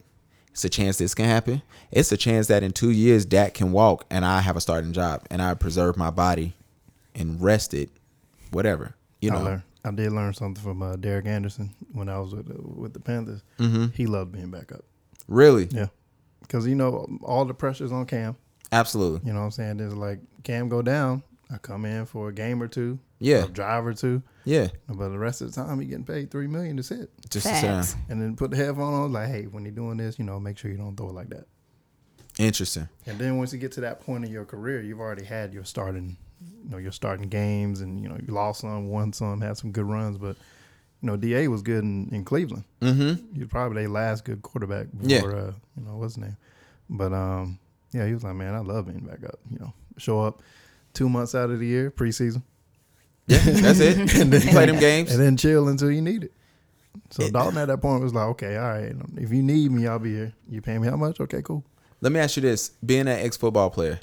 it's a chance this can happen. It's a chance that in two years Dak can walk and I have a starting job and I preserve my body and rest it, whatever. You
I
know,
learned. I did learn something from uh, Derek Anderson when I was with the, with the Panthers. He loved being back up.
really,
Yeah, because you know all the pressures on Cam.
absolutely.
You know what I'm saying? There's like Cam go down. I come in for a game or two.
Yeah.
a drive or two.
Yeah,
But the rest of the time, he getting paid three million to sit.
just to sit down.
Facts.
And then put the headphone on. Like, hey, when you're doing this, you know, make sure you don't throw it like that.
Interesting.
And then once you get to that point in your career, you've already had your starting, you know, your starting games, and you know, you lost some, won some, had some good runs. But you know, Da was good in, in Cleveland. Mm-hmm. He was probably their last good quarterback.
Yeah.
Before, uh, you know what's his name, but um, yeah, he was like, man, I love being back up. You know, show up two months out of the year, preseason,
Yeah, that's it. play them games.
and then chill until you need it. So Dalton at that point was like, okay, all right, if you need me, I'll be here. You pay me how much? Okay, cool.
Let me ask you this: Being an ex-football player,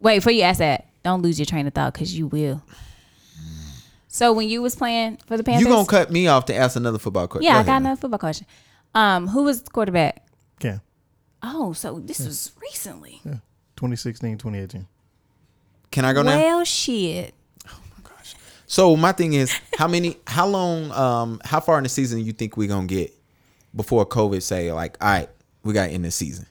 Wait, before you ask that, don't lose your train of thought because you will. So when you was playing for the Panthers,
you gonna cut me off to ask another football question?
yeah, I got another football question. Um, who was the quarterback?
Cam,
Oh, so this was recently.
yeah, 2016, 2018.
Can I go now?
Well, shit.
So my thing is, how many? How long? Um, how far in the season you think we gonna get before COVID say like, all right, we got to end the season?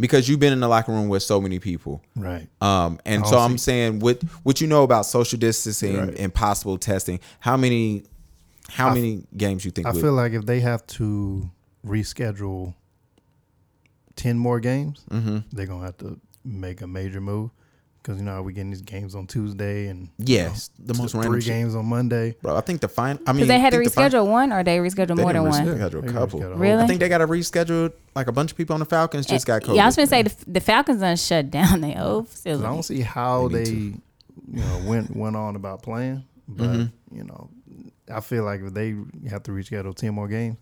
Because you've been in the locker room with so many people.
Right.
Um, and so
I'll
I'm
see.
saying what what you know about social distancing
Right.
and possible testing. How many? How many games you think?
I
we-
feel like if they have to reschedule ten more games,
Mm-hmm.
they're gonna have to make a major move because you know how we getting these games on Tuesday and you
Yeah,
know,
it's the
t-
most
three
random shit.
games on Monday.
bro. I think the final. I mean,
Because they had to
think the fin-
reschedule one or they rescheduled
They
more than
didn't
one?
reschedule
They
a couple.
rescheduled a
Really?
I think they got to reschedule like a bunch of people on the Falcons just got COVID.
Eh, Yeah, I was gonna say the, the Falcons done shut down their old
I don't
facility.
see how
They
they,
need
you know, went went on about playing, but
Mm-hmm.
you know, I feel like if they have to reschedule ten more games,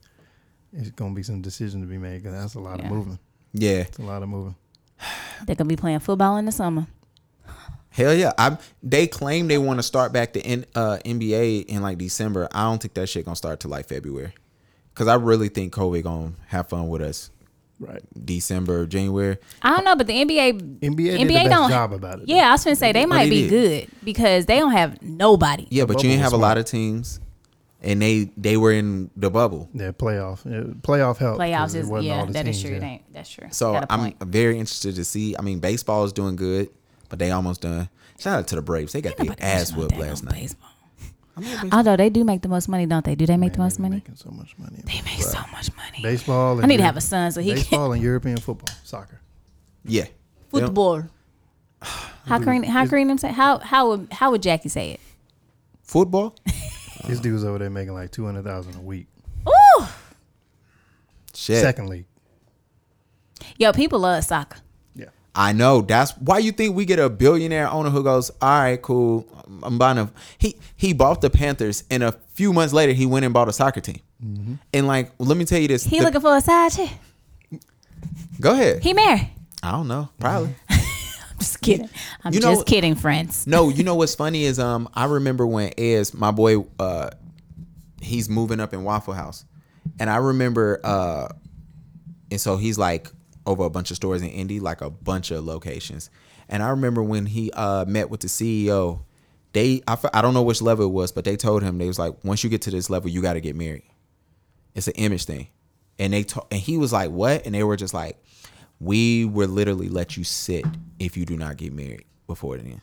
it's gonna be some decision to be made because that's a lot
Yeah.
of moving.
yeah,
It's a lot of moving.
They're gonna be playing football in the summer.
hell yeah. I they claim they want to start back the N, uh, NBA in like December. I don't think that shit gonna start till like February, because I really think COVID gonna have fun with us
Right.
December, January.
I don't know, but the NBA
NBA did the best job about it, though.
Yeah, I was gonna say they might
they
be
did.
good because they don't have nobody.
Yeah, but you
bubble
ain't
was
have a lot of teams, and they they were in the bubble.
Yeah, playoff. Yeah, playoff help.
Playoffs is yeah, that is true.
It
It
ain't.
ain't that's true.
So
Got a
I'm
point.
very interested to see. I mean, baseball is doing good, but they almost done. Shout out to the Braves. They got
Ain't
their
nobody
ass
watching no
whooped
damn
last night.
baseball. Although they do make the most money, don't they? Do they make the most money?
Making so much money.
They make so much money.
Baseball.
I need to have a son so he can
Baseball and European football, soccer.
Yeah. They don't-
football. How Kareem, how Kareem say how how would how would Jackie say it?
Football?
These dudes over there making like two hundred thousand a week.
Ooh,
Shit.
Second league.
yo, people love soccer.
Yeah.
I know. That's why you think we get a billionaire owner who goes, "All right, cool. I'm buying a." He he bought the Panthers, and a few months later, he went and bought a soccer team. And like, let me tell you this.
He
the-
looking for a side chick.
go ahead.
He married.
I don't know. Probably.
Just kidding. I'm
You know-
just kidding, friends.
no, you know what's funny is um I remember when Ez, my boy, uh he's moving up in Waffle House. And I remember uh and so he's like over a bunch of stores in Indy, like a bunch of locations. And I remember when he uh met with the CEO, they I, f- I don't know which level it was, but they told him they was like, once you get to this level, you got to get married. It's an image thing. And they to- and he was like, "What?" And they were just like, "We will literally let you sit if you do not get married before then,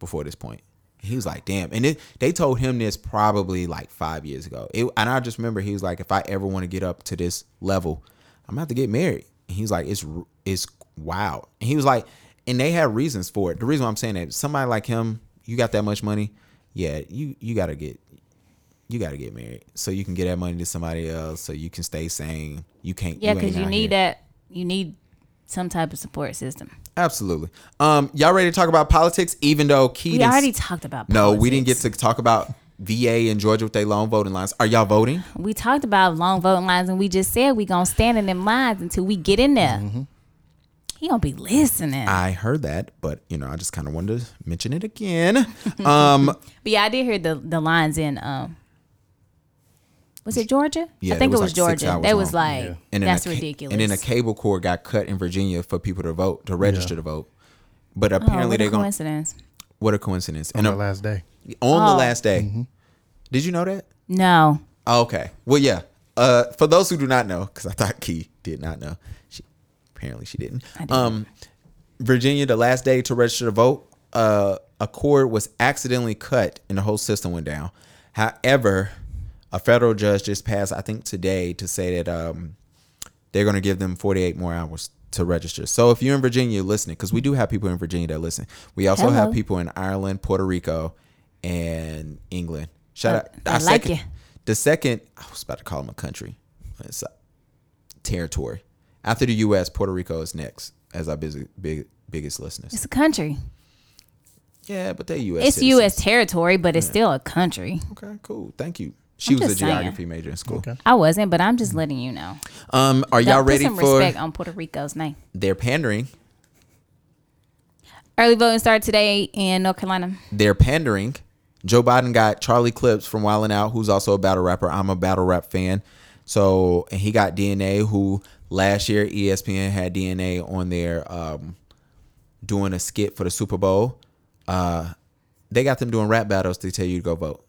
before this point." He was like, damn. And it, they told him this probably like five years ago. It, and I just remember he was like, if I ever want to get up to this level, I'm gonna have to get married. And he was like, it's r- it's wild. And he was like, and they had reasons for it. The reason why I'm saying that somebody like him, you got that much money, yeah, you you gotta get you gotta get married so you can get that money to somebody else so you can stay sane. You can't.
Yeah,
ain't
because you
out
need
here.
that. You need some type of support system.
Absolutely. Um, y'all ready to talk about politics? Even though Key
We
didn't-
already talked about.
No, we didn't get
politics.
to talk about VA and Georgia with their long voting lines. Are y'all voting?
We talked about long voting lines, and we just said we gonna stand in them lines until we get in there. He gonna be listening.
Mm-hmm. I heard that, but you know, I just kind of wanted to mention it again. Um,
but yeah, I did hear the the lines in. Um, was it Georgia?
Yeah,
I think
it
it was,
was like six
Georgia.
hours
That was
long.
like
Yeah.
and then
that's
a ca-
ridiculous.
And then a cable cord got cut in Virginia for people to vote, to register to vote. But apparently
oh, what
they're
a
going. to
coincidence.
What a coincidence!
on
And
the
on, Mm-hmm.
last day.
on the
Oh.
last day, did you know that?
No,
Oh, okay. Well, yeah. Uh, for those who do not know, because I thought Key did not know, she apparently she didn't.
didn't.
Um, Virginia, the last day to register to vote, uh, a cord was accidentally cut and the whole system went down. However, a federal judge just passed, I think today, to say that um, they're going to give them 48 more hours to register. So if you're in Virginia listening, because we do have people in Virginia that listen, we also have
Hello.
people in Ireland, Puerto Rico, and England. Shout out!
I- I
our
like
second-
you.
The second, I was about to call them a country. It's a territory. After the U.S., Puerto Rico is next as our busy, big, biggest listeners.
it's a country.
Yeah, but they U.S.
It's
citizens.
U.S. territory, but it's still a country.
Okay, cool. Thank you. She
I'm
was a
just saying.
geography major in school.
I wasn't, but I'm just letting you know.
Um, are
Don't
y'all
put
ready
some
for
respect on Puerto Rico's name?
their pandering?
Early voting started today in North Carolina.
they're pandering. Joe Biden got Charlie Clips from Wildin' Out, who's also a battle rapper. I'm a battle rap fan. So, and he got DNA, who last year E ESPN had DNA on their um, doing a skit for the Super Bowl. Uh, they got them doing rap battles to tell you to go vote.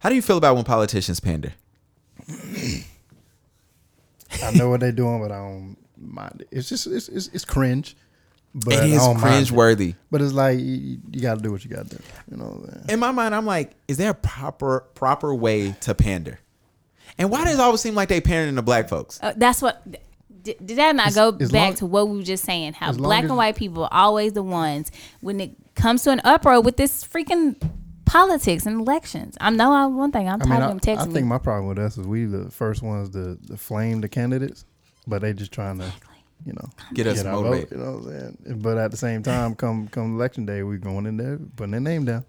How do you feel about when politicians pander?
I know what they're doing, but I don't mind it. It's just it's it's, it's cringe. But
It
I
is
don't mind
cringe worthy.
But it's like you, you got to do what you got to do. You know what I'm saying?
in my mind, I'm like, is there a proper proper way to pander? And why does it always seem like they pandering to black folks?
Uh, that's what. Did, did that not
As-
go
as
back
long-
to what we were just saying? How
as long
black
as-
and white people are always the ones when it comes to an uproar with this freaking politics and elections. I know I, one thing. I'm
I
tired of them
mean, I, I
texting
think
me.
my problem with us is we the first ones to, to flame the candidates, but they just trying to, you know,
Get us
our vote,
motivated.
you know what I'm saying? But at the same time, come come election day, we going in there putting their name down,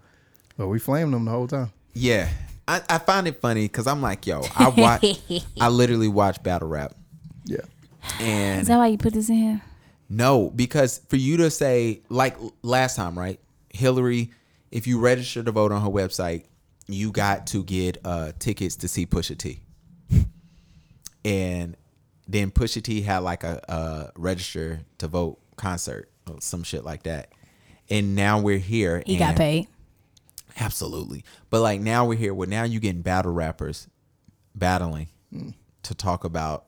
but we flame them the whole time.
Yeah. I, I find it funny because I'm like, yo, I watch, I literally watch battle rap,
Yeah,
Is that
and
why you put this in here?
no, because for you to say like l- last time, right, Hillary, if you register to vote on her website, you got to get uh, tickets to see Pusha T, and then Pusha T had like a, a register to vote concert or some shit like that, and now we're here.
He got
and-
paid.
Absolutely. But like now we're here. Well, now you're getting battle rappers battling to talk about.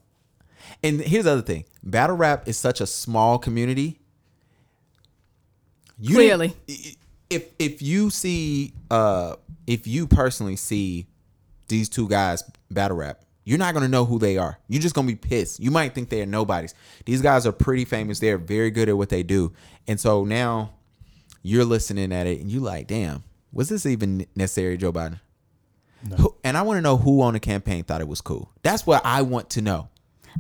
And here's the other thing battle rap is such a small community. You didn't-
Clearly.
If, if you see, uh, if you personally see these two guys battle rap, you're not gonna know who they are. You're just gonna be pissed. You might think they're nobodies. These guys are pretty famous. They're very good at what they do. And so now you're listening at it and you like, damn, was this even necessary, Joe Biden? Who, and I want to know who on the campaign thought it was cool. That's what I want to know.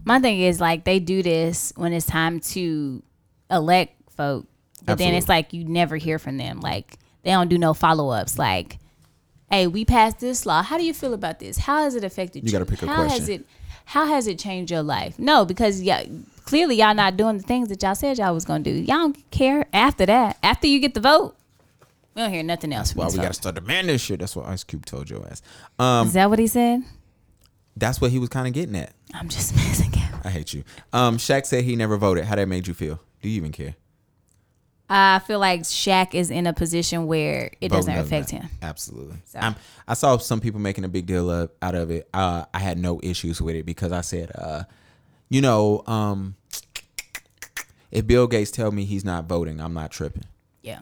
My thing is like they do this when it's time to elect folk, but then it's
Absolutely.
like you never hear from them. Like they don't do no follow ups. Like, hey, we passed this law. How do you feel about this? How has it affected you?
gotta pick a
how Has
question.
it, how has it changed your life? No, because yeah, clearly y'all not doing the things that y'all said y'all was gonna do. Y'all don't care after that. After you get the vote, we don't hear nothing else. from
Well,
these
we got to
folks.
start demanding shit. That's what Ice Cube told your ass. Um,
Is that what he said?
that's what he was kind of getting at.
I'm just messing. up.
I hate you. Um, Shaq said he never voted. How that made you feel? Do you even care?
I feel like Shaq is in a position where it
Voting
doesn't affect
matter.
him.
Absolutely. I'm, I saw some people making a big deal of, out of it. Uh, I had no issues with it because I said, uh, you know, um, if Bill Gates tell me he's not voting, I'm not tripping.
Yeah.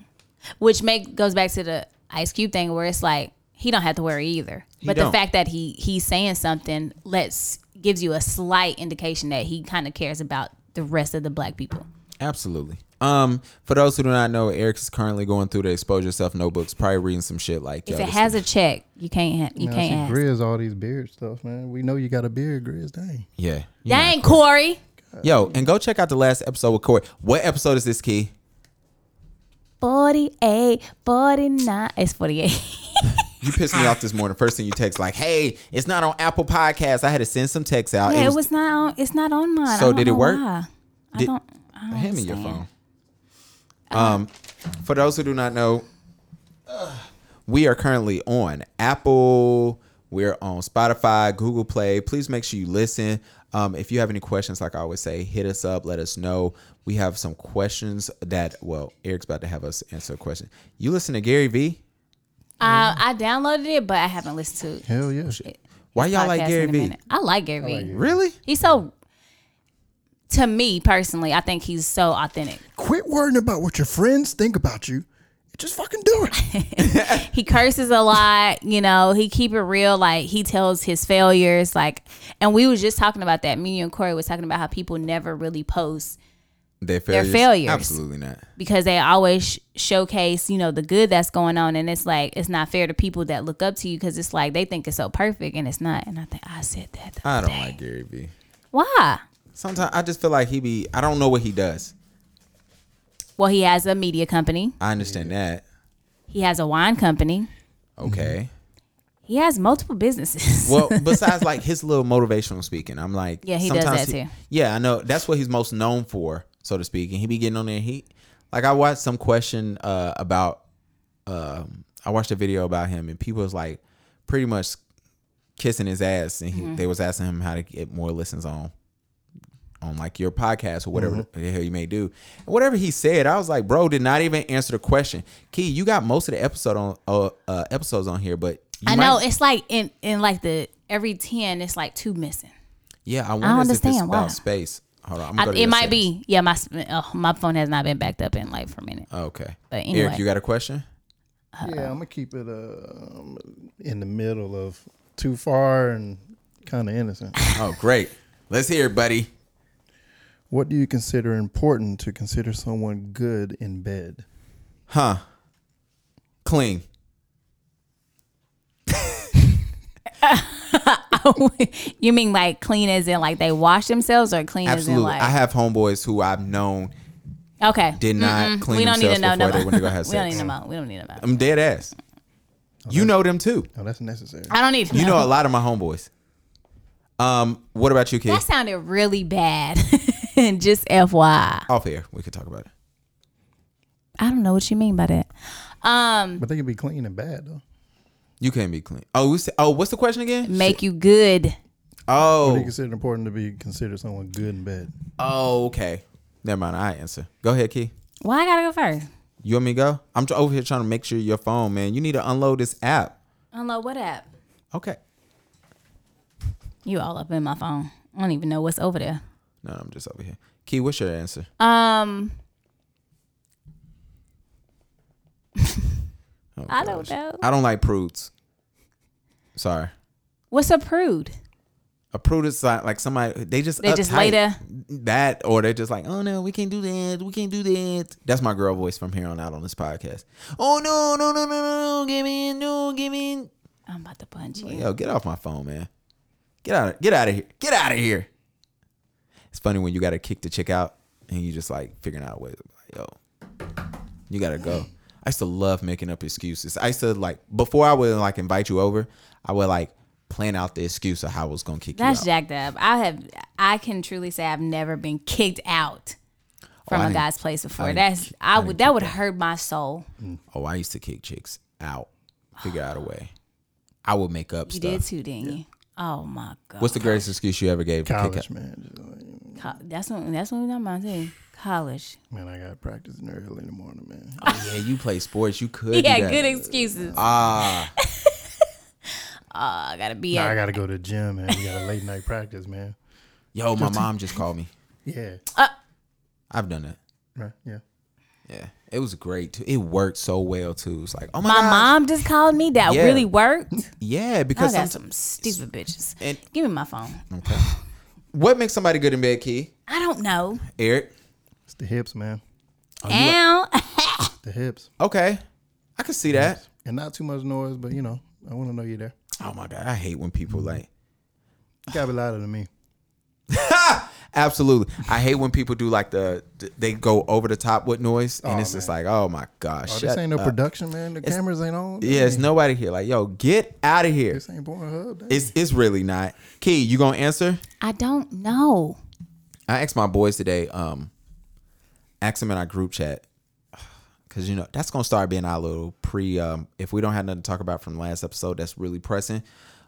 Which make goes back to the Ice Cube thing where it's like he don't have to worry either. but
don't.
the fact that he he's saying something lets gives you a slight indication that he kind of cares about the rest of the black people.
Absolutely. Um, for those who do not know, Eric is currently going through the Expose Yourself notebooks, probably reading some shit like
If
yo,
it
this
has
is-
a check, you can't ha- you
Now,
can't
she
ask.
grizz all these beard stuff, man. We know you got a beard, grizz. Dang.
yeah, you know.
Dang, Corey.
yo, and go check out the last episode with Corey. What episode is this, Key?
48, 49. It's 48.
You pissed me off this morning. First thing you text like, "Hey, it's not on Apple Podcasts." I had to send some texts out.
Yeah, it was, not on, it's not on mine.
So
I don't
did it
know
work?
why. I
Did-
don't I don't
hand me your
understand.
phone. Um, for those who do not know, uh, we are currently on Apple. We're on Spotify, Google Play. Please make sure you listen. Um, if you have any questions, like I always say, hit us up. Let us know. We have some questions that well, Eric's about to have us answer a question. You listen to Gary V.
I, I downloaded it, but I haven't listened to
Hell yeah.
Why y'all
podcast
like
in
Gary
a
V?
minute. I like Gary Vee.
Really?
He's so, to me personally, I think he's so authentic.
Quit worrying about what your friends think about you. Just fucking do it.
He curses a lot, you know. He keep it real, like he tells his failures, like. And we was just talking about that. Me and Corey was talking about how people never really post
They're
failures.
Absolutely not.
because they always sh- showcase, you know, the good that's going on, and it's like it's not fair to people that look up to you because it's like they think it's so perfect and it's not. And I think I said that. the
I
other
don't
day.
like Gary V.
Why?
Sometimes I just feel like he be. I don't know what he does.
Well, he has a media company.
I understand that.
He has a wine company. Mm-hmm.
Okay.
He has multiple businesses.
Well, besides like his little motivational speaking, I'm like,
Yeah, he does
sometimes
that too.
Yeah, I know that's what he's most known for, so to speak. And he be getting on there. and He like I watched some question uh, about. Um, I watched a video about him, and people was like, pretty much kissing his ass, and he,
Mm-hmm.
they was asking him how to get more listens on. On like your podcast or whatever the hell you may do, and whatever he said, I was like, bro, did not even answer the question. Key, you got most of the episode on uh, uh episodes on here, but you
I
might-
know it's like in in like the every ten, it's like two missing.
Yeah, I wonder if it's
understand why.
about space. Hold on, I'm
I,
gonna go to
it
your
might
settings.
be. Yeah, my s- oh, my phone has not been backed up in like for a minute.
Oh, Okay.
But
Eric,
anyway.
you got a question?
Yeah, I'm gonna keep it um, in the middle of too far and kind of innocent.
Oh, great. Let's hear it, buddy.
what do you consider important to consider someone good in bed?
Huh? Clean.
you mean like clean as in like they wash themselves or clean
Absolutely. I
as
have homeboys who I've known
in like okay?
did not clean
we don't need
themselves
to know no
before
more.
they went to go have
we don't need
sex. Um,
to know. We don't need to know.
I'm dead ass. You know them too.
Oh, that's necessary.
I don't need to
You know a lot of my homeboys. Um, what about you, kid?
That sounded really bad. And just FYI,
Off air, we could talk about it.
I don't know what you mean by that. Um,
But they can be clean and bad though.
You can't be clean. Oh, we said, oh, what's the question again?
make you good.
What do you
Oh,
consider important to be considered someone good in bed?
oh, okay. Never mind. I answer. Go ahead, Key.
Why I gotta go first?
You want me to go? I'm tr- over here trying to make sure your phone, man. You need to unload this app.
Unload what app?
Okay.
You all up in my phone. I don't even know what's over there.
No, I'm just over here. Key, what's your answer?
Um,
Oh,
I don't
gosh.
know.
I don't like prudes. Sorry.
what's a prude?
A prude is like, like somebody they just
They just
uptight.
lay there.
that or they're just like oh no we can't do that we can't do that that's my girl voice from here on out on this podcast oh no no no no no give me in no give me in
I'm about to punch you.
Yo, get off my phone, man. Get out of get out of here. Get out of here. It's funny when you gotta kick the chick out and you just like figuring out ways like, yo, you gotta go. I used to love making up excuses. I used to like before I would like invite you over, I would like plan out the excuse of how I was gonna kick
That's
you out.
jacked up. I have. I can truly say I've never been kicked out from
Oh, I
a
didn't-
guy's place before.
didn't
That's.
ki- I
I,
didn't
would. That would hurt my soul.
oh, I used to kick chicks out. Figure out a way. I would make up
You
stuff.
did too, didn't you? Oh my god.
What's the greatest excuse you ever gave? for kick
College
out?
man, just like,
Co- that's when. That's when we talking about too. College.
man, I got practicing early in the morning, man.
Oh, Yeah, you play sports. You could.
He
do
had
that.
good excuses. Ah,
Ah,
I gotta be.
Nah, I
at,
gotta go to the gym, man. We got a late night practice, man.
yo, my mom just called me.
Yeah,
I've done that.
right, yeah.
Yeah, it was great too. It worked so well too. It's like, oh my,
My
gosh.
mom just called me. That
Yeah.
really worked.
Yeah,
I
because
got
sometimes-
some Oh, stupid bitches.
And-
Give me my phone.
what makes somebody good in bed, Key?
I don't know.
Eric.
It's the hips, man.
Oh,
Ow.
It's the hips.
Okay, I can see that.
And not too much noise, but you know, I want to know you're there.
Oh my god, I hate when people like.
You gotta be louder than me.
Absolutely, I hate when people do like the they go over the top with noise, and
Aw,
it's just like, oh my gosh,
Oh,
shut
this ain't no
up.
production, man. The cameras ain't on.
Yeah, it's nobody here. Like, yo, get out of here.
This ain't Pornhub. That-
It's it's really not. Key, you gonna answer?
I don't know.
I asked my boys today. Um, asked them in our group chat because you know that's gonna start being our little pre. Um, if we don't have nothing to talk about from last episode, that's really pressing.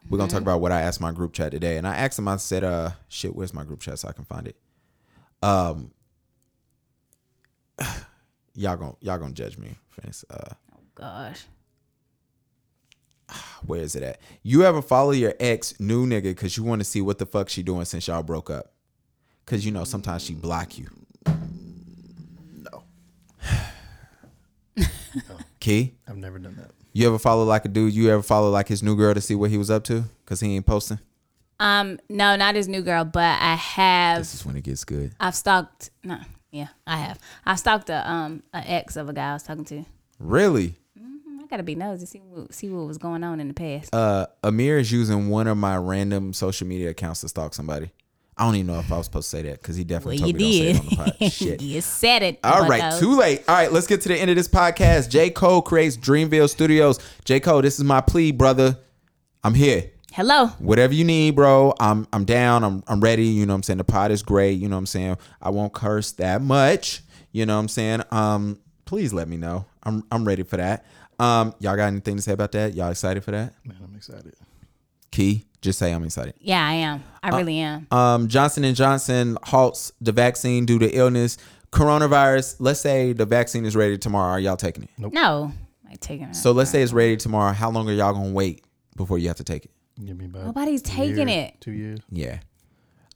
We're gonna talk about what I asked my group chat today, and I asked them. I said, "Uh, shit, where's my group chat so I can find it?" Um, y'all gonna y'all gonna judge me for this. Uh,
Gosh.
where is it at? You ever follow your ex new nigga because you want to see what the fuck she doing since y'all broke up? Cause you know sometimes she block you. No. Key,
I've never done that.
you ever follow like a dude? You ever follow like his new girl to see what he was up to? Cause he ain't posting.
Um, no, not his new girl, but I have
This is when it gets good.
I've stalked no, yeah, I have. I've stalked a um an ex of a guy I was talking to.
Really,
I gotta be nosy, see what see what was going on in the past.
uh, Amir is using one of my random social media accounts to stalk somebody. I don't even know if I was supposed to say that because he
well
definitely
you
told me
did.
don't say it on the pod. Shit.
you said it.
All right,
bucko.
too late. All right, let's get to the end of this podcast. J. Cole creates Dreamville Studios. J. Cole, this is my plea, brother. I'm here.
Hello.
Whatever you need, bro. I'm I'm down. I'm I'm ready. You know what I'm saying? The pot is great. You know what I'm saying? I won't curse that much. You know what I'm saying? Um, please let me know. I'm I'm ready for that. Um, y'all got anything to say about that? Y'all excited for that?
Man, I'm excited.
Key, just say I'm excited.
Yeah, I am. I really am.
Um, Johnson and Johnson halts the vaccine due to illness. Coronavirus. Let's say the vaccine is ready tomorrow. Are y'all taking it?
No. Like taking it.
uh, So let's say it's ready tomorrow. How long are y'all gonna wait before you have to take it?
Give me about
Nobody's
a
taking
year,
it.
Two years.
Yeah,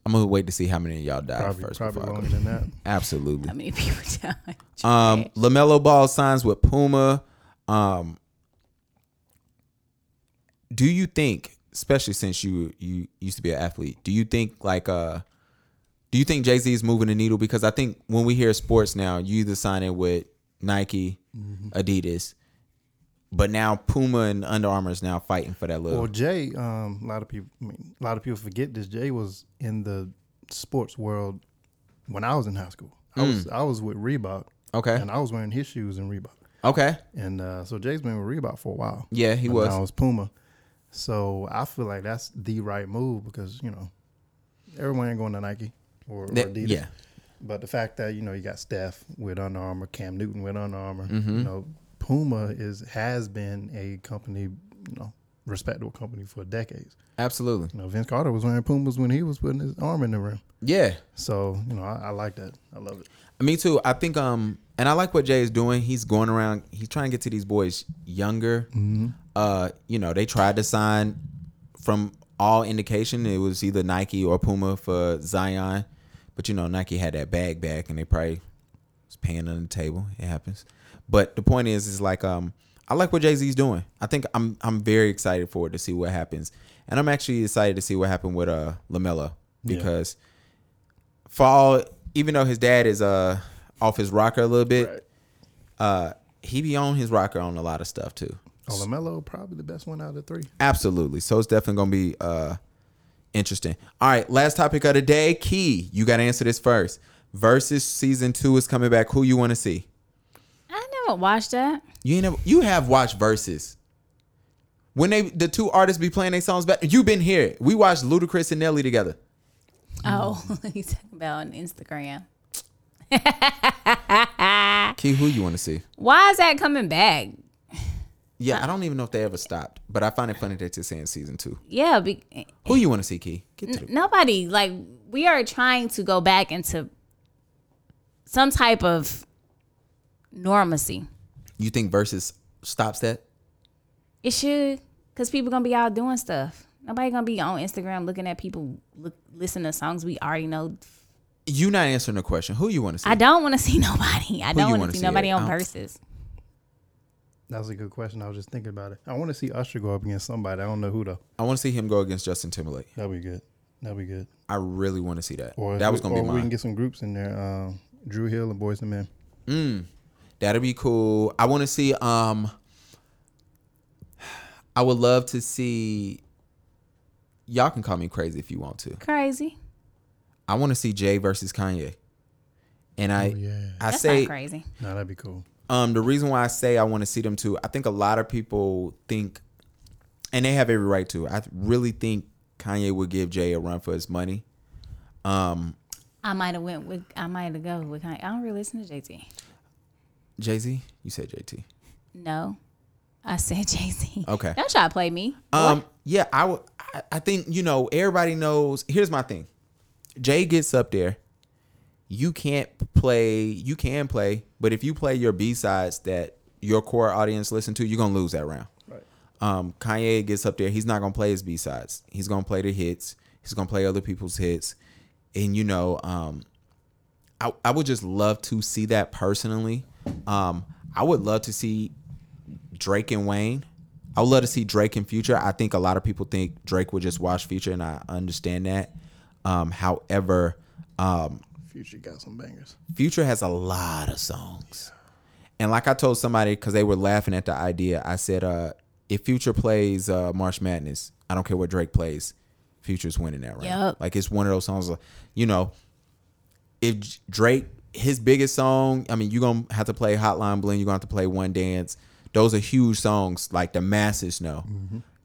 I'm gonna wait to see how many of y'all die
Probably,
first.
probably
before I go.
longer than that.
Absolutely.
How many people died?
Um, Lamelo Ball signs with Puma. Um, do you think, especially since you you used to be an athlete, do you think like uh, do you think Jay Z is moving the needle? Because I think when we hear sports now, you either sign it with Nike, Adidas, but now Puma and Under Armour is now fighting for that little.
Well, Jay, um, a lot of people, I mean, a lot of people forget this. Jay was in the sports world when I was in high school. I was
Mm.
I was with Reebok.
Okay.
And I was wearing his shoes in Reebok.
Okay.
And uh, so Jay's been with Reebok for a while.
Yeah, he
And
was.
I was Puma. So I feel like that's the right move because you know everyone ain't going to Nike or, or
That-
Adidas.
yeah.
But the fact that you know you got Steph with Under Armour, Cam Newton with Under Armour,
Mm-hmm.
you know Puma is has been a company, you know, respectable company for decades.
Absolutely.
You know, Vince Carter was wearing Pumas when he was putting his arm in the rim.
Yeah.
So you know, I, I like that. I love it.
Me too. I think um and I like what Jay is doing. He's going around, he's trying to get to these boys younger. Uh, you know, they tried to sign from all indication it was either Nike or Puma for Zion. But you know, Nike had that bag back and they probably was paying on the table. It happens. But the point is is like um I like what Jay Z's doing. I think I'm I'm very excited for it to see what happens. And I'm actually excited to see what happened with uh LaMelo because for all even though his dad is uh off his rocker a little bit, uh he be on his rocker on a lot of stuff too.
Oh, Lamelo probably the best one out of the three.
Absolutely. So it's definitely gonna be uh interesting. All right, last topic of the day. Key, you gotta answer this first. Versus season two is coming back. Who you wanna see?
I never watched that.
You ain't never, you have watched verses. When they the two artists be playing their songs back, you been here. We watched Ludacris and Nelly together.
Oh, you talking about on Instagram.
Key, who you want to see?
Why is that coming back?
Yeah, I don't even know if they ever stopped, but I find it funny that you're saying season two.
Yeah, be,
Who you want to see, Key? Get to the
nobody like we are trying to go back into some type of normalcy.
You think versus stops that?
It should, cause people gonna be out doing stuff. Nobody gonna be on Instagram looking at people look, listen to songs we already know
You not answering the question. Who you want to see?
I don't want to see nobody. I don't
you
want
wanna
to see
see
nobody
at?
on
I don't-
purses.
That was a good question. I was just thinking about it. I want to see Usher go up against somebody. I don't know who though.
I want to see him go against Justin Timberlake.
That'd be good. That'd be good.
I really want to see that.
Or
that was gonna
or
be
we can
mine.
get some groups in there. Um, Drew Hill and Boys and Men.
That'd be cool. I want to see. Um, I would love to see. Y'all can call me crazy if you want to.
Crazy.
I want to see Jay versus Kanye. And
Oh,
I, I
That's
say,
not crazy.
No, that'd be cool.
um, the reason why I say I want to see them too, I think a lot of people think, and they have every right to. I really think Kanye would give Jay a run for his money. Um,
I might have went with. I might have go with. Kanye. I don't really listen to Jay Z.
Jay Z, you said JT.
No, I said Jay Z.
Okay.
Don't try to play me.
Um, yeah, I would. I- I think you know everybody knows. Here's my thing: Jay gets up there. You can't play. You can play, but if you play your B sides that your core audience listen to, you're gonna lose that round. Right. Um, Kanye gets up there. He's not gonna play his B sides. He's gonna play the hits. He's gonna play other people's hits, and you know, um, I I would just love to see that personally. Um, I would love to see Drake and Wayne. I would love to see Drake and Future. I think a lot of people think Drake would just watch Future, and I understand that. Um, however, um,
Future got some bangers.
Future has a lot of songs. And like I told somebody, because they were laughing at the idea, I said, uh, if Future plays uh, March Madness, I don't care what Drake plays, Future's winning that round.
Yup.
Like it's one of those songs, uh, you know, if J- Drake, his biggest song, I mean, you're going to have to play Hotline Bling, you're going to have to play One Dance. Those are huge songs, like the masses know.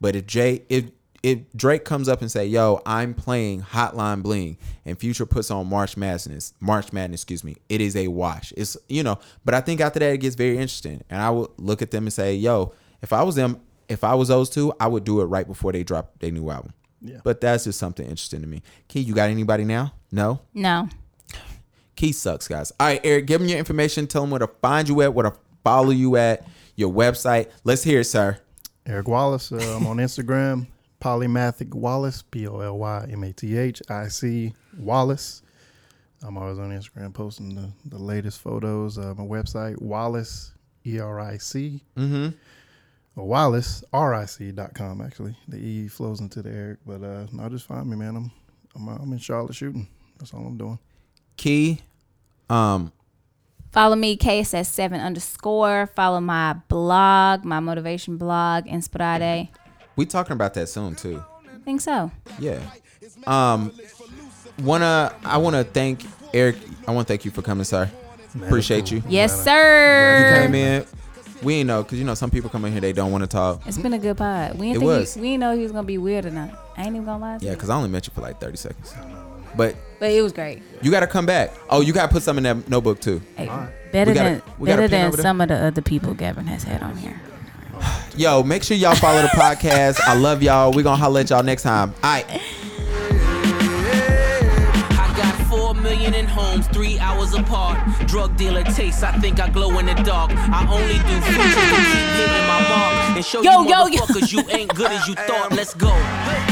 But if Jay, if, if Drake comes up and say, "Yo, I'm playing Hotline Bling," and Future puts on March Madness, March Madness, excuse me, it is a wash. It's you know, but I think after that it gets very interesting, and I would look at them and say, "Yo, if I was them, if I was those two, I would do it right before they drop their new album."
Yeah.
But that's just something interesting to me. Key, you got anybody now? No.
No.
Key sucks, guys. All right, Eric, give them your information. Tell them where to find you at, where to follow you at, your website. Let's hear it, sir.
Eric Wallace. Uh, I'm on Instagram. Polymathic Wallace. P O L Y M A T H I C Wallace. I'm always on Instagram posting the, the latest photos. Uh, my website Wallace E R I C.
Mm-hmm.
Or Wallace R I C dot com actually. The E flows into the Eric, but uh, no, just find me, man. I'm I'm, I'm in Charlotte shooting. That's all I'm doing.
Key, um,
Follow me, KSS7 underscore. Follow my blog, my motivation blog, Inspirade.
we talking about that soon too.
I think so.
Yeah. Um, wanna I wanna thank Eric. I wanna thank you for coming, sir. Appreciate you.
Yes,
You
sir.
came in. We ain't know, cause you know some people come in here they don't want to talk.
It's been a good pod. We didn't,
It
think he-
was.
we didn't know he was going to be weird or not. I ain't even going to lie. To
Yeah,
you.
cause I only met you for like thirty seconds. But
But it was great.
you gotta come back. Oh, you gotta put some in that notebook too.
Hey, Better
We got a-
than,
we got
better
a pen
than
over there?
some of the other people Gavin has had on here.
Yo, make sure y'all follow the podcast. I love y'all. We gonna holla at y'all next time. All right.
I got four million in homes, three hours apart. Drug dealer taste, I think I glow in the dark. I only do features to keep hitting my mark and show
Yo,
you
yo, yo.
motherfuckers you ain't good as you thought. Let's go.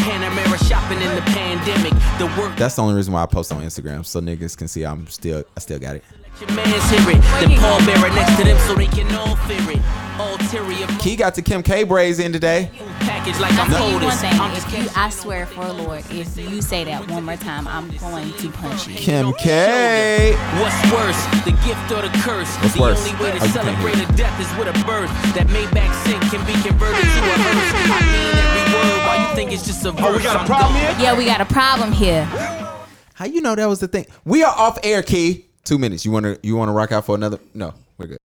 Panamera shopping in the pandemic. The work
That's the only reason why I post on Instagram, so niggas can see I'm still I still got it.
that your man's hear it. The pallbearer next to them so they can all fear it. Ulterior
Key got to Kim K braids in today.
motive package like I'm
I'll tell you one
coldest.
thing.
I'm
If
just
you, I swear for the Lord, if you say that one more time, I'm going to punch you.
Kim K.
What's worse, the gift or the curse?
What's
the
worse?
only way to
Oh, you can't
celebrate
hear.
a death is with a birth. That Maybach sink can be converted to a hearse. I mean every word. Why you think it's just a verse? Oh, we got a problem here.
Yeah, we got a problem here.
How you know that was the thing? We are off air, Key. Two minutes. You wanna you wanna rock out for another? No, we're good.